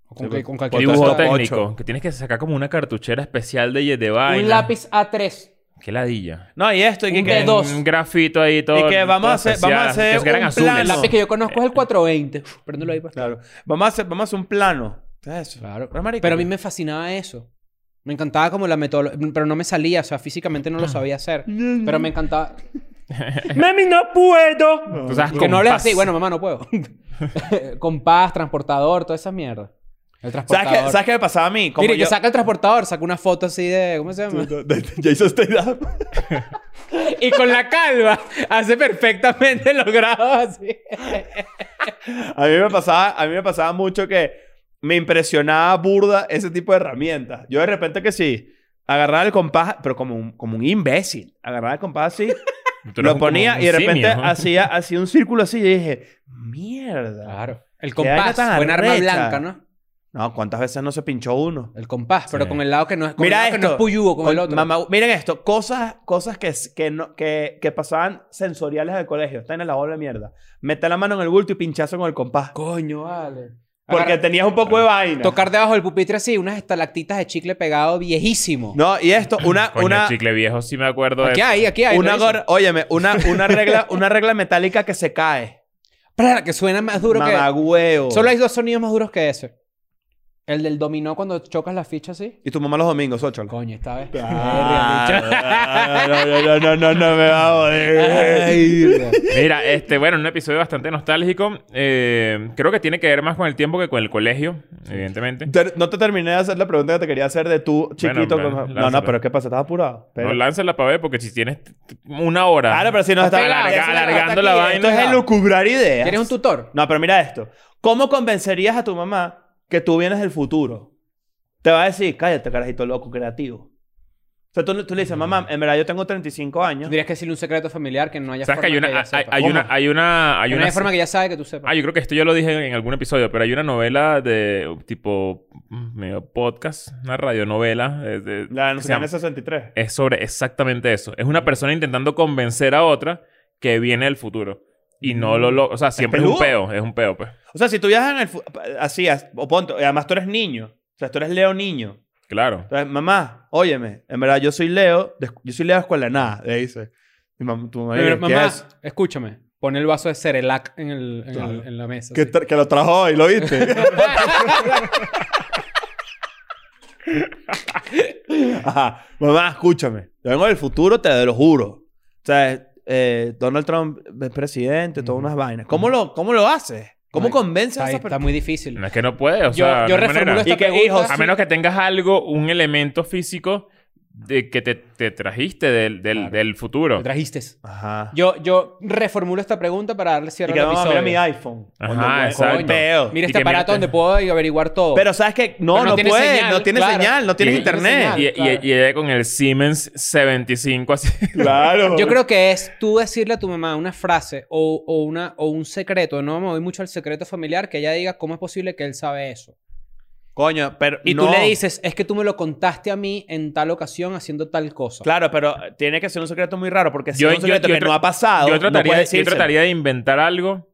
[SPEAKER 4] O
[SPEAKER 3] Sí,
[SPEAKER 4] con, que-
[SPEAKER 3] pues,
[SPEAKER 4] con cualquier
[SPEAKER 2] Dibujo
[SPEAKER 4] cosa.
[SPEAKER 3] ocho.
[SPEAKER 2] técnico. Que tienes que sacar como una cartuchera especial de, de vaina.
[SPEAKER 4] Un lápiz A3.
[SPEAKER 2] Qué ladilla.
[SPEAKER 3] No, y esto, y que-
[SPEAKER 4] Un
[SPEAKER 3] que-
[SPEAKER 4] dedo. dos.
[SPEAKER 2] Un grafito ahí todo.
[SPEAKER 3] Y que vamos a hacer- vamos a hacer
[SPEAKER 2] Que eran
[SPEAKER 3] un
[SPEAKER 2] azules.
[SPEAKER 3] plan-
[SPEAKER 4] El lápiz que yo conozco es el 420. Uf, Préndelo ahí. pues.
[SPEAKER 3] Claro. Vamos a hacer, vamos a hacer un
[SPEAKER 4] <laughs>
[SPEAKER 3] plano. ¿Qué es eso?
[SPEAKER 4] Claro.
[SPEAKER 3] Pero, marico,
[SPEAKER 4] Pero a mí me fascinaba eso. Me encantaba como la metodología. Pero no me salía, o sea, físicamente
[SPEAKER 3] Ah.
[SPEAKER 4] no lo sabía hacer.
[SPEAKER 3] Mm.
[SPEAKER 4] Pero me encantaba.
[SPEAKER 3] ¡Mami, no puedo!
[SPEAKER 2] Tú sabes
[SPEAKER 4] Que no hables
[SPEAKER 2] compás.
[SPEAKER 4] así. Bueno, mamá,
[SPEAKER 3] <laughs>
[SPEAKER 4] no puedo. Compás, transportador, toda esa mierda. El
[SPEAKER 3] ¿Sabes qué,
[SPEAKER 4] transportador.
[SPEAKER 3] ¿Sabes qué me pasaba a mí? Como
[SPEAKER 4] Mire,
[SPEAKER 3] yo-
[SPEAKER 4] que saca el transportador, saca una foto así de. ¿Cómo se llama?
[SPEAKER 3] <laughs> Jason Statham.
[SPEAKER 4] y con la calva hace perfectamente los grados así.
[SPEAKER 3] A mí me pasaba, a mí me pasaba mucho que me impresionaba burda ese tipo de herramientas. Yo de repente que sí, agarraba el compás, pero como un, como un imbécil, agarraba el compás así,
[SPEAKER 2] Tú eres
[SPEAKER 3] lo
[SPEAKER 2] un-
[SPEAKER 3] ponía
[SPEAKER 2] como
[SPEAKER 3] y de
[SPEAKER 2] un simio,
[SPEAKER 3] repente
[SPEAKER 2] ¿no?
[SPEAKER 3] hacía, hacía un círculo así y dije, mierda.
[SPEAKER 4] Claro. El
[SPEAKER 3] Qué vaina
[SPEAKER 4] compás,
[SPEAKER 3] tan
[SPEAKER 4] buen arma
[SPEAKER 3] arrecha.
[SPEAKER 4] blanca, ¿no?
[SPEAKER 3] No, ¿cuántas veces no se pinchó uno?
[SPEAKER 4] El compás, pero
[SPEAKER 2] Sí.
[SPEAKER 4] con el lado que no es, con
[SPEAKER 3] Mira
[SPEAKER 4] el lado que no
[SPEAKER 3] esto.
[SPEAKER 4] es puyugo, con, el otro.
[SPEAKER 3] Mamá- miren esto, cosas, cosas que, s- que, no- que, que pasaban sensoriales del colegio. Está en la bola de mierda. Meter la mano en el bulto y pinchazo con el compás.
[SPEAKER 4] Coño, vale.
[SPEAKER 3] Porque
[SPEAKER 4] Agarra-
[SPEAKER 3] tenías un poco de vaina.
[SPEAKER 4] Tocar debajo del pupitre así, unas estalactitas de chicle pegado viejísimo.
[SPEAKER 3] No, y esto, una,
[SPEAKER 2] Coño,
[SPEAKER 3] una,
[SPEAKER 2] chicle viejo, sí me acuerdo de
[SPEAKER 4] Aquí
[SPEAKER 2] eso.
[SPEAKER 4] hay, aquí hay.
[SPEAKER 3] una,
[SPEAKER 4] revisa.
[SPEAKER 3] gor- óyeme, una, una regla, una regla metálica que se cae.
[SPEAKER 4] Para, que suena más duro que...
[SPEAKER 3] Mamagüeo.
[SPEAKER 4] Solo hay dos sonidos más duros que ese. El del dominó cuando chocas la ficha así.
[SPEAKER 3] Y tu mamá los domingos, ocho.
[SPEAKER 4] Coño, esta vez.
[SPEAKER 3] <laughs> no, no, no, no, no me va a joder.
[SPEAKER 2] <laughs> Mira, este, bueno, un episodio bastante nostálgico. Eh, creo que tiene que ver más con el tiempo que con el colegio, evidentemente.
[SPEAKER 3] Ter- No te terminé de hacer la pregunta que te quería hacer de tú, chiquito.
[SPEAKER 2] bueno,
[SPEAKER 3] con- No, no,
[SPEAKER 2] lánzala.
[SPEAKER 3] pero ¿qué pasa? ¿Estás apurado? Pero-
[SPEAKER 2] No, lánzala para ver, porque si tienes t- t- una hora.
[SPEAKER 3] Claro, pero si no está...
[SPEAKER 4] Pegado,
[SPEAKER 2] alarga-
[SPEAKER 4] eso es
[SPEAKER 2] alargando
[SPEAKER 4] hasta
[SPEAKER 2] la
[SPEAKER 4] aquí,
[SPEAKER 2] vaina.
[SPEAKER 3] Esto es elucubrar ideas.
[SPEAKER 4] ¿Quieres un tutor?
[SPEAKER 3] No, pero mira esto. ¿Cómo convencerías a tu mamá que tú vienes del futuro? Te va a decir, cállate, carajito loco, creativo. O sea, tú, tú le dices, mamá, en verdad yo tengo 35 años.
[SPEAKER 4] Tendrías que decirle un secreto familiar que no haya
[SPEAKER 2] ¿Sabes que hay
[SPEAKER 4] forma
[SPEAKER 2] una,
[SPEAKER 4] ella
[SPEAKER 2] hay,
[SPEAKER 4] sepa.
[SPEAKER 2] hay una, hay una, hay
[SPEAKER 4] Que no
[SPEAKER 2] una,
[SPEAKER 4] haya forma que ella sabe que tú sepas.
[SPEAKER 2] Ah, yo creo que esto ya lo dije en algún episodio, pero hay una novela de tipo mm, medio podcast, una radionovela. eh, de-
[SPEAKER 3] La
[SPEAKER 2] que se
[SPEAKER 3] nación
[SPEAKER 2] llama-
[SPEAKER 3] del 63.
[SPEAKER 2] es sobre exactamente eso. Es una persona intentando convencer a otra que viene del futuro. Y no lo logra. O sea, siempre es, un
[SPEAKER 3] Mm. peludo.
[SPEAKER 2] peo. Es un peo, pues.
[SPEAKER 3] O sea, si tú viajas en el fu- así, as- o ponte, además tú eres niño. O sea, tú eres Leo niño.
[SPEAKER 2] Claro.
[SPEAKER 3] Entonces, mamá, óyeme, en verdad yo soy Leo, de- yo soy Leo de escuela de nada, le dice. Y mam- tu mamá,
[SPEAKER 4] Pero,
[SPEAKER 3] dice, ¿qué
[SPEAKER 4] mamá,
[SPEAKER 3] es?
[SPEAKER 4] escúchame. Pon el vaso de Cerelac en, el, en,
[SPEAKER 3] Claro.
[SPEAKER 4] el- en la mesa.
[SPEAKER 3] Que,
[SPEAKER 4] así.
[SPEAKER 3] tra- que lo trajo hoy, ¿lo
[SPEAKER 4] <laughs>
[SPEAKER 3] viste? Ajá. Mamá, escúchame. Yo vengo del futuro, te lo juro. O sea, eh, Donald Trump es presidente, todas unas vainas. ¿Cómo lo, cómo lo haces? ¿Cómo
[SPEAKER 4] Ay,
[SPEAKER 3] convences
[SPEAKER 4] está,
[SPEAKER 3] a esa
[SPEAKER 4] está
[SPEAKER 3] persona?
[SPEAKER 4] muy difícil.
[SPEAKER 2] No es que no puede. O
[SPEAKER 4] yo
[SPEAKER 2] sea,
[SPEAKER 4] yo
[SPEAKER 2] no hay
[SPEAKER 4] reformulo
[SPEAKER 2] manera.
[SPEAKER 4] esta
[SPEAKER 3] Y que,
[SPEAKER 4] pregunta.
[SPEAKER 3] hijo,
[SPEAKER 2] A menos que tengas algo, un elemento físico de que te, te trajiste del, del,
[SPEAKER 4] Claro.
[SPEAKER 2] del futuro.
[SPEAKER 4] Lo trajiste.
[SPEAKER 3] Ajá.
[SPEAKER 4] Yo, yo reformulo esta pregunta para darle
[SPEAKER 3] Y
[SPEAKER 4] cierre
[SPEAKER 3] que
[SPEAKER 4] al
[SPEAKER 3] mamá,
[SPEAKER 4] episodio.
[SPEAKER 3] mira mi iPhone.
[SPEAKER 2] Ajá,
[SPEAKER 3] Cuando- coño,
[SPEAKER 2] exacto.
[SPEAKER 3] peo.
[SPEAKER 4] Mira
[SPEAKER 2] Y que
[SPEAKER 4] este
[SPEAKER 2] mira este-
[SPEAKER 4] aparato donde puedo averiguar todo.
[SPEAKER 3] Pero sabes que no,
[SPEAKER 4] Pero
[SPEAKER 3] no,
[SPEAKER 4] no tiene
[SPEAKER 3] puedes,
[SPEAKER 4] señal,
[SPEAKER 3] no tienes
[SPEAKER 4] claro.
[SPEAKER 3] señal, no tienes
[SPEAKER 2] Y-
[SPEAKER 3] internet.
[SPEAKER 2] Y, y-
[SPEAKER 4] Claro.
[SPEAKER 2] y ella con el Siemens 75 así.
[SPEAKER 3] <laughs> Claro.
[SPEAKER 4] Yo creo que es tú decirle a tu mamá una frase o, o una, o un secreto. No me voy mucho al secreto familiar que ella diga cómo es posible que él sabe eso.
[SPEAKER 3] Coño, pero.
[SPEAKER 4] Y
[SPEAKER 3] no.
[SPEAKER 4] tú le dices, es que tú me lo contaste a mí en tal ocasión haciendo tal cosa.
[SPEAKER 3] Claro, pero tiene que ser un secreto muy raro, porque si
[SPEAKER 2] Yo-
[SPEAKER 3] es un
[SPEAKER 2] yo-
[SPEAKER 3] secreto
[SPEAKER 2] yo
[SPEAKER 3] que
[SPEAKER 2] tra-
[SPEAKER 3] no ha pasado,
[SPEAKER 2] Yo
[SPEAKER 3] no
[SPEAKER 2] trataría,
[SPEAKER 3] puedes
[SPEAKER 2] yo
[SPEAKER 3] decírselo.
[SPEAKER 2] trataría de inventar algo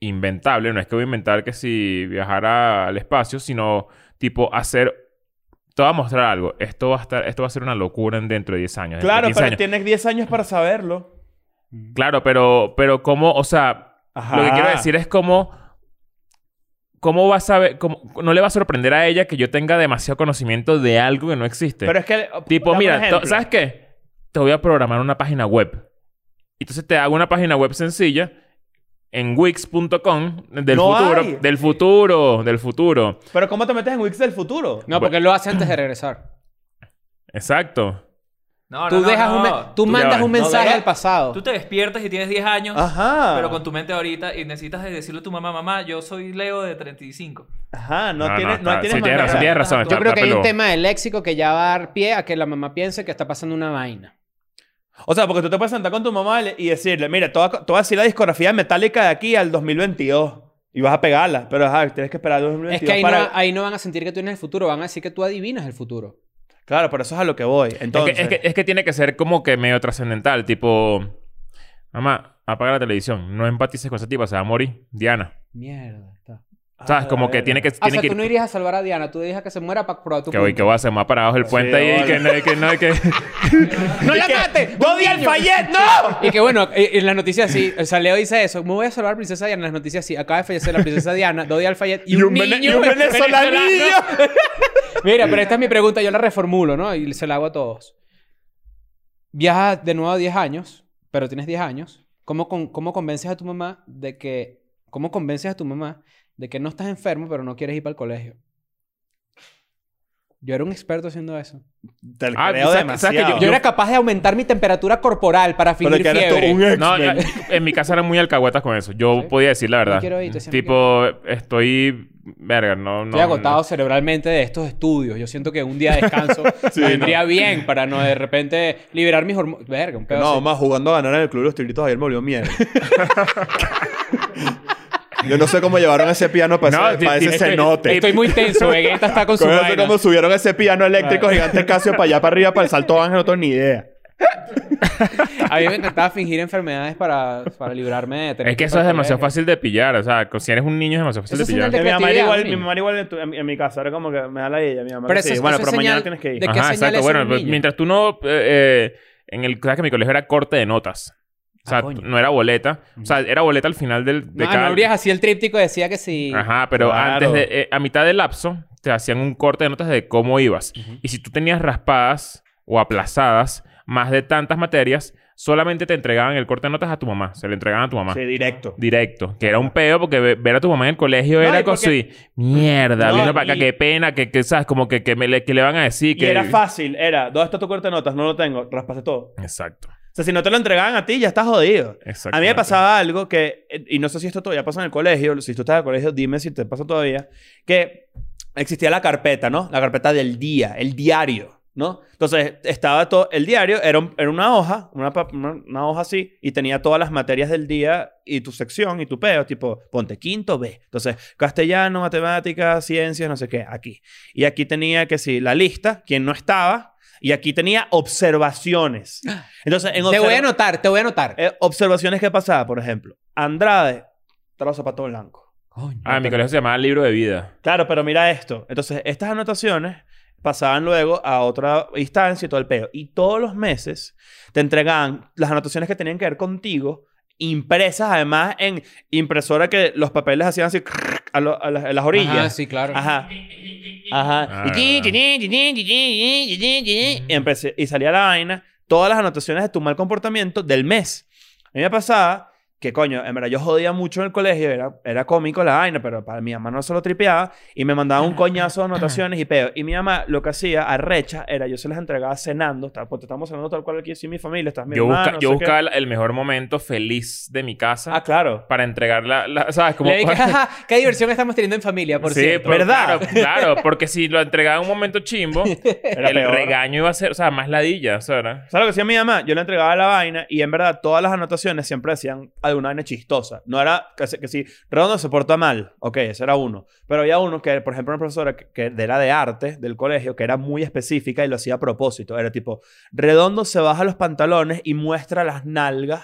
[SPEAKER 2] inventable. No es que voy a inventar que si viajara al espacio, sino tipo hacer. Te voy a mostrar algo. Esto va a estar, esto va a ser una locura en dentro de 10 años. dentro de
[SPEAKER 3] Claro,
[SPEAKER 2] 15
[SPEAKER 3] pero
[SPEAKER 2] años.
[SPEAKER 3] tienes 10 años para saberlo.
[SPEAKER 2] Claro, pero, pero cómo, o sea,
[SPEAKER 3] Ajá.
[SPEAKER 2] Lo que quiero decir es cómo... ¿Cómo va a saber? Cómo, no le va a sorprender a ella que yo tenga demasiado conocimiento de algo que no existe.
[SPEAKER 3] Pero es que.
[SPEAKER 2] tipo,
[SPEAKER 3] dame un
[SPEAKER 2] mira,
[SPEAKER 3] ejemplo.
[SPEAKER 2] to- ¿sabes qué? Te voy a programar una página web. Y Entonces te hago una página web sencilla en wix.com del
[SPEAKER 3] No
[SPEAKER 2] futuro.
[SPEAKER 3] hay.
[SPEAKER 2] Del futuro, del futuro.
[SPEAKER 3] Pero ¿cómo te metes en Wix del futuro?
[SPEAKER 4] No, porque él lo hace antes de regresar.
[SPEAKER 2] Exacto.
[SPEAKER 6] No, no,
[SPEAKER 4] Tú,
[SPEAKER 6] no,
[SPEAKER 4] dejas un
[SPEAKER 6] no.
[SPEAKER 4] me- tú
[SPEAKER 2] Tú
[SPEAKER 4] mandas
[SPEAKER 2] ya-
[SPEAKER 4] un
[SPEAKER 2] no,
[SPEAKER 4] mensaje
[SPEAKER 3] deja-
[SPEAKER 4] al pasado.
[SPEAKER 6] Tú te despiertas y tienes 10 años,
[SPEAKER 3] Ajá.
[SPEAKER 6] pero con tu mente ahorita y necesitas de decirle a tu mamá, mamá, yo soy Leo de 35.
[SPEAKER 3] Ajá, no,
[SPEAKER 2] No, no,
[SPEAKER 3] tienes, no,
[SPEAKER 2] está-
[SPEAKER 3] tienes
[SPEAKER 2] sí, tienes
[SPEAKER 3] manera.
[SPEAKER 2] razón, tienes razón.
[SPEAKER 6] Yo
[SPEAKER 4] Yo
[SPEAKER 2] está-
[SPEAKER 4] creo que
[SPEAKER 2] está
[SPEAKER 4] hay
[SPEAKER 2] peludo.
[SPEAKER 4] un tema de léxico que ya va a dar pie a que la mamá piense que está pasando una vaina.
[SPEAKER 3] O sea, porque tú te puedes sentar con tu mamá y le- y decirle, mira, te voy a- te voy a decir la discografía metálica de aquí al 2022. Y vas a pegarla. Pero ajá, tienes que esperar al 2022
[SPEAKER 4] Es que ahí,
[SPEAKER 3] para...
[SPEAKER 4] no, ahí no van a sentir que tú tienes el futuro, van a decir que tú adivinas el futuro.
[SPEAKER 3] Claro, pero eso es a lo que voy.
[SPEAKER 2] Es que,
[SPEAKER 3] Entonces...
[SPEAKER 2] es, que, es que tiene que ser como que medio trascendental. Tipo, mamá, apaga la televisión. No empatices con esa tipa, se va a morir. Diana.
[SPEAKER 4] Mierda. está.
[SPEAKER 2] ¿Sabes?
[SPEAKER 3] Ah,
[SPEAKER 2] como que
[SPEAKER 3] verga.
[SPEAKER 2] tiene que,
[SPEAKER 4] Ah, O
[SPEAKER 2] tiene
[SPEAKER 4] sea,
[SPEAKER 2] que
[SPEAKER 4] tú
[SPEAKER 2] ir-
[SPEAKER 4] no irías a salvar a Diana, tú dirías que se muera para probar tu
[SPEAKER 2] Que voy, que
[SPEAKER 4] punto.
[SPEAKER 2] voy a ser más para abajo del puente ahí.
[SPEAKER 3] vale.
[SPEAKER 2] Que no, que no, que...
[SPEAKER 4] ¡No la mate!
[SPEAKER 3] ¡No di al Fayette! ¡No!
[SPEAKER 4] Y que bueno, eh, en las noticias sí, o sea, Leo dice eso, me voy a salvar a Princesa Diana, en las noticias sí, acaba de fallecer la Princesa Diana, Dodi Alfayet y,
[SPEAKER 3] Y
[SPEAKER 4] un,
[SPEAKER 3] un vene-
[SPEAKER 2] <laughs>
[SPEAKER 4] niño
[SPEAKER 3] y un venezolanillo.
[SPEAKER 4] venezolano. Mira, pero esta es mi pregunta, yo la reformulo, ¿no? Y se la hago a todos. Viajas de nuevo a 10 años, pero tienes 10 años, ¿cómo, con- cómo convences a tu mamá de que, cómo convences a tu mamá de que no estás enfermo, pero no quieres ir para el colegio? Yo era un experto haciendo eso.
[SPEAKER 3] Te
[SPEAKER 2] Ah,
[SPEAKER 3] creo
[SPEAKER 2] ¿sabes- sabes que yo-
[SPEAKER 3] demasiado.
[SPEAKER 4] Yo, era capaz de aumentar mi temperatura corporal para
[SPEAKER 3] Pero
[SPEAKER 4] fingir
[SPEAKER 3] que eres tú
[SPEAKER 4] fiebre. <laughs>
[SPEAKER 3] un em- X-Men.
[SPEAKER 2] No, ya- en mi casa eran muy alcahuetas con eso. Yo
[SPEAKER 4] ¿Sí?
[SPEAKER 2] podía decir la verdad.
[SPEAKER 4] No quiero ir, te siempre
[SPEAKER 2] tipo, estoy... Verga, no, no.
[SPEAKER 4] Estoy agotado
[SPEAKER 2] no.
[SPEAKER 4] cerebralmente de estos estudios. Yo siento que un día de descanso
[SPEAKER 3] <laughs> Sí,
[SPEAKER 4] me vendría bien para no de repente liberar mis hormonas. Verga, un pedo
[SPEAKER 3] No,
[SPEAKER 4] así.
[SPEAKER 3] más jugando a ganar en el club de los tiritos ayer me volvió <laughs> mierda. Yo no sé cómo llevaron ese piano para
[SPEAKER 2] No,
[SPEAKER 3] ese,
[SPEAKER 2] ti-
[SPEAKER 3] para ese
[SPEAKER 2] tienes que-
[SPEAKER 3] cenote.
[SPEAKER 4] Estoy muy tenso. Vegeta está con su
[SPEAKER 3] Coño, no sé
[SPEAKER 4] vaina.
[SPEAKER 3] cómo subieron ese piano
[SPEAKER 4] <laughs>
[SPEAKER 3] eléctrico gigante Casio para allá para arriba para el salto ángel, no tengo ni idea.
[SPEAKER 4] A mí me encantaba fingir enfermedades para, para librarme de tener
[SPEAKER 2] Es que
[SPEAKER 4] ir
[SPEAKER 2] eso
[SPEAKER 4] para
[SPEAKER 2] es
[SPEAKER 4] el
[SPEAKER 2] demasiado
[SPEAKER 4] colegio.
[SPEAKER 2] fácil de pillar. O sea, si eres un niño es demasiado fácil de
[SPEAKER 4] Esa es una
[SPEAKER 2] pillar.
[SPEAKER 4] de-
[SPEAKER 3] Mi mamá era igual,
[SPEAKER 4] creatividad,
[SPEAKER 3] mi
[SPEAKER 4] ¿no?
[SPEAKER 3] mamá era igual en, tu- en- en mi casa, era como que me da la idea. Mi mamá
[SPEAKER 4] Pero
[SPEAKER 3] pero
[SPEAKER 4] eso es-
[SPEAKER 3] bueno,
[SPEAKER 4] eso es
[SPEAKER 3] pero mañana
[SPEAKER 4] señal
[SPEAKER 3] tienes que ir.
[SPEAKER 4] de qué
[SPEAKER 2] Ajá,
[SPEAKER 4] señal
[SPEAKER 2] exacto.
[SPEAKER 4] es
[SPEAKER 2] Bueno,
[SPEAKER 4] un
[SPEAKER 2] pues,
[SPEAKER 4] niño?
[SPEAKER 2] mientras tú no... eh, eh, en el... Sabes que mi colegio era corte de notas. O sea,
[SPEAKER 4] Ah, coño.
[SPEAKER 2] no era boleta. O sea, era boleta al final del... De
[SPEAKER 4] No,
[SPEAKER 2] cada-
[SPEAKER 4] no abrías así el tríptico y decía que sí.
[SPEAKER 2] Ajá, pero
[SPEAKER 3] Claro.
[SPEAKER 2] antes de... eh, a mitad del lapso te hacían un corte de notas de cómo ibas. Y si tú tenías raspadas o aplazadas más de tantas materias, solamente te entregaban el corte de notas a tu mamá. Se le entregaban a tu mamá.
[SPEAKER 3] Sí, directo.
[SPEAKER 2] Directo. Que era un pedo porque ve- ver a tu mamá en el colegio
[SPEAKER 3] No,
[SPEAKER 2] era
[SPEAKER 3] y
[SPEAKER 2] cosa
[SPEAKER 3] porque-
[SPEAKER 2] así. Mierda,
[SPEAKER 3] No,
[SPEAKER 2] viendo para
[SPEAKER 3] y-
[SPEAKER 2] acá, qué pena, que, que sabes, como que, que, me le, que le van a decir
[SPEAKER 3] Y
[SPEAKER 2] que...
[SPEAKER 3] era fácil, era, ¿dónde está tu corte de notas? No lo tengo, raspase todo.
[SPEAKER 2] Exacto.
[SPEAKER 3] O sea, si no te lo entregaban a ti, ya estás jodido.
[SPEAKER 2] Exacto.
[SPEAKER 3] A mí me pasaba algo que, eh, y no sé si esto todavía pasa en el colegio, si tú estás en el colegio, dime si te pasa todavía, que existía la carpeta, ¿no? La carpeta del día, el diario, ¿no? Entonces, estaba todo, el diario era, un- era una hoja, una, pa- una, una hoja así, y tenía todas las materias del día y tu sección y tu peo, tipo, ponte quinto B. Entonces, castellano, matemáticas, ciencias, no sé qué, aquí. Y aquí tenía que sí, la lista, quien no estaba, y aquí tenía observaciones. Entonces, en
[SPEAKER 4] Te voy a
[SPEAKER 3] observa-
[SPEAKER 4] anotar, te voy a anotar.
[SPEAKER 3] eh, observaciones que pasaba, por ejemplo. Andrade trae los zapatos blancos.
[SPEAKER 4] Coño.
[SPEAKER 2] Ah, mi colegio se llamaba Libro de Vida.
[SPEAKER 3] Claro, pero mira esto. Entonces, estas anotaciones pasaban luego a otra instancia y todo el peo. Y todos los meses te entregaban las anotaciones que tenían que ver contigo, impresas además en impresora que los papeles hacían así <laughs> a, lo- a las, a las orillas.
[SPEAKER 4] Ajá, sí, claro.
[SPEAKER 3] Ajá. Ajá.
[SPEAKER 2] Ah.
[SPEAKER 3] Y, empecé- y salía la vaina, todas las anotaciones de tu mal comportamiento del mes. A mí me pasaba que, coño, en verdad yo jodía mucho en el colegio, era, era cómico la vaina, pero para mi mamá no se lo tripeaba y me mandaba
[SPEAKER 2] <coughs>
[SPEAKER 3] un coñazo de anotaciones y peo. Y mi mamá lo que hacía a recha era yo se las entregaba cenando, estaba, porque estábamos cenando tal cual aquí, sí, mi familia, estás mi
[SPEAKER 2] Yo,
[SPEAKER 3] hermano,
[SPEAKER 2] busca-
[SPEAKER 3] no
[SPEAKER 2] yo
[SPEAKER 3] sé qué.
[SPEAKER 2] buscaba el- el mejor momento feliz de mi casa
[SPEAKER 3] Ah, claro.
[SPEAKER 2] para entregar la, la- ¿Sabes? Como... <laughs>
[SPEAKER 3] <laughs>
[SPEAKER 4] Le dije, "Ajá, qué diversión estamos teniendo en familia, por
[SPEAKER 2] sí,
[SPEAKER 4] cierto.
[SPEAKER 2] pero
[SPEAKER 3] ¿Verdad?
[SPEAKER 2] Claro, claro, porque si lo entregaba en un momento chimbo,
[SPEAKER 3] <laughs> Era
[SPEAKER 2] el
[SPEAKER 3] peor.
[SPEAKER 2] regaño iba a ser, o sea, más ladilla, ¿sabes?
[SPEAKER 3] ¿Sabes lo que hacía mi mamá? Yo le entregaba la vaina y en verdad todas las anotaciones siempre decían alguna vaina chistosa. No era que, si- que si Redondo se porta mal, ok, ese era uno. Pero había uno que, por ejemplo, una profesora que, que era de arte del colegio, que era muy específica y lo hacía a propósito. Era tipo, Redondo se baja los pantalones y muestra las nalgas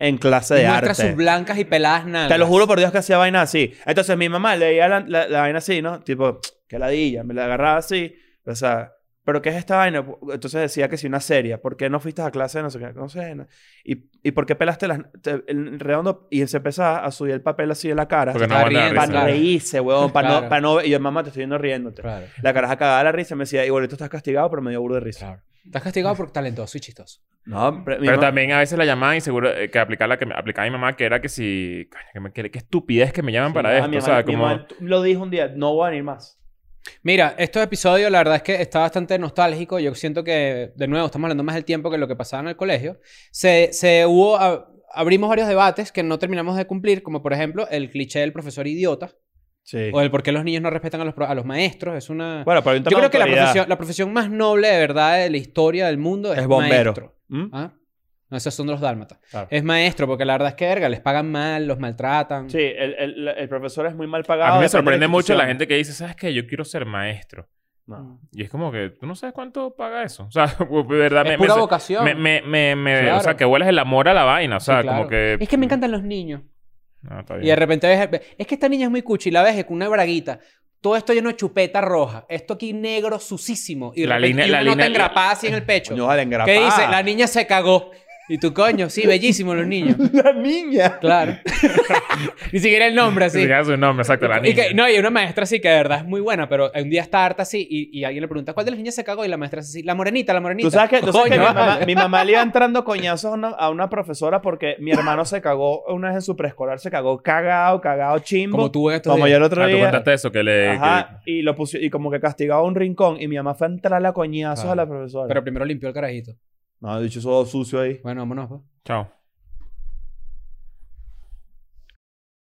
[SPEAKER 3] en clase de
[SPEAKER 4] Muestra
[SPEAKER 3] arte.
[SPEAKER 4] sus blancas y peladas nalgas.
[SPEAKER 3] Te lo juro por Dios que hacía vaina así. Entonces mi mamá leía la, la- la vaina así, ¿no? Tipo, que ladilla, me la agarraba así. O sea, ¿pero qué es esta vaina? Entonces decía que si una serie, ¿por qué no fuiste a clase? No sé qué, no sé. no- ¿Y, y por qué pelaste las, te- el redondo? Y se empezaba a subir el papel así de la cara.
[SPEAKER 2] Porque no
[SPEAKER 4] Está
[SPEAKER 2] aguanta la
[SPEAKER 4] riendo,
[SPEAKER 2] risa.
[SPEAKER 3] Para
[SPEAKER 4] claro.
[SPEAKER 3] reírse, huevón. Para no,
[SPEAKER 4] Claro.
[SPEAKER 3] para no... Y yo, mamá, te estoy viendo riéndote.
[SPEAKER 4] Claro,
[SPEAKER 3] La caraja cagada de la risa. Me decía, igualito estás castigado, pero me dio burro de risa.
[SPEAKER 4] claro. Estás castigado por talentoso y chistoso.
[SPEAKER 3] No, pero, mi
[SPEAKER 2] Pero
[SPEAKER 3] mamá-
[SPEAKER 2] también a veces la llamaban y seguro eh, que aplicaba la que me- aplicaba mi mamá, que era que si. coño, que me- que- Qué, estupidez que me llaman para
[SPEAKER 3] Ah,
[SPEAKER 2] esto.
[SPEAKER 3] mi
[SPEAKER 2] o sea,
[SPEAKER 3] mamá- mi
[SPEAKER 2] como.
[SPEAKER 3] mamá lo dijo un día, no voy a venir más.
[SPEAKER 4] Mira, estos episodios la verdad es que está bastante nostálgico. Yo siento que, de nuevo, estamos hablando más del tiempo que lo que pasaba en el colegio. Se, se hubo... a- abrimos varios debates que no terminamos de cumplir, como por ejemplo el cliché del profesor idiota
[SPEAKER 3] Sí.
[SPEAKER 4] o el por qué los niños no respetan a los, pro- a los maestros. Es una...
[SPEAKER 3] Bueno, pero hay un
[SPEAKER 4] Yo
[SPEAKER 3] tema de
[SPEAKER 4] creo que la
[SPEAKER 3] autoridad.
[SPEAKER 4] profesión, la profesión más noble de verdad de la historia del mundo es,
[SPEAKER 3] Es bombero.
[SPEAKER 4] maestro.
[SPEAKER 3] ¿Mm?
[SPEAKER 4] ¿Ah? No, esos son los dálmatas.
[SPEAKER 3] Claro.
[SPEAKER 4] Es maestro, porque la verdad es que, verga, les pagan mal, los maltratan.
[SPEAKER 3] Sí, el, el, el profesor es muy mal pagado.
[SPEAKER 2] A mí me
[SPEAKER 3] depende de
[SPEAKER 2] sorprende mucho la
[SPEAKER 3] institución.
[SPEAKER 2] gente que dice, ¿sabes qué? Yo quiero ser maestro.
[SPEAKER 3] No.
[SPEAKER 2] Y es como que tú no sabes cuánto paga eso. O sea, <laughs> pues, de verdad.
[SPEAKER 4] Es
[SPEAKER 2] me-
[SPEAKER 4] pura
[SPEAKER 2] me-
[SPEAKER 4] vocación.
[SPEAKER 2] me- me- me- me-
[SPEAKER 4] Claro.
[SPEAKER 2] O sea, que vuelas el amor a la vaina. O sea,
[SPEAKER 4] Sí, claro.
[SPEAKER 2] como que.
[SPEAKER 4] Es que me encantan los niños.
[SPEAKER 2] No, está
[SPEAKER 4] Y de
[SPEAKER 2] bien.
[SPEAKER 4] repente ves, es que esta niña es muy cuchi, la ves con una braguita. Todo esto lleno de chupeta roja. Esto aquí negro, sucísimo. Y de
[SPEAKER 2] La
[SPEAKER 4] repente-
[SPEAKER 2] línea-
[SPEAKER 4] y una
[SPEAKER 2] la
[SPEAKER 4] nota
[SPEAKER 2] línea-
[SPEAKER 4] engrapada así en el
[SPEAKER 3] <laughs>
[SPEAKER 4] pecho.
[SPEAKER 3] Coño, vale, engrapada.
[SPEAKER 4] ¿Qué dice? La niña se cagó. Y tu coño, sí, bellísimos
[SPEAKER 3] <laughs>
[SPEAKER 4] los niños.
[SPEAKER 3] La niña.
[SPEAKER 2] <laughs>
[SPEAKER 4] Claro. Ni siquiera el nombre
[SPEAKER 2] Sí.
[SPEAKER 4] así.
[SPEAKER 2] su nombre, exacto, la
[SPEAKER 4] Y
[SPEAKER 2] niña.
[SPEAKER 4] que- no, y una maestra así que de verdad es muy buena, pero un día está harta así y, y alguien le pregunta, ¿cuál de las niñas se cagó? Y la maestra así, la morenita, la morenita.
[SPEAKER 3] Tú sabes que, tú sabes que
[SPEAKER 4] Coño,
[SPEAKER 3] mi, mamá,
[SPEAKER 4] vale.
[SPEAKER 3] mi mamá le iba entrando coñazos a una, a una profesora porque mi hermano se cagó una vez en su preescolar, se cagó cagado, cagado chimbo.
[SPEAKER 4] Como tú en estos
[SPEAKER 3] Como yo
[SPEAKER 4] días.
[SPEAKER 3] el otro
[SPEAKER 2] Ah, tú
[SPEAKER 3] día.
[SPEAKER 2] contaste eso, que le...
[SPEAKER 3] Ajá, y lo puso, y como que castigaba a un rincón y mi mamá fue a entrar a coñazos
[SPEAKER 4] Claro.
[SPEAKER 3] a la profesora.
[SPEAKER 4] Pero primero limpió el carajito.
[SPEAKER 3] No, dicho eso sucio ahí.
[SPEAKER 4] Bueno, vámonos. pues.
[SPEAKER 2] que- Chao.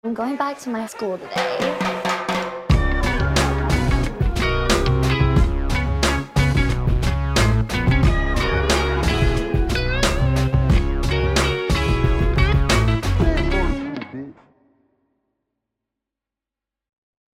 [SPEAKER 1] I'm going back to my school today.